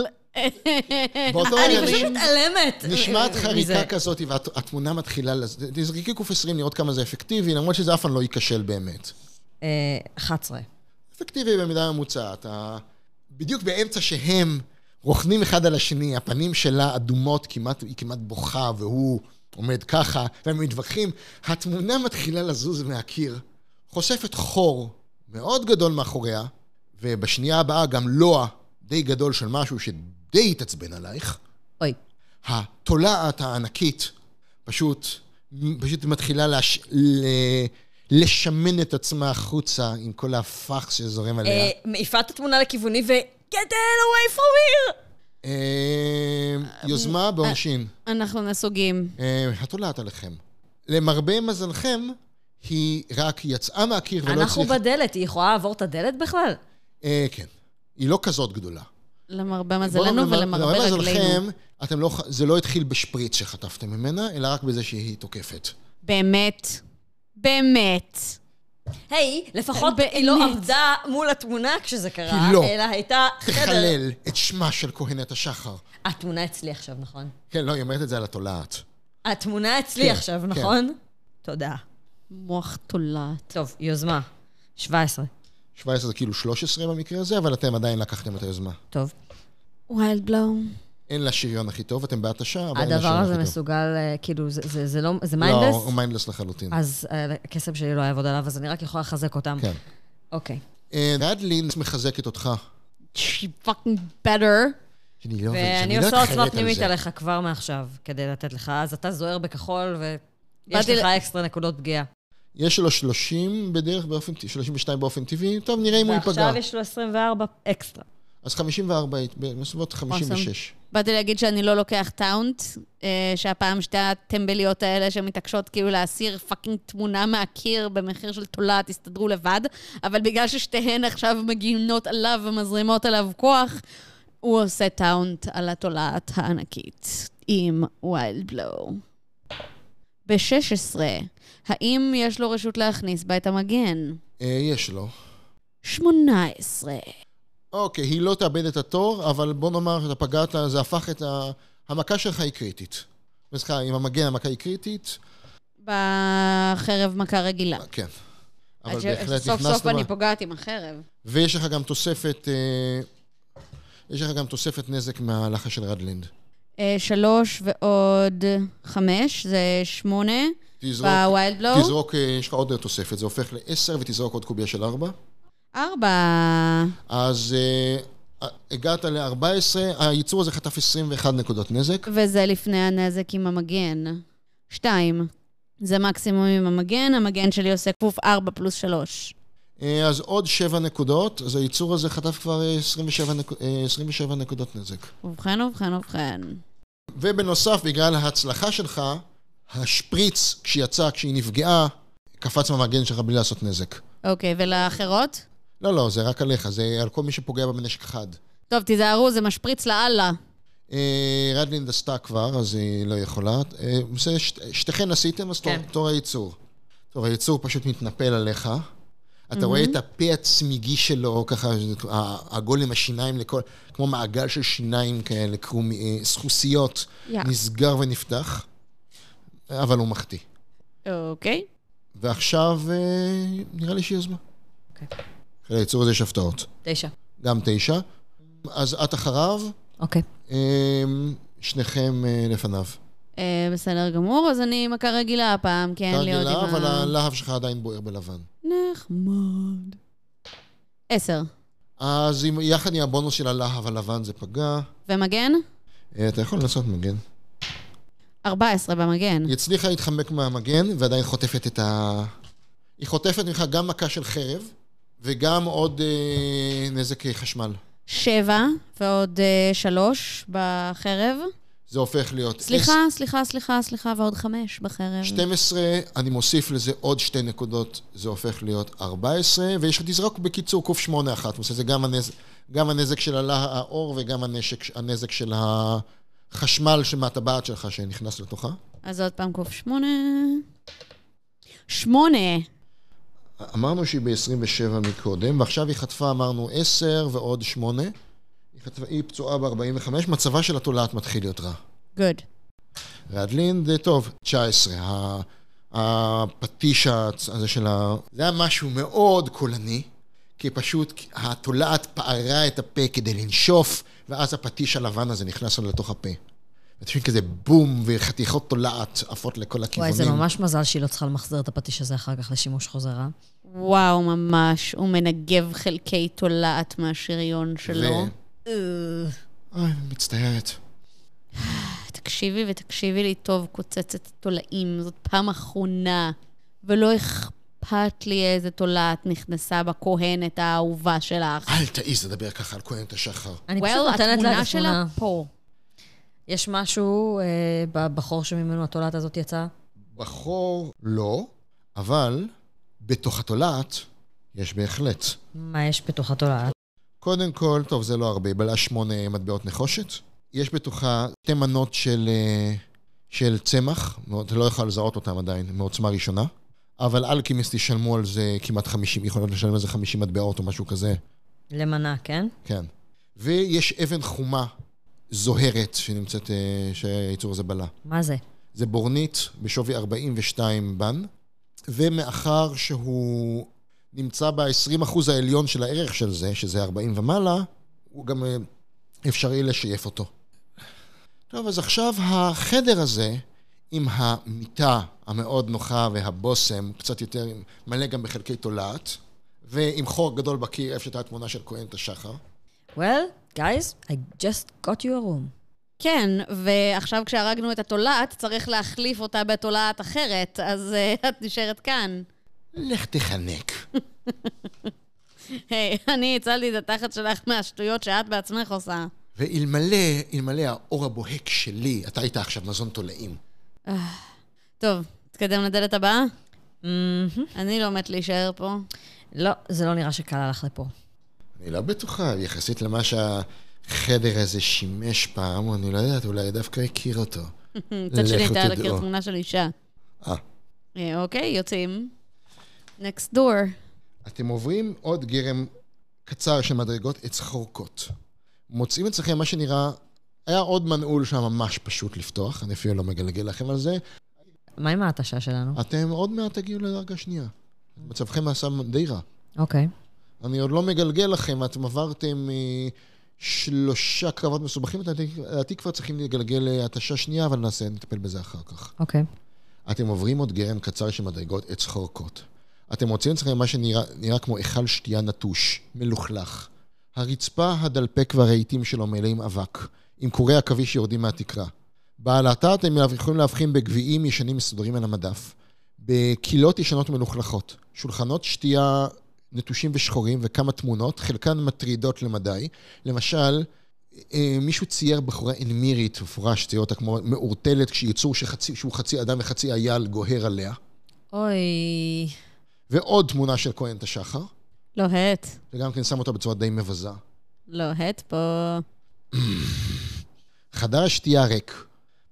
Speaker 1: באותו
Speaker 2: אני
Speaker 1: רגע
Speaker 2: פשוט
Speaker 1: נש-
Speaker 2: מתעלמת.
Speaker 1: נשמעת
Speaker 2: מזה.
Speaker 1: חריקה כזאת, והתמונה מתחילה, לז- תזרקי קוף 20 לראות כמה זה אפקטיבי, למרות שזה אף פעם לא ייכשל באמת.
Speaker 2: אה, 11.
Speaker 1: אפקטיבי במידה ממוצעת. ה- בדיוק באמצע שהם רוכנים אחד על השני, הפנים שלה אדומות, כמעט, היא כמעט בוכה, והוא עומד ככה, והם מתווכחים, התמונה מתחילה לזוז מהקיר, חושפת חור מאוד גדול מאחוריה, ובשנייה הבאה גם לוע די גדול של משהו שדי התעצבן עלייך.
Speaker 2: אוי.
Speaker 1: התולעת הענקית פשוט, פשוט מתחילה לש, ל, לשמן את עצמה החוצה עם כל הפח שזורם עליה.
Speaker 2: אה, מעיפה את התמונה לכיווני ו... Get the hell away from here!
Speaker 1: אה, יוזמה בעונשין.
Speaker 3: אנחנו נסוגים.
Speaker 1: אה, התולעת עליכם. למרבה מזלכם, היא רק יצאה מהקיר ולא
Speaker 2: אנחנו
Speaker 1: הצליחה...
Speaker 2: בדלת, היא יכולה לעבור את הדלת בכלל?
Speaker 1: אה, כן. היא לא כזאת גדולה.
Speaker 3: למרבה
Speaker 1: בואו
Speaker 3: מזלנו
Speaker 1: נאמר-
Speaker 3: ולמרבה
Speaker 1: למרבה
Speaker 3: רגלינו.
Speaker 1: מזלכם, אתם לא, ח- זה לא התחיל בשפריץ שחטפתם ממנה, אלא רק בזה שהיא תוקפת.
Speaker 3: באמת. באמת.
Speaker 2: היי, לפחות
Speaker 3: באמת.
Speaker 2: היא לא עמדה מול התמונה כשזה קרה,
Speaker 1: היא לא.
Speaker 2: אלא הייתה חדר.
Speaker 1: תחלל את שמה של כהנת השחר.
Speaker 2: התמונה אצלי עכשיו, נכון?
Speaker 1: כן, לא, היא אומרת את זה על התולעת.
Speaker 2: התמונה אצלי
Speaker 1: כן,
Speaker 2: עכשיו,
Speaker 1: כן.
Speaker 2: נכון? תודה.
Speaker 3: מוח תולעת.
Speaker 2: טוב, יוזמה. 17.
Speaker 1: 17 זה כאילו 13 במקרה הזה, אבל אתם עדיין לקחתם את היוזמה.
Speaker 2: טוב.
Speaker 3: ווילד בלואו.
Speaker 1: אין לה שריון הכי טוב, אתם בהתשה, אבל אין לה
Speaker 2: הדבר
Speaker 1: שריון
Speaker 2: הזה
Speaker 1: הכי טוב.
Speaker 2: מסוגל, אה, כאילו, זה- זה זה לא... זה
Speaker 1: לא,
Speaker 2: מיינדס?
Speaker 1: הוא מיינדלס לחלוטין.
Speaker 2: אז אה, הקסם שלי לא יעבוד עליו, אז אני רק יכולה לחזק אותם.
Speaker 1: כן.
Speaker 2: אוקיי.
Speaker 1: אה, רדלין מחזקת אותך.
Speaker 3: She fucking better.
Speaker 1: אני לא עובד,
Speaker 2: ואני
Speaker 1: אני לא
Speaker 2: עושה עוצמה
Speaker 1: אתחרט על
Speaker 2: פנימית
Speaker 1: זה.
Speaker 2: עליך כבר מעכשיו, כדי לתת לך, אז אתה זוהר בכחול, ויש
Speaker 3: באתי ל-
Speaker 2: לך אקסטרה נקודות פגיעה.
Speaker 1: יש לו 30 בדרך, באופן, 32 באופן טבעי, טוב, נראה אם הוא ייפגע.
Speaker 2: ועכשיו יש לו 24 אקסטרה.
Speaker 1: אז 54, בסביבות 56.
Speaker 3: באתי להגיד שאני לא לוקח טאונט, אה, שהפעם שתי הטמבליות האלה שמתעקשות כאילו להסיר פאקינג תמונה מהקיר במחיר של תולעת, הסתדרו לבד, אבל בגלל ששתיהן עכשיו מגינות עליו ומזרימות עליו כוח, הוא עושה טאונט על התולעת הענקית עם ויילד בלואו. ב-16, האם יש לו רשות להכניס בה את המגן?
Speaker 1: אה, יש לו.
Speaker 3: 18.
Speaker 1: אוקיי, היא לא תאבד את התור, אבל בוא נאמר שאתה פגעת, זה הפך את ה... המכה שלך היא קריטית. סליחה, עם המגן המכה היא קריטית,
Speaker 3: בחרב מכה רגילה.
Speaker 1: כן. אבל
Speaker 3: עד ש-
Speaker 1: בהחלט
Speaker 3: סוף סוף
Speaker 1: נכנסנו...
Speaker 3: אני
Speaker 1: בה.
Speaker 3: פוגעת עם החרב.
Speaker 1: ויש לך גם תוספת... אה, יש לך גם תוספת נזק מהלחש של רדלינד.
Speaker 3: אה, שלוש ועוד חמש, זה שמונה.
Speaker 1: תזרוק,
Speaker 3: בווילד בלואו?
Speaker 1: תזרוק, אה, יש לך עוד תוספת, זה הופך לעשר ותזרוק עוד קובייה של ארבע.
Speaker 3: ארבע.
Speaker 1: אז אה, הגעת ל-14, הייצור הזה חטף 21 נקודות נזק.
Speaker 3: וזה לפני הנזק עם המגן. שתיים. זה מקסימום עם המגן, המגן שלי עושה כפוף ארבע פלוס שלוש.
Speaker 1: אה, אז עוד 7 נקודות, אז הייצור הזה חטף כבר אה, 27, נק- אה, 27 נקודות נזק.
Speaker 3: ובכן, ובכן, ובכן.
Speaker 1: ובנוסף, בגלל ההצלחה שלך, השפריץ, כשיצא, כשהיא נפגעה, קפץ מהמגן שלך בלי לעשות נזק.
Speaker 3: אוקיי, ולאחרות?
Speaker 1: לא, לא, זה רק עליך, זה על כל מי שפוגע בנשק חד.
Speaker 3: טוב, תיזהרו, זה משפריץ לאללה.
Speaker 1: אה, רדלינד עשתה כבר, אז היא לא יכולה. אה, בסדר, שת- שתיכן עשיתם, אז תור-
Speaker 2: כן.
Speaker 1: תור הייצור. טוב, הייצור פשוט מתנפל עליך. אתה רואה את הפה הצמיגי שלו, ככה, ה- הגול עם השיניים, לכל, כמו מעגל של שיניים כאלה, קרום, אה, סחוסיות,
Speaker 3: יא.
Speaker 1: נסגר ונפתח, אבל הוא מחטיא.
Speaker 3: אוקיי.
Speaker 1: ועכשיו, אה, נראה לי שיוזמה.
Speaker 2: אוקיי.
Speaker 1: ליצור הזה יש הפתעות.
Speaker 2: תשע.
Speaker 1: גם תשע. אז את אחריו,
Speaker 2: אוקיי.
Speaker 1: אה, שניכם אה, לפניו.
Speaker 3: אה, בסדר גמור, אז אני מכה רגילה הפעם, כי אין לי עוד
Speaker 1: תרגילה,
Speaker 3: עם
Speaker 1: אבל
Speaker 3: ה...
Speaker 1: הלהב שלך עדיין בוער בלבן.
Speaker 3: נחמד. עשר.
Speaker 1: אז עם, יחד עם הבונוס של הלהב הלבן זה פגע.
Speaker 3: ומגן?
Speaker 1: אה, אתה יכול לנסות מגן.
Speaker 3: 14 במגן.
Speaker 1: היא הצליחה להתחמק מהמגן, ועדיין חוטפת את ה... היא חוטפת ממך גם מכה של חרב, וגם עוד אה, נזק אה, חשמל.
Speaker 3: שבע ועוד אה, שלוש בחרב.
Speaker 1: זה זה הופך להיות...
Speaker 3: סליחה, סליחה, סליחה, סליחה, ועוד חמש בחרב.
Speaker 1: 12, אני מוסיף לזה עוד שתי נקודות, זה הופך להיות 14, ויש לך תזרוק בקיצור קוף 8 אחת, זה גם הנזק, גם הנזק של הלה האור וגם הנשק, הנזק של החשמל מהטבעת שלך שנכנס לתוכה.
Speaker 3: אז עוד פעם קוף שמונה. שמונה!
Speaker 1: אמרנו שהיא ב-27 מקודם, ועכשיו היא חטפה, אמרנו 10 ועוד 8. היא, חטפה, היא פצועה ב-45, מצבה של התולעת מתחיל להיות רע.
Speaker 3: גוד.
Speaker 1: רדלין, זה טוב, 19. ה- הפטיש הצ- הזה של ה... זה היה משהו מאוד קולני, כי פשוט התולעת פערה את הפה כדי לנשוף, ואז הפטיש הלבן הזה נכנס לו לתוך הפה. ותשמעי כזה בום, וחתיכות תולעת עפות לכל הכיוונים.
Speaker 2: וואי, זה ממש מזל שהיא לא צריכה למחזר את הפטיש הזה אחר כך לשימוש חוזר, אה?
Speaker 3: וואו, ממש, הוא מנגב חלקי תולעת מהשריון שלו.
Speaker 2: לא.
Speaker 3: אה,
Speaker 1: אוי, מצטערת.
Speaker 3: תקשיבי ותקשיבי לי טוב, קוצצת תולעים, זאת פעם אחרונה, ולא אכפת לי איזה תולעת נכנסה בכהנת האהובה שלך.
Speaker 1: אל תעיז לדבר ככה על כהנת השחר.
Speaker 2: אני פשוט
Speaker 3: well,
Speaker 2: נותנת לה את
Speaker 3: התמונה
Speaker 2: התמונה.
Speaker 3: שלה פה.
Speaker 2: יש משהו אה, בחור שממנו התולעת הזאת יצאה?
Speaker 1: בחור לא, אבל בתוך התולעת יש בהחלט.
Speaker 2: מה יש בתוך התולעת?
Speaker 1: קודם כל, טוב, זה לא הרבה, היא בלעה שמונה מטבעות נחושת. יש בתוכה שתי מנות של, אה, של צמח, מאוד- לא יכול לזהות אותם עדיין, מעוצמה ראשונה. אבל אלקימיסט ישלמו על זה כמעט 50, יכולות לשלם על זה 50 מטבעות או משהו כזה,
Speaker 2: למנה, כן?
Speaker 1: כן. ויש אבן חומה זוהרת שנמצאת, אה, שהייצור הזה בלע.
Speaker 2: מה זה?
Speaker 1: זה בורנית בשווי 42 בן, ומאחר שהוא נמצא ב-20% העליון של הערך של זה, שזה 40 ומעלה, הוא גם אה, אפשרי לשייף אותו. טוב, אז עכשיו החדר הזה, עם המיטה המאוד נוחה והבושם, קצת יותר, עם- מלא גם בחלקי תולעת, ועם חור גדול בקיר, איפה שהייתה התמונה של כהנת השחר.
Speaker 2: Well, guys, I just got you a room.
Speaker 3: כן, ועכשיו כשהרגנו את התולעת, צריך להחליף אותה בתולעת אחרת, אז אה, את נשארת כאן.
Speaker 1: לך תחנק.
Speaker 3: היי, אני הצלתי את התחת שלך מהשטויות שאת בעצמך עושה.
Speaker 1: ואלמלא, אלמלא האור הבוהק שלי, אתה היית עכשיו מזון תולעים.
Speaker 3: טוב, תתקדם לדלת הבאה.
Speaker 2: מהמם.
Speaker 3: אני לא מת להישאר פה.
Speaker 2: לא, זה לא נראה שקל הלך לפה.
Speaker 1: אני לא בטוחה, יחסית למה שהחדר הזה שימש פעם, אני לא יודעת, אולי דווקא הכיר אותו.
Speaker 3: מצד שני
Speaker 1: לכו
Speaker 3: הייתה על
Speaker 1: תדעו.
Speaker 3: הקיר תמונה של אישה.
Speaker 1: אה.
Speaker 3: אה, אוקיי, יוצאים. Next door.
Speaker 1: אתם עוברים עוד גרם קצר של מדרגות עץ חורקות. מוצאים אצלכם מה שנראה, היה עוד מנעול שם ממש פשוט לפתוח, אני אפילו לא מגלגל לכם על זה.
Speaker 2: מה עם ההתשה שלנו? אתם...
Speaker 1: אתם עוד מעט תגיעו לדרגה שנייה. מצבכם עשה די רע.
Speaker 2: אוקיי.
Speaker 1: אני עוד לא מגלגל לכם, אתם עברתם אה, שלושה קרבות מסובכים, אתם לדעתי כבר צריכים לגלגל אה, התשה שנייה, אבל נעשה, נטפל בזה אחר כך.
Speaker 2: אוקיי.
Speaker 1: אתם עוברים עוד גרם קצר של מדרגות עץ חורקות. אתם מוצאים אצלכם מה שנראה נראה כמו היכל שתייה נטוש, מלוכלך. הרצפה, הדלפק והרהיטים שלו מלאים אבק, עם קורי עכביש שיורדים מהתקרה. בעלתה אתם יכולים להבחין בגביעים ישנים מסודרים על המדף, בקילות ישנות מלוכלכות, שולחנות שתייה נטושים ושחורים וכמה תמונות, חלקן מטרידות למדי. למשל, אה, מישהו צייר בחורה אנמירית, מפורש, צייר אותה כמו מעורטלת, כשהיא יצור שחצי, שהוא חצי אדם וחצי אייל גוהר עליה.
Speaker 2: אוי,
Speaker 1: ועוד תמונה של כהן את השחר,
Speaker 3: לוהט.
Speaker 1: שגם כן שם אותה בצורה די מבזה.
Speaker 3: לוהט לא פה.
Speaker 1: חדר השתייה ריק.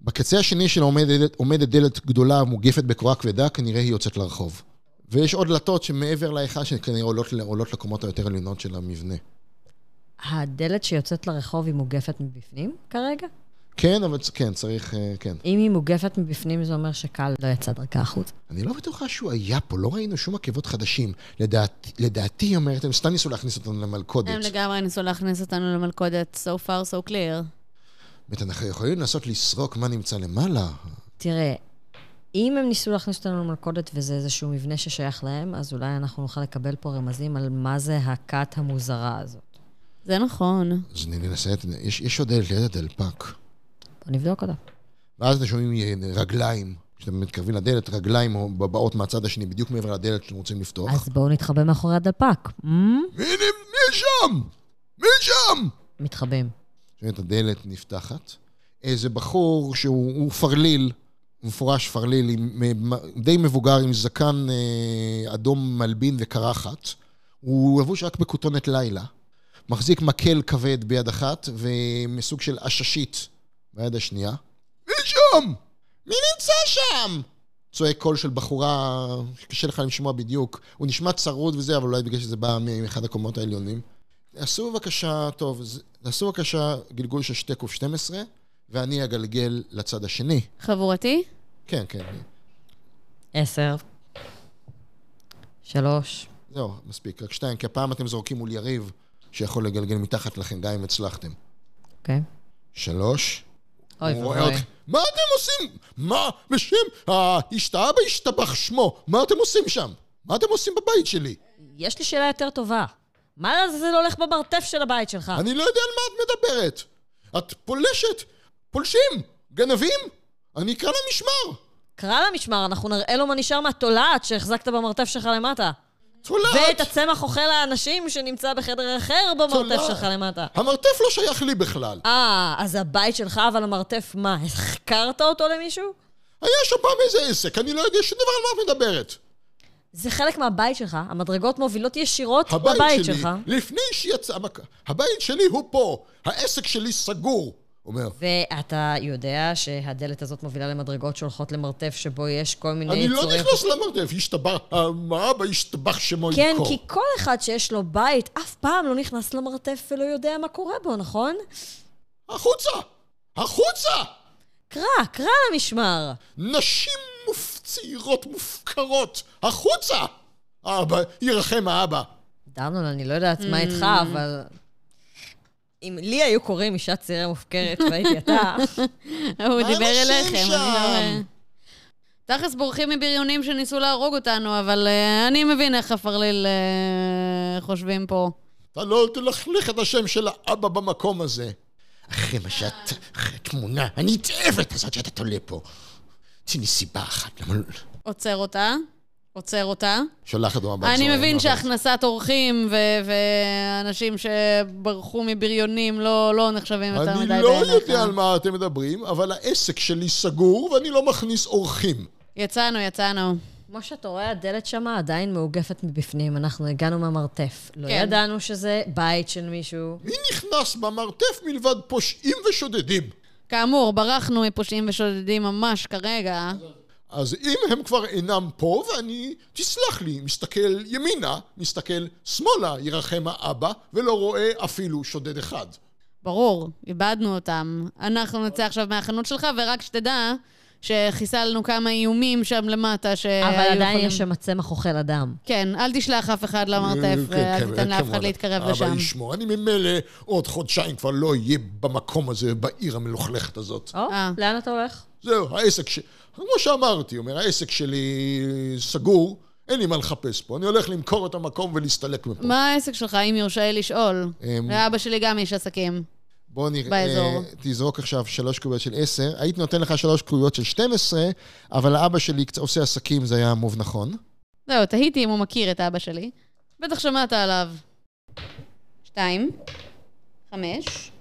Speaker 1: בקצה השני שלו עומדת, עומדת דלת גדולה מוגפת בקורה כבדה, כנראה היא יוצאת לרחוב. ויש עוד דלתות שמעבר להיכל, שכנראה עולות, ל- עולות לקומות היותר עליונות של המבנה.
Speaker 2: הדלת שיוצאת לרחוב היא מוגפת מבפנים כרגע?
Speaker 1: כן, אבל צ- כן, צריך, אה, כן.
Speaker 2: אם היא מוגפת מבפנים, זה אומר שקל לא יצא דרכה החוץ.
Speaker 1: אני לא בטוחה שהוא היה פה, לא ראינו שום עקבות חדשים. לדעת, לדעתי, היא אומרת, הם סתם ניסו להכניס אותנו
Speaker 3: הם
Speaker 1: למלכודת.
Speaker 3: לגמרי ניסו להכניס אותנו למלכודת so far so clear.
Speaker 1: באמת, אנחנו יכולים לנסות לסרוק מה נמצא למעלה.
Speaker 2: תראה, אם הם ניסו להכניס אותנו למלכודת וזה איזשהו מבנה ששייך להם, אז אולי אנחנו נוכל לקבל פה רמזים על מה זה הכת המוזרה הזאת.
Speaker 3: זה נכון.
Speaker 1: אז אני ננסה, את- יש, יש עוד דלת ליד הדלפק.
Speaker 2: בוא נבדוק אותה.
Speaker 1: ואז אתם שומעים אה, רגליים, כשאתם מתקרבים לדלת, רגליים באות מהצד השני, בדיוק מעבר לדלת שאתם רוצים לפתוח.
Speaker 2: אז בואו נתחבא מאחורי הדלפק. אמ?
Speaker 1: מי, נ- מי שם? מי שם?
Speaker 2: מתחבאים.
Speaker 1: שומעים את הדלת נפתחת. איזה בחור שהוא הוא פרליל, מפורש פרליל, עם, עם- די מבוגר, עם זקן אה, אדום מלבין וקרחת. הוא לבוש רק בכותונת לילה, מחזיק מקל כבד ביד אחת ומסוג של עששית ביד השנייה. מי שם? מי נמצא שם? צועק קול של בחורה, קשה לך לשמוע בדיוק. הוא נשמע צרוד וזה, אבל אולי בגלל שזה בא מאחד הקומות העליונים. תעשו בבקשה, טוב, אז תעשו בבקשה גלגול של שתי קוף 12, ואני אגלגל לצד השני.
Speaker 3: חבורתי?
Speaker 1: כן, כן,
Speaker 2: עשר. שלוש.
Speaker 1: זהו, מספיק. רק שתיים, כי הפעם אתם זורקים מול יריב שיכול לגלגל מתחת לכם, גם אם הצלחתם.
Speaker 2: אוקיי.
Speaker 1: שלוש.
Speaker 2: אוי
Speaker 1: הוא
Speaker 2: ואבוי.
Speaker 1: רואה אתכם. מה אתם עושים? מה בשם ההשתאה בהשתבח שמו? מה אתם עושים שם? מה אתם עושים בבית שלי? יש
Speaker 2: יש לי שאלה יותר טובה. מה זה לא הולך במרתף של הבית שלך?
Speaker 1: אני לא יודע על מה את מדברת. את פולשת, פולשים, גנבים. אני אקרא למשמר.
Speaker 2: קרא למשמר, אנחנו נראה לו מה נשאר מהתולעת שהחזקת במרתף שלך למטה. ואת
Speaker 1: תולעת.
Speaker 2: הצמח אוכל האנשים שנמצא בחדר אחר במרתף
Speaker 1: תולעת.
Speaker 2: שלך למטה.
Speaker 1: המרתף לא שייך לי בכלל.
Speaker 2: אה, אז הבית שלך, אבל המרתף, מה, החקרת אותו למישהו?
Speaker 1: היה שם פעם איזה עסק, אני לא יודע שום דבר על מה את מדברת.
Speaker 2: זה חלק מהבית שלך, המדרגות מובילות ישירות
Speaker 1: הבית
Speaker 2: לבית
Speaker 1: שלי,
Speaker 2: שלך.
Speaker 1: לפני שיצא... המק- הבית שלי הוא פה, העסק שלי סגור. אומר,
Speaker 2: אה, ואתה יודע שהדלת הזאת מובילה למדרגות שהולכות למרתף שבו יש כל מיני
Speaker 1: אני
Speaker 2: יצורים...
Speaker 1: לא נכנס למרתף, השתבח, מה אבא השתבח שמו
Speaker 2: כן,
Speaker 1: ימכור.
Speaker 2: כי כל אחד שיש לו בית אף פעם לא נכנס למרתף ולא יודע מה קורה בו, נכון?
Speaker 1: החוצה! החוצה!
Speaker 2: קרא, קרא למשמר.
Speaker 1: נשים מופ- צעירות מופקרות, החוצה! אבא, ירחם האבא.
Speaker 2: דמנון, אני לא יודעת
Speaker 3: Mm.
Speaker 2: מה איתך, אבל... אם לי היו קוראים אישה צעירה מופקרת והייתי אתה,
Speaker 3: הוא
Speaker 1: מה
Speaker 3: דיבר
Speaker 1: אנשים
Speaker 3: אליכם. אני לא-
Speaker 1: שם?
Speaker 3: תכלס בורחים מבריונים שניסו להרוג אותנו, אבל אה, אני מבין איך הפרליל אה, חושבים פה.
Speaker 1: אתה לא תלכלך את השם של האבא במקום הזה. אחרי מה שאת... אחרי התמונה הנתעבת הזאת שאתה תולה פה. תני סיבה אחת, למה לא...
Speaker 3: עוצר אותה. עוצר אותה.
Speaker 1: שולח אותו הביתה.
Speaker 3: אני
Speaker 1: זורם
Speaker 3: מבין
Speaker 1: הביתה.
Speaker 3: שהכנסת אורחים ו- ואנשים שברחו מבריונים לא, לא נחשבים יותר מדי
Speaker 1: אני
Speaker 3: בעיניך.
Speaker 1: לא יודע על מה אתם מדברים, אבל העסק שלי סגור ואני לא מכניס אורחים.
Speaker 3: יצאנו, יצאנו.
Speaker 2: כמו שאתה רואה, הדלת שמה עדיין מאוגפת מבפנים, אנחנו הגענו מהמרתף. לא
Speaker 3: כן.
Speaker 2: ידענו שזה בית של מישהו.
Speaker 1: מי נכנס במרתף מלבד פושעים ושודדים?
Speaker 3: כאמור, ברחנו מפושעים ושודדים ממש כרגע.
Speaker 1: אז אם הם כבר אינם פה, ואני, תסלח לי, מסתכל ימינה, מסתכל שמאלה, ירחם האבא, ולא רואה אפילו שודד אחד.
Speaker 3: ברור, איבדנו אותם. אנחנו נצא עכשיו מהחנות שלך, ורק שתדע שחיסלנו כמה איומים שם למטה שהיו
Speaker 2: אבל עדיין
Speaker 3: יכולים-
Speaker 2: יש שם צמח אוכל אדם.
Speaker 3: כן, אל תשלח אף אחד למרתף,
Speaker 1: כן,
Speaker 3: ואל
Speaker 1: כן,
Speaker 3: תיתן "אוקיי, לאף אחד
Speaker 1: כמובן.
Speaker 3: להתקרב לשם.
Speaker 1: אבא ישמור, אני ממילא עוד חודשיים כבר לא אהיה במקום הזה, בעיר המלוכלכת הזאת.
Speaker 2: או,
Speaker 3: אה.
Speaker 2: לאן אתה הולך?
Speaker 1: זהו, העסק ש... כמו שאמרתי, אומר, העסק שלי סגור, אין לי מה לחפש פה. אני הולך למכור את המקום ולהסתלק מפה.
Speaker 3: מה העסק שלך, אם יורשה לי לשאול?
Speaker 1: אמ,
Speaker 3: לאבא שלי גם יש עסקים.
Speaker 1: בוא נראה,
Speaker 3: באזור.
Speaker 1: אה, תזרוק עכשיו שלוש קוביות של עשר. הייתי נותן לך שלוש קוביות של 12, אבל האבא שלי קצ- עושה עסקים, זה היה מוב נכון.
Speaker 3: זהו, תהיתי אם הוא מכיר את אבא שלי. בטח שמעת עליו. שתיים. חמש.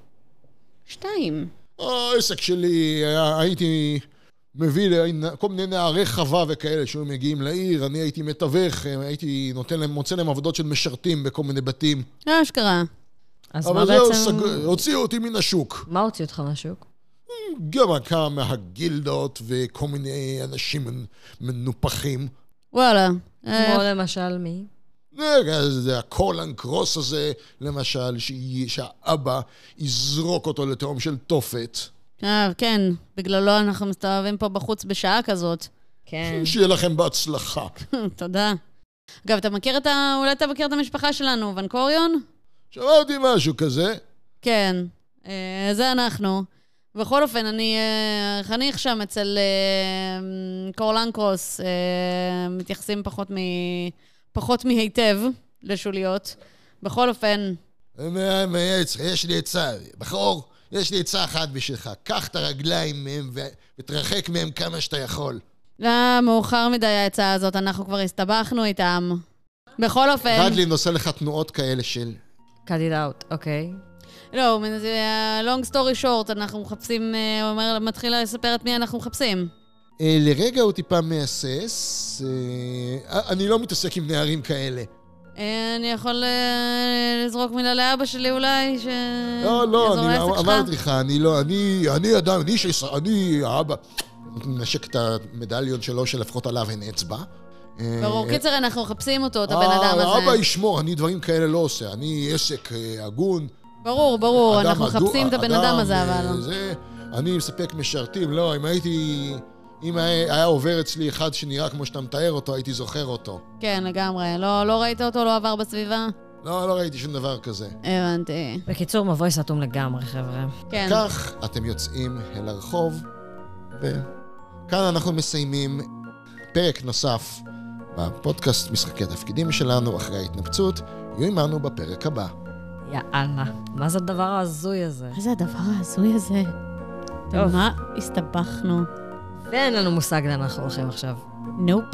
Speaker 3: שתיים.
Speaker 1: העסק שלי, היה- הייתי מביא ל- כל מיני נערי חווה וכאלה שהיו מגיעים לעיר, אני הייתי מתווך, אה, הייתי נותן להם, מוצא להם עבודות של משרתים בכל מיני בתים.
Speaker 3: אשכרה.
Speaker 2: אז מה
Speaker 1: אבל זהו,
Speaker 2: בעצם...
Speaker 1: סג- הוציאו אותי מן השוק.
Speaker 2: מה הוציא אותך מהשוק?
Speaker 1: גם כמה מהגילדות וכל מיני אנשים מנ- מנופחים.
Speaker 3: וואלה. אה,
Speaker 2: כמו למשל מי?
Speaker 1: רגע, זה הקולן קרוס הזה, למשל, שהיא- שהאבא יזרוק אותו לתהום של תופת.
Speaker 3: אה, כן, בגללו אנחנו מסתובבים פה בחוץ בשעה כזאת.
Speaker 2: כן.
Speaker 1: שיהיה לכם בהצלחה.
Speaker 3: תודה. אגב, אתה מכיר את ה... אולי אתה מכיר את המשפחה שלנו, ונקוריון?
Speaker 1: שמעתי משהו כזה.
Speaker 3: כן, אה, זה אנחנו. בכל אופן, אני אה, חניך שם אצל אה, קורלנקרוס, אה, מתייחסים פחות, מ... פחות מהיטב לשוליות. בכל אופן,
Speaker 1: מה- מייעץ, יש לי עצה, בחור, יש לי עצה אחת בשבילך. קח את הרגליים מהם ו- ותרחק מהם כמה שאתה יכול.
Speaker 3: לא מאוחר מדי העצה הזאת, אנחנו כבר הסתבכנו איתם. בכל אופן,
Speaker 1: רדלין עושה לך תנועות כאלה של...
Speaker 2: cut it out, אוקיי.
Speaker 3: לא, לונג סטורי שורט, אנחנו מחפשים, אה, הוא אומר, מתחיל לספר את מי אנחנו מחפשים.
Speaker 1: אה, לרגע הוא טיפה מהסס, אה, אני לא מתעסק עם נערים כאלה.
Speaker 3: אה, אני יכול אה, לזרוק מילה לאבא שלי אולי, ש...
Speaker 1: לא, לא,
Speaker 3: אה, יעזור
Speaker 1: אני
Speaker 3: לעסק שלך?
Speaker 1: אמרתי לך, אני לא, אני, אני אדם, אני איש ישראל, אני האבא. נשק את המדליון שלו שלפחות עליו אין אצבע.
Speaker 3: ברור.
Speaker 1: אה,
Speaker 3: קיצר, אנחנו מחפשים אותו, את הבן
Speaker 1: אה,
Speaker 3: אדם הזה.
Speaker 1: אבא ישמור, אני דברים כאלה לא עושה. אני עסק אה, הגון.
Speaker 3: ברור, ברור,
Speaker 1: אדם
Speaker 3: אנחנו
Speaker 1: הגון-
Speaker 3: מחפשים את הבן אדם הזה,
Speaker 1: אה,
Speaker 3: אבל...
Speaker 1: זה, אני מספק משרתים, לא, אם הייתי... אם היה היה עובר אצלי אחד שנראה כמו שאתה מתאר אותו, הייתי זוכר אותו.
Speaker 3: כן, לגמרי. לא לא ראית אותו, לא עבר בסביבה?
Speaker 1: לא, לא ראיתי שום דבר כזה.
Speaker 3: הבנתי.
Speaker 2: בקיצור, מבוי סתום לגמרי, חבר'ה.
Speaker 3: כן.
Speaker 1: כך אתם יוצאים אל הרחוב, וכאן אנחנו מסיימים פרק נוסף בפודקאסט משחקי התפקידים שלנו אחרי ההתנפצות. יהיו עמנו בפרק הבא.
Speaker 2: יאללה. מה זה הדבר ההזוי הזה?
Speaker 3: מה זה הדבר ההזוי הזה?
Speaker 2: טוב.
Speaker 3: מה הסתבכנו?
Speaker 2: ואין לנו מושג לאן אנחנו הולכים עכשיו.
Speaker 3: נופ.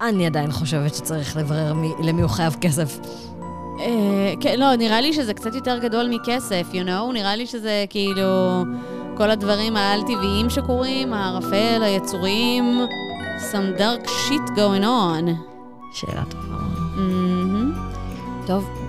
Speaker 2: אני עדיין חושבת שצריך לברר מי, למי הוא חייב כסף.
Speaker 3: אה, כן, לא, נראה לי שזה קצת יותר גדול מכסף, you know? נראה לי שזה כאילו כל הדברים העל-טבעיים שקורים, הערפל, היצורים, some dark shit going on. Mm-hmm.
Speaker 2: שאלה טובה.
Speaker 3: מהמם.
Speaker 2: טוב,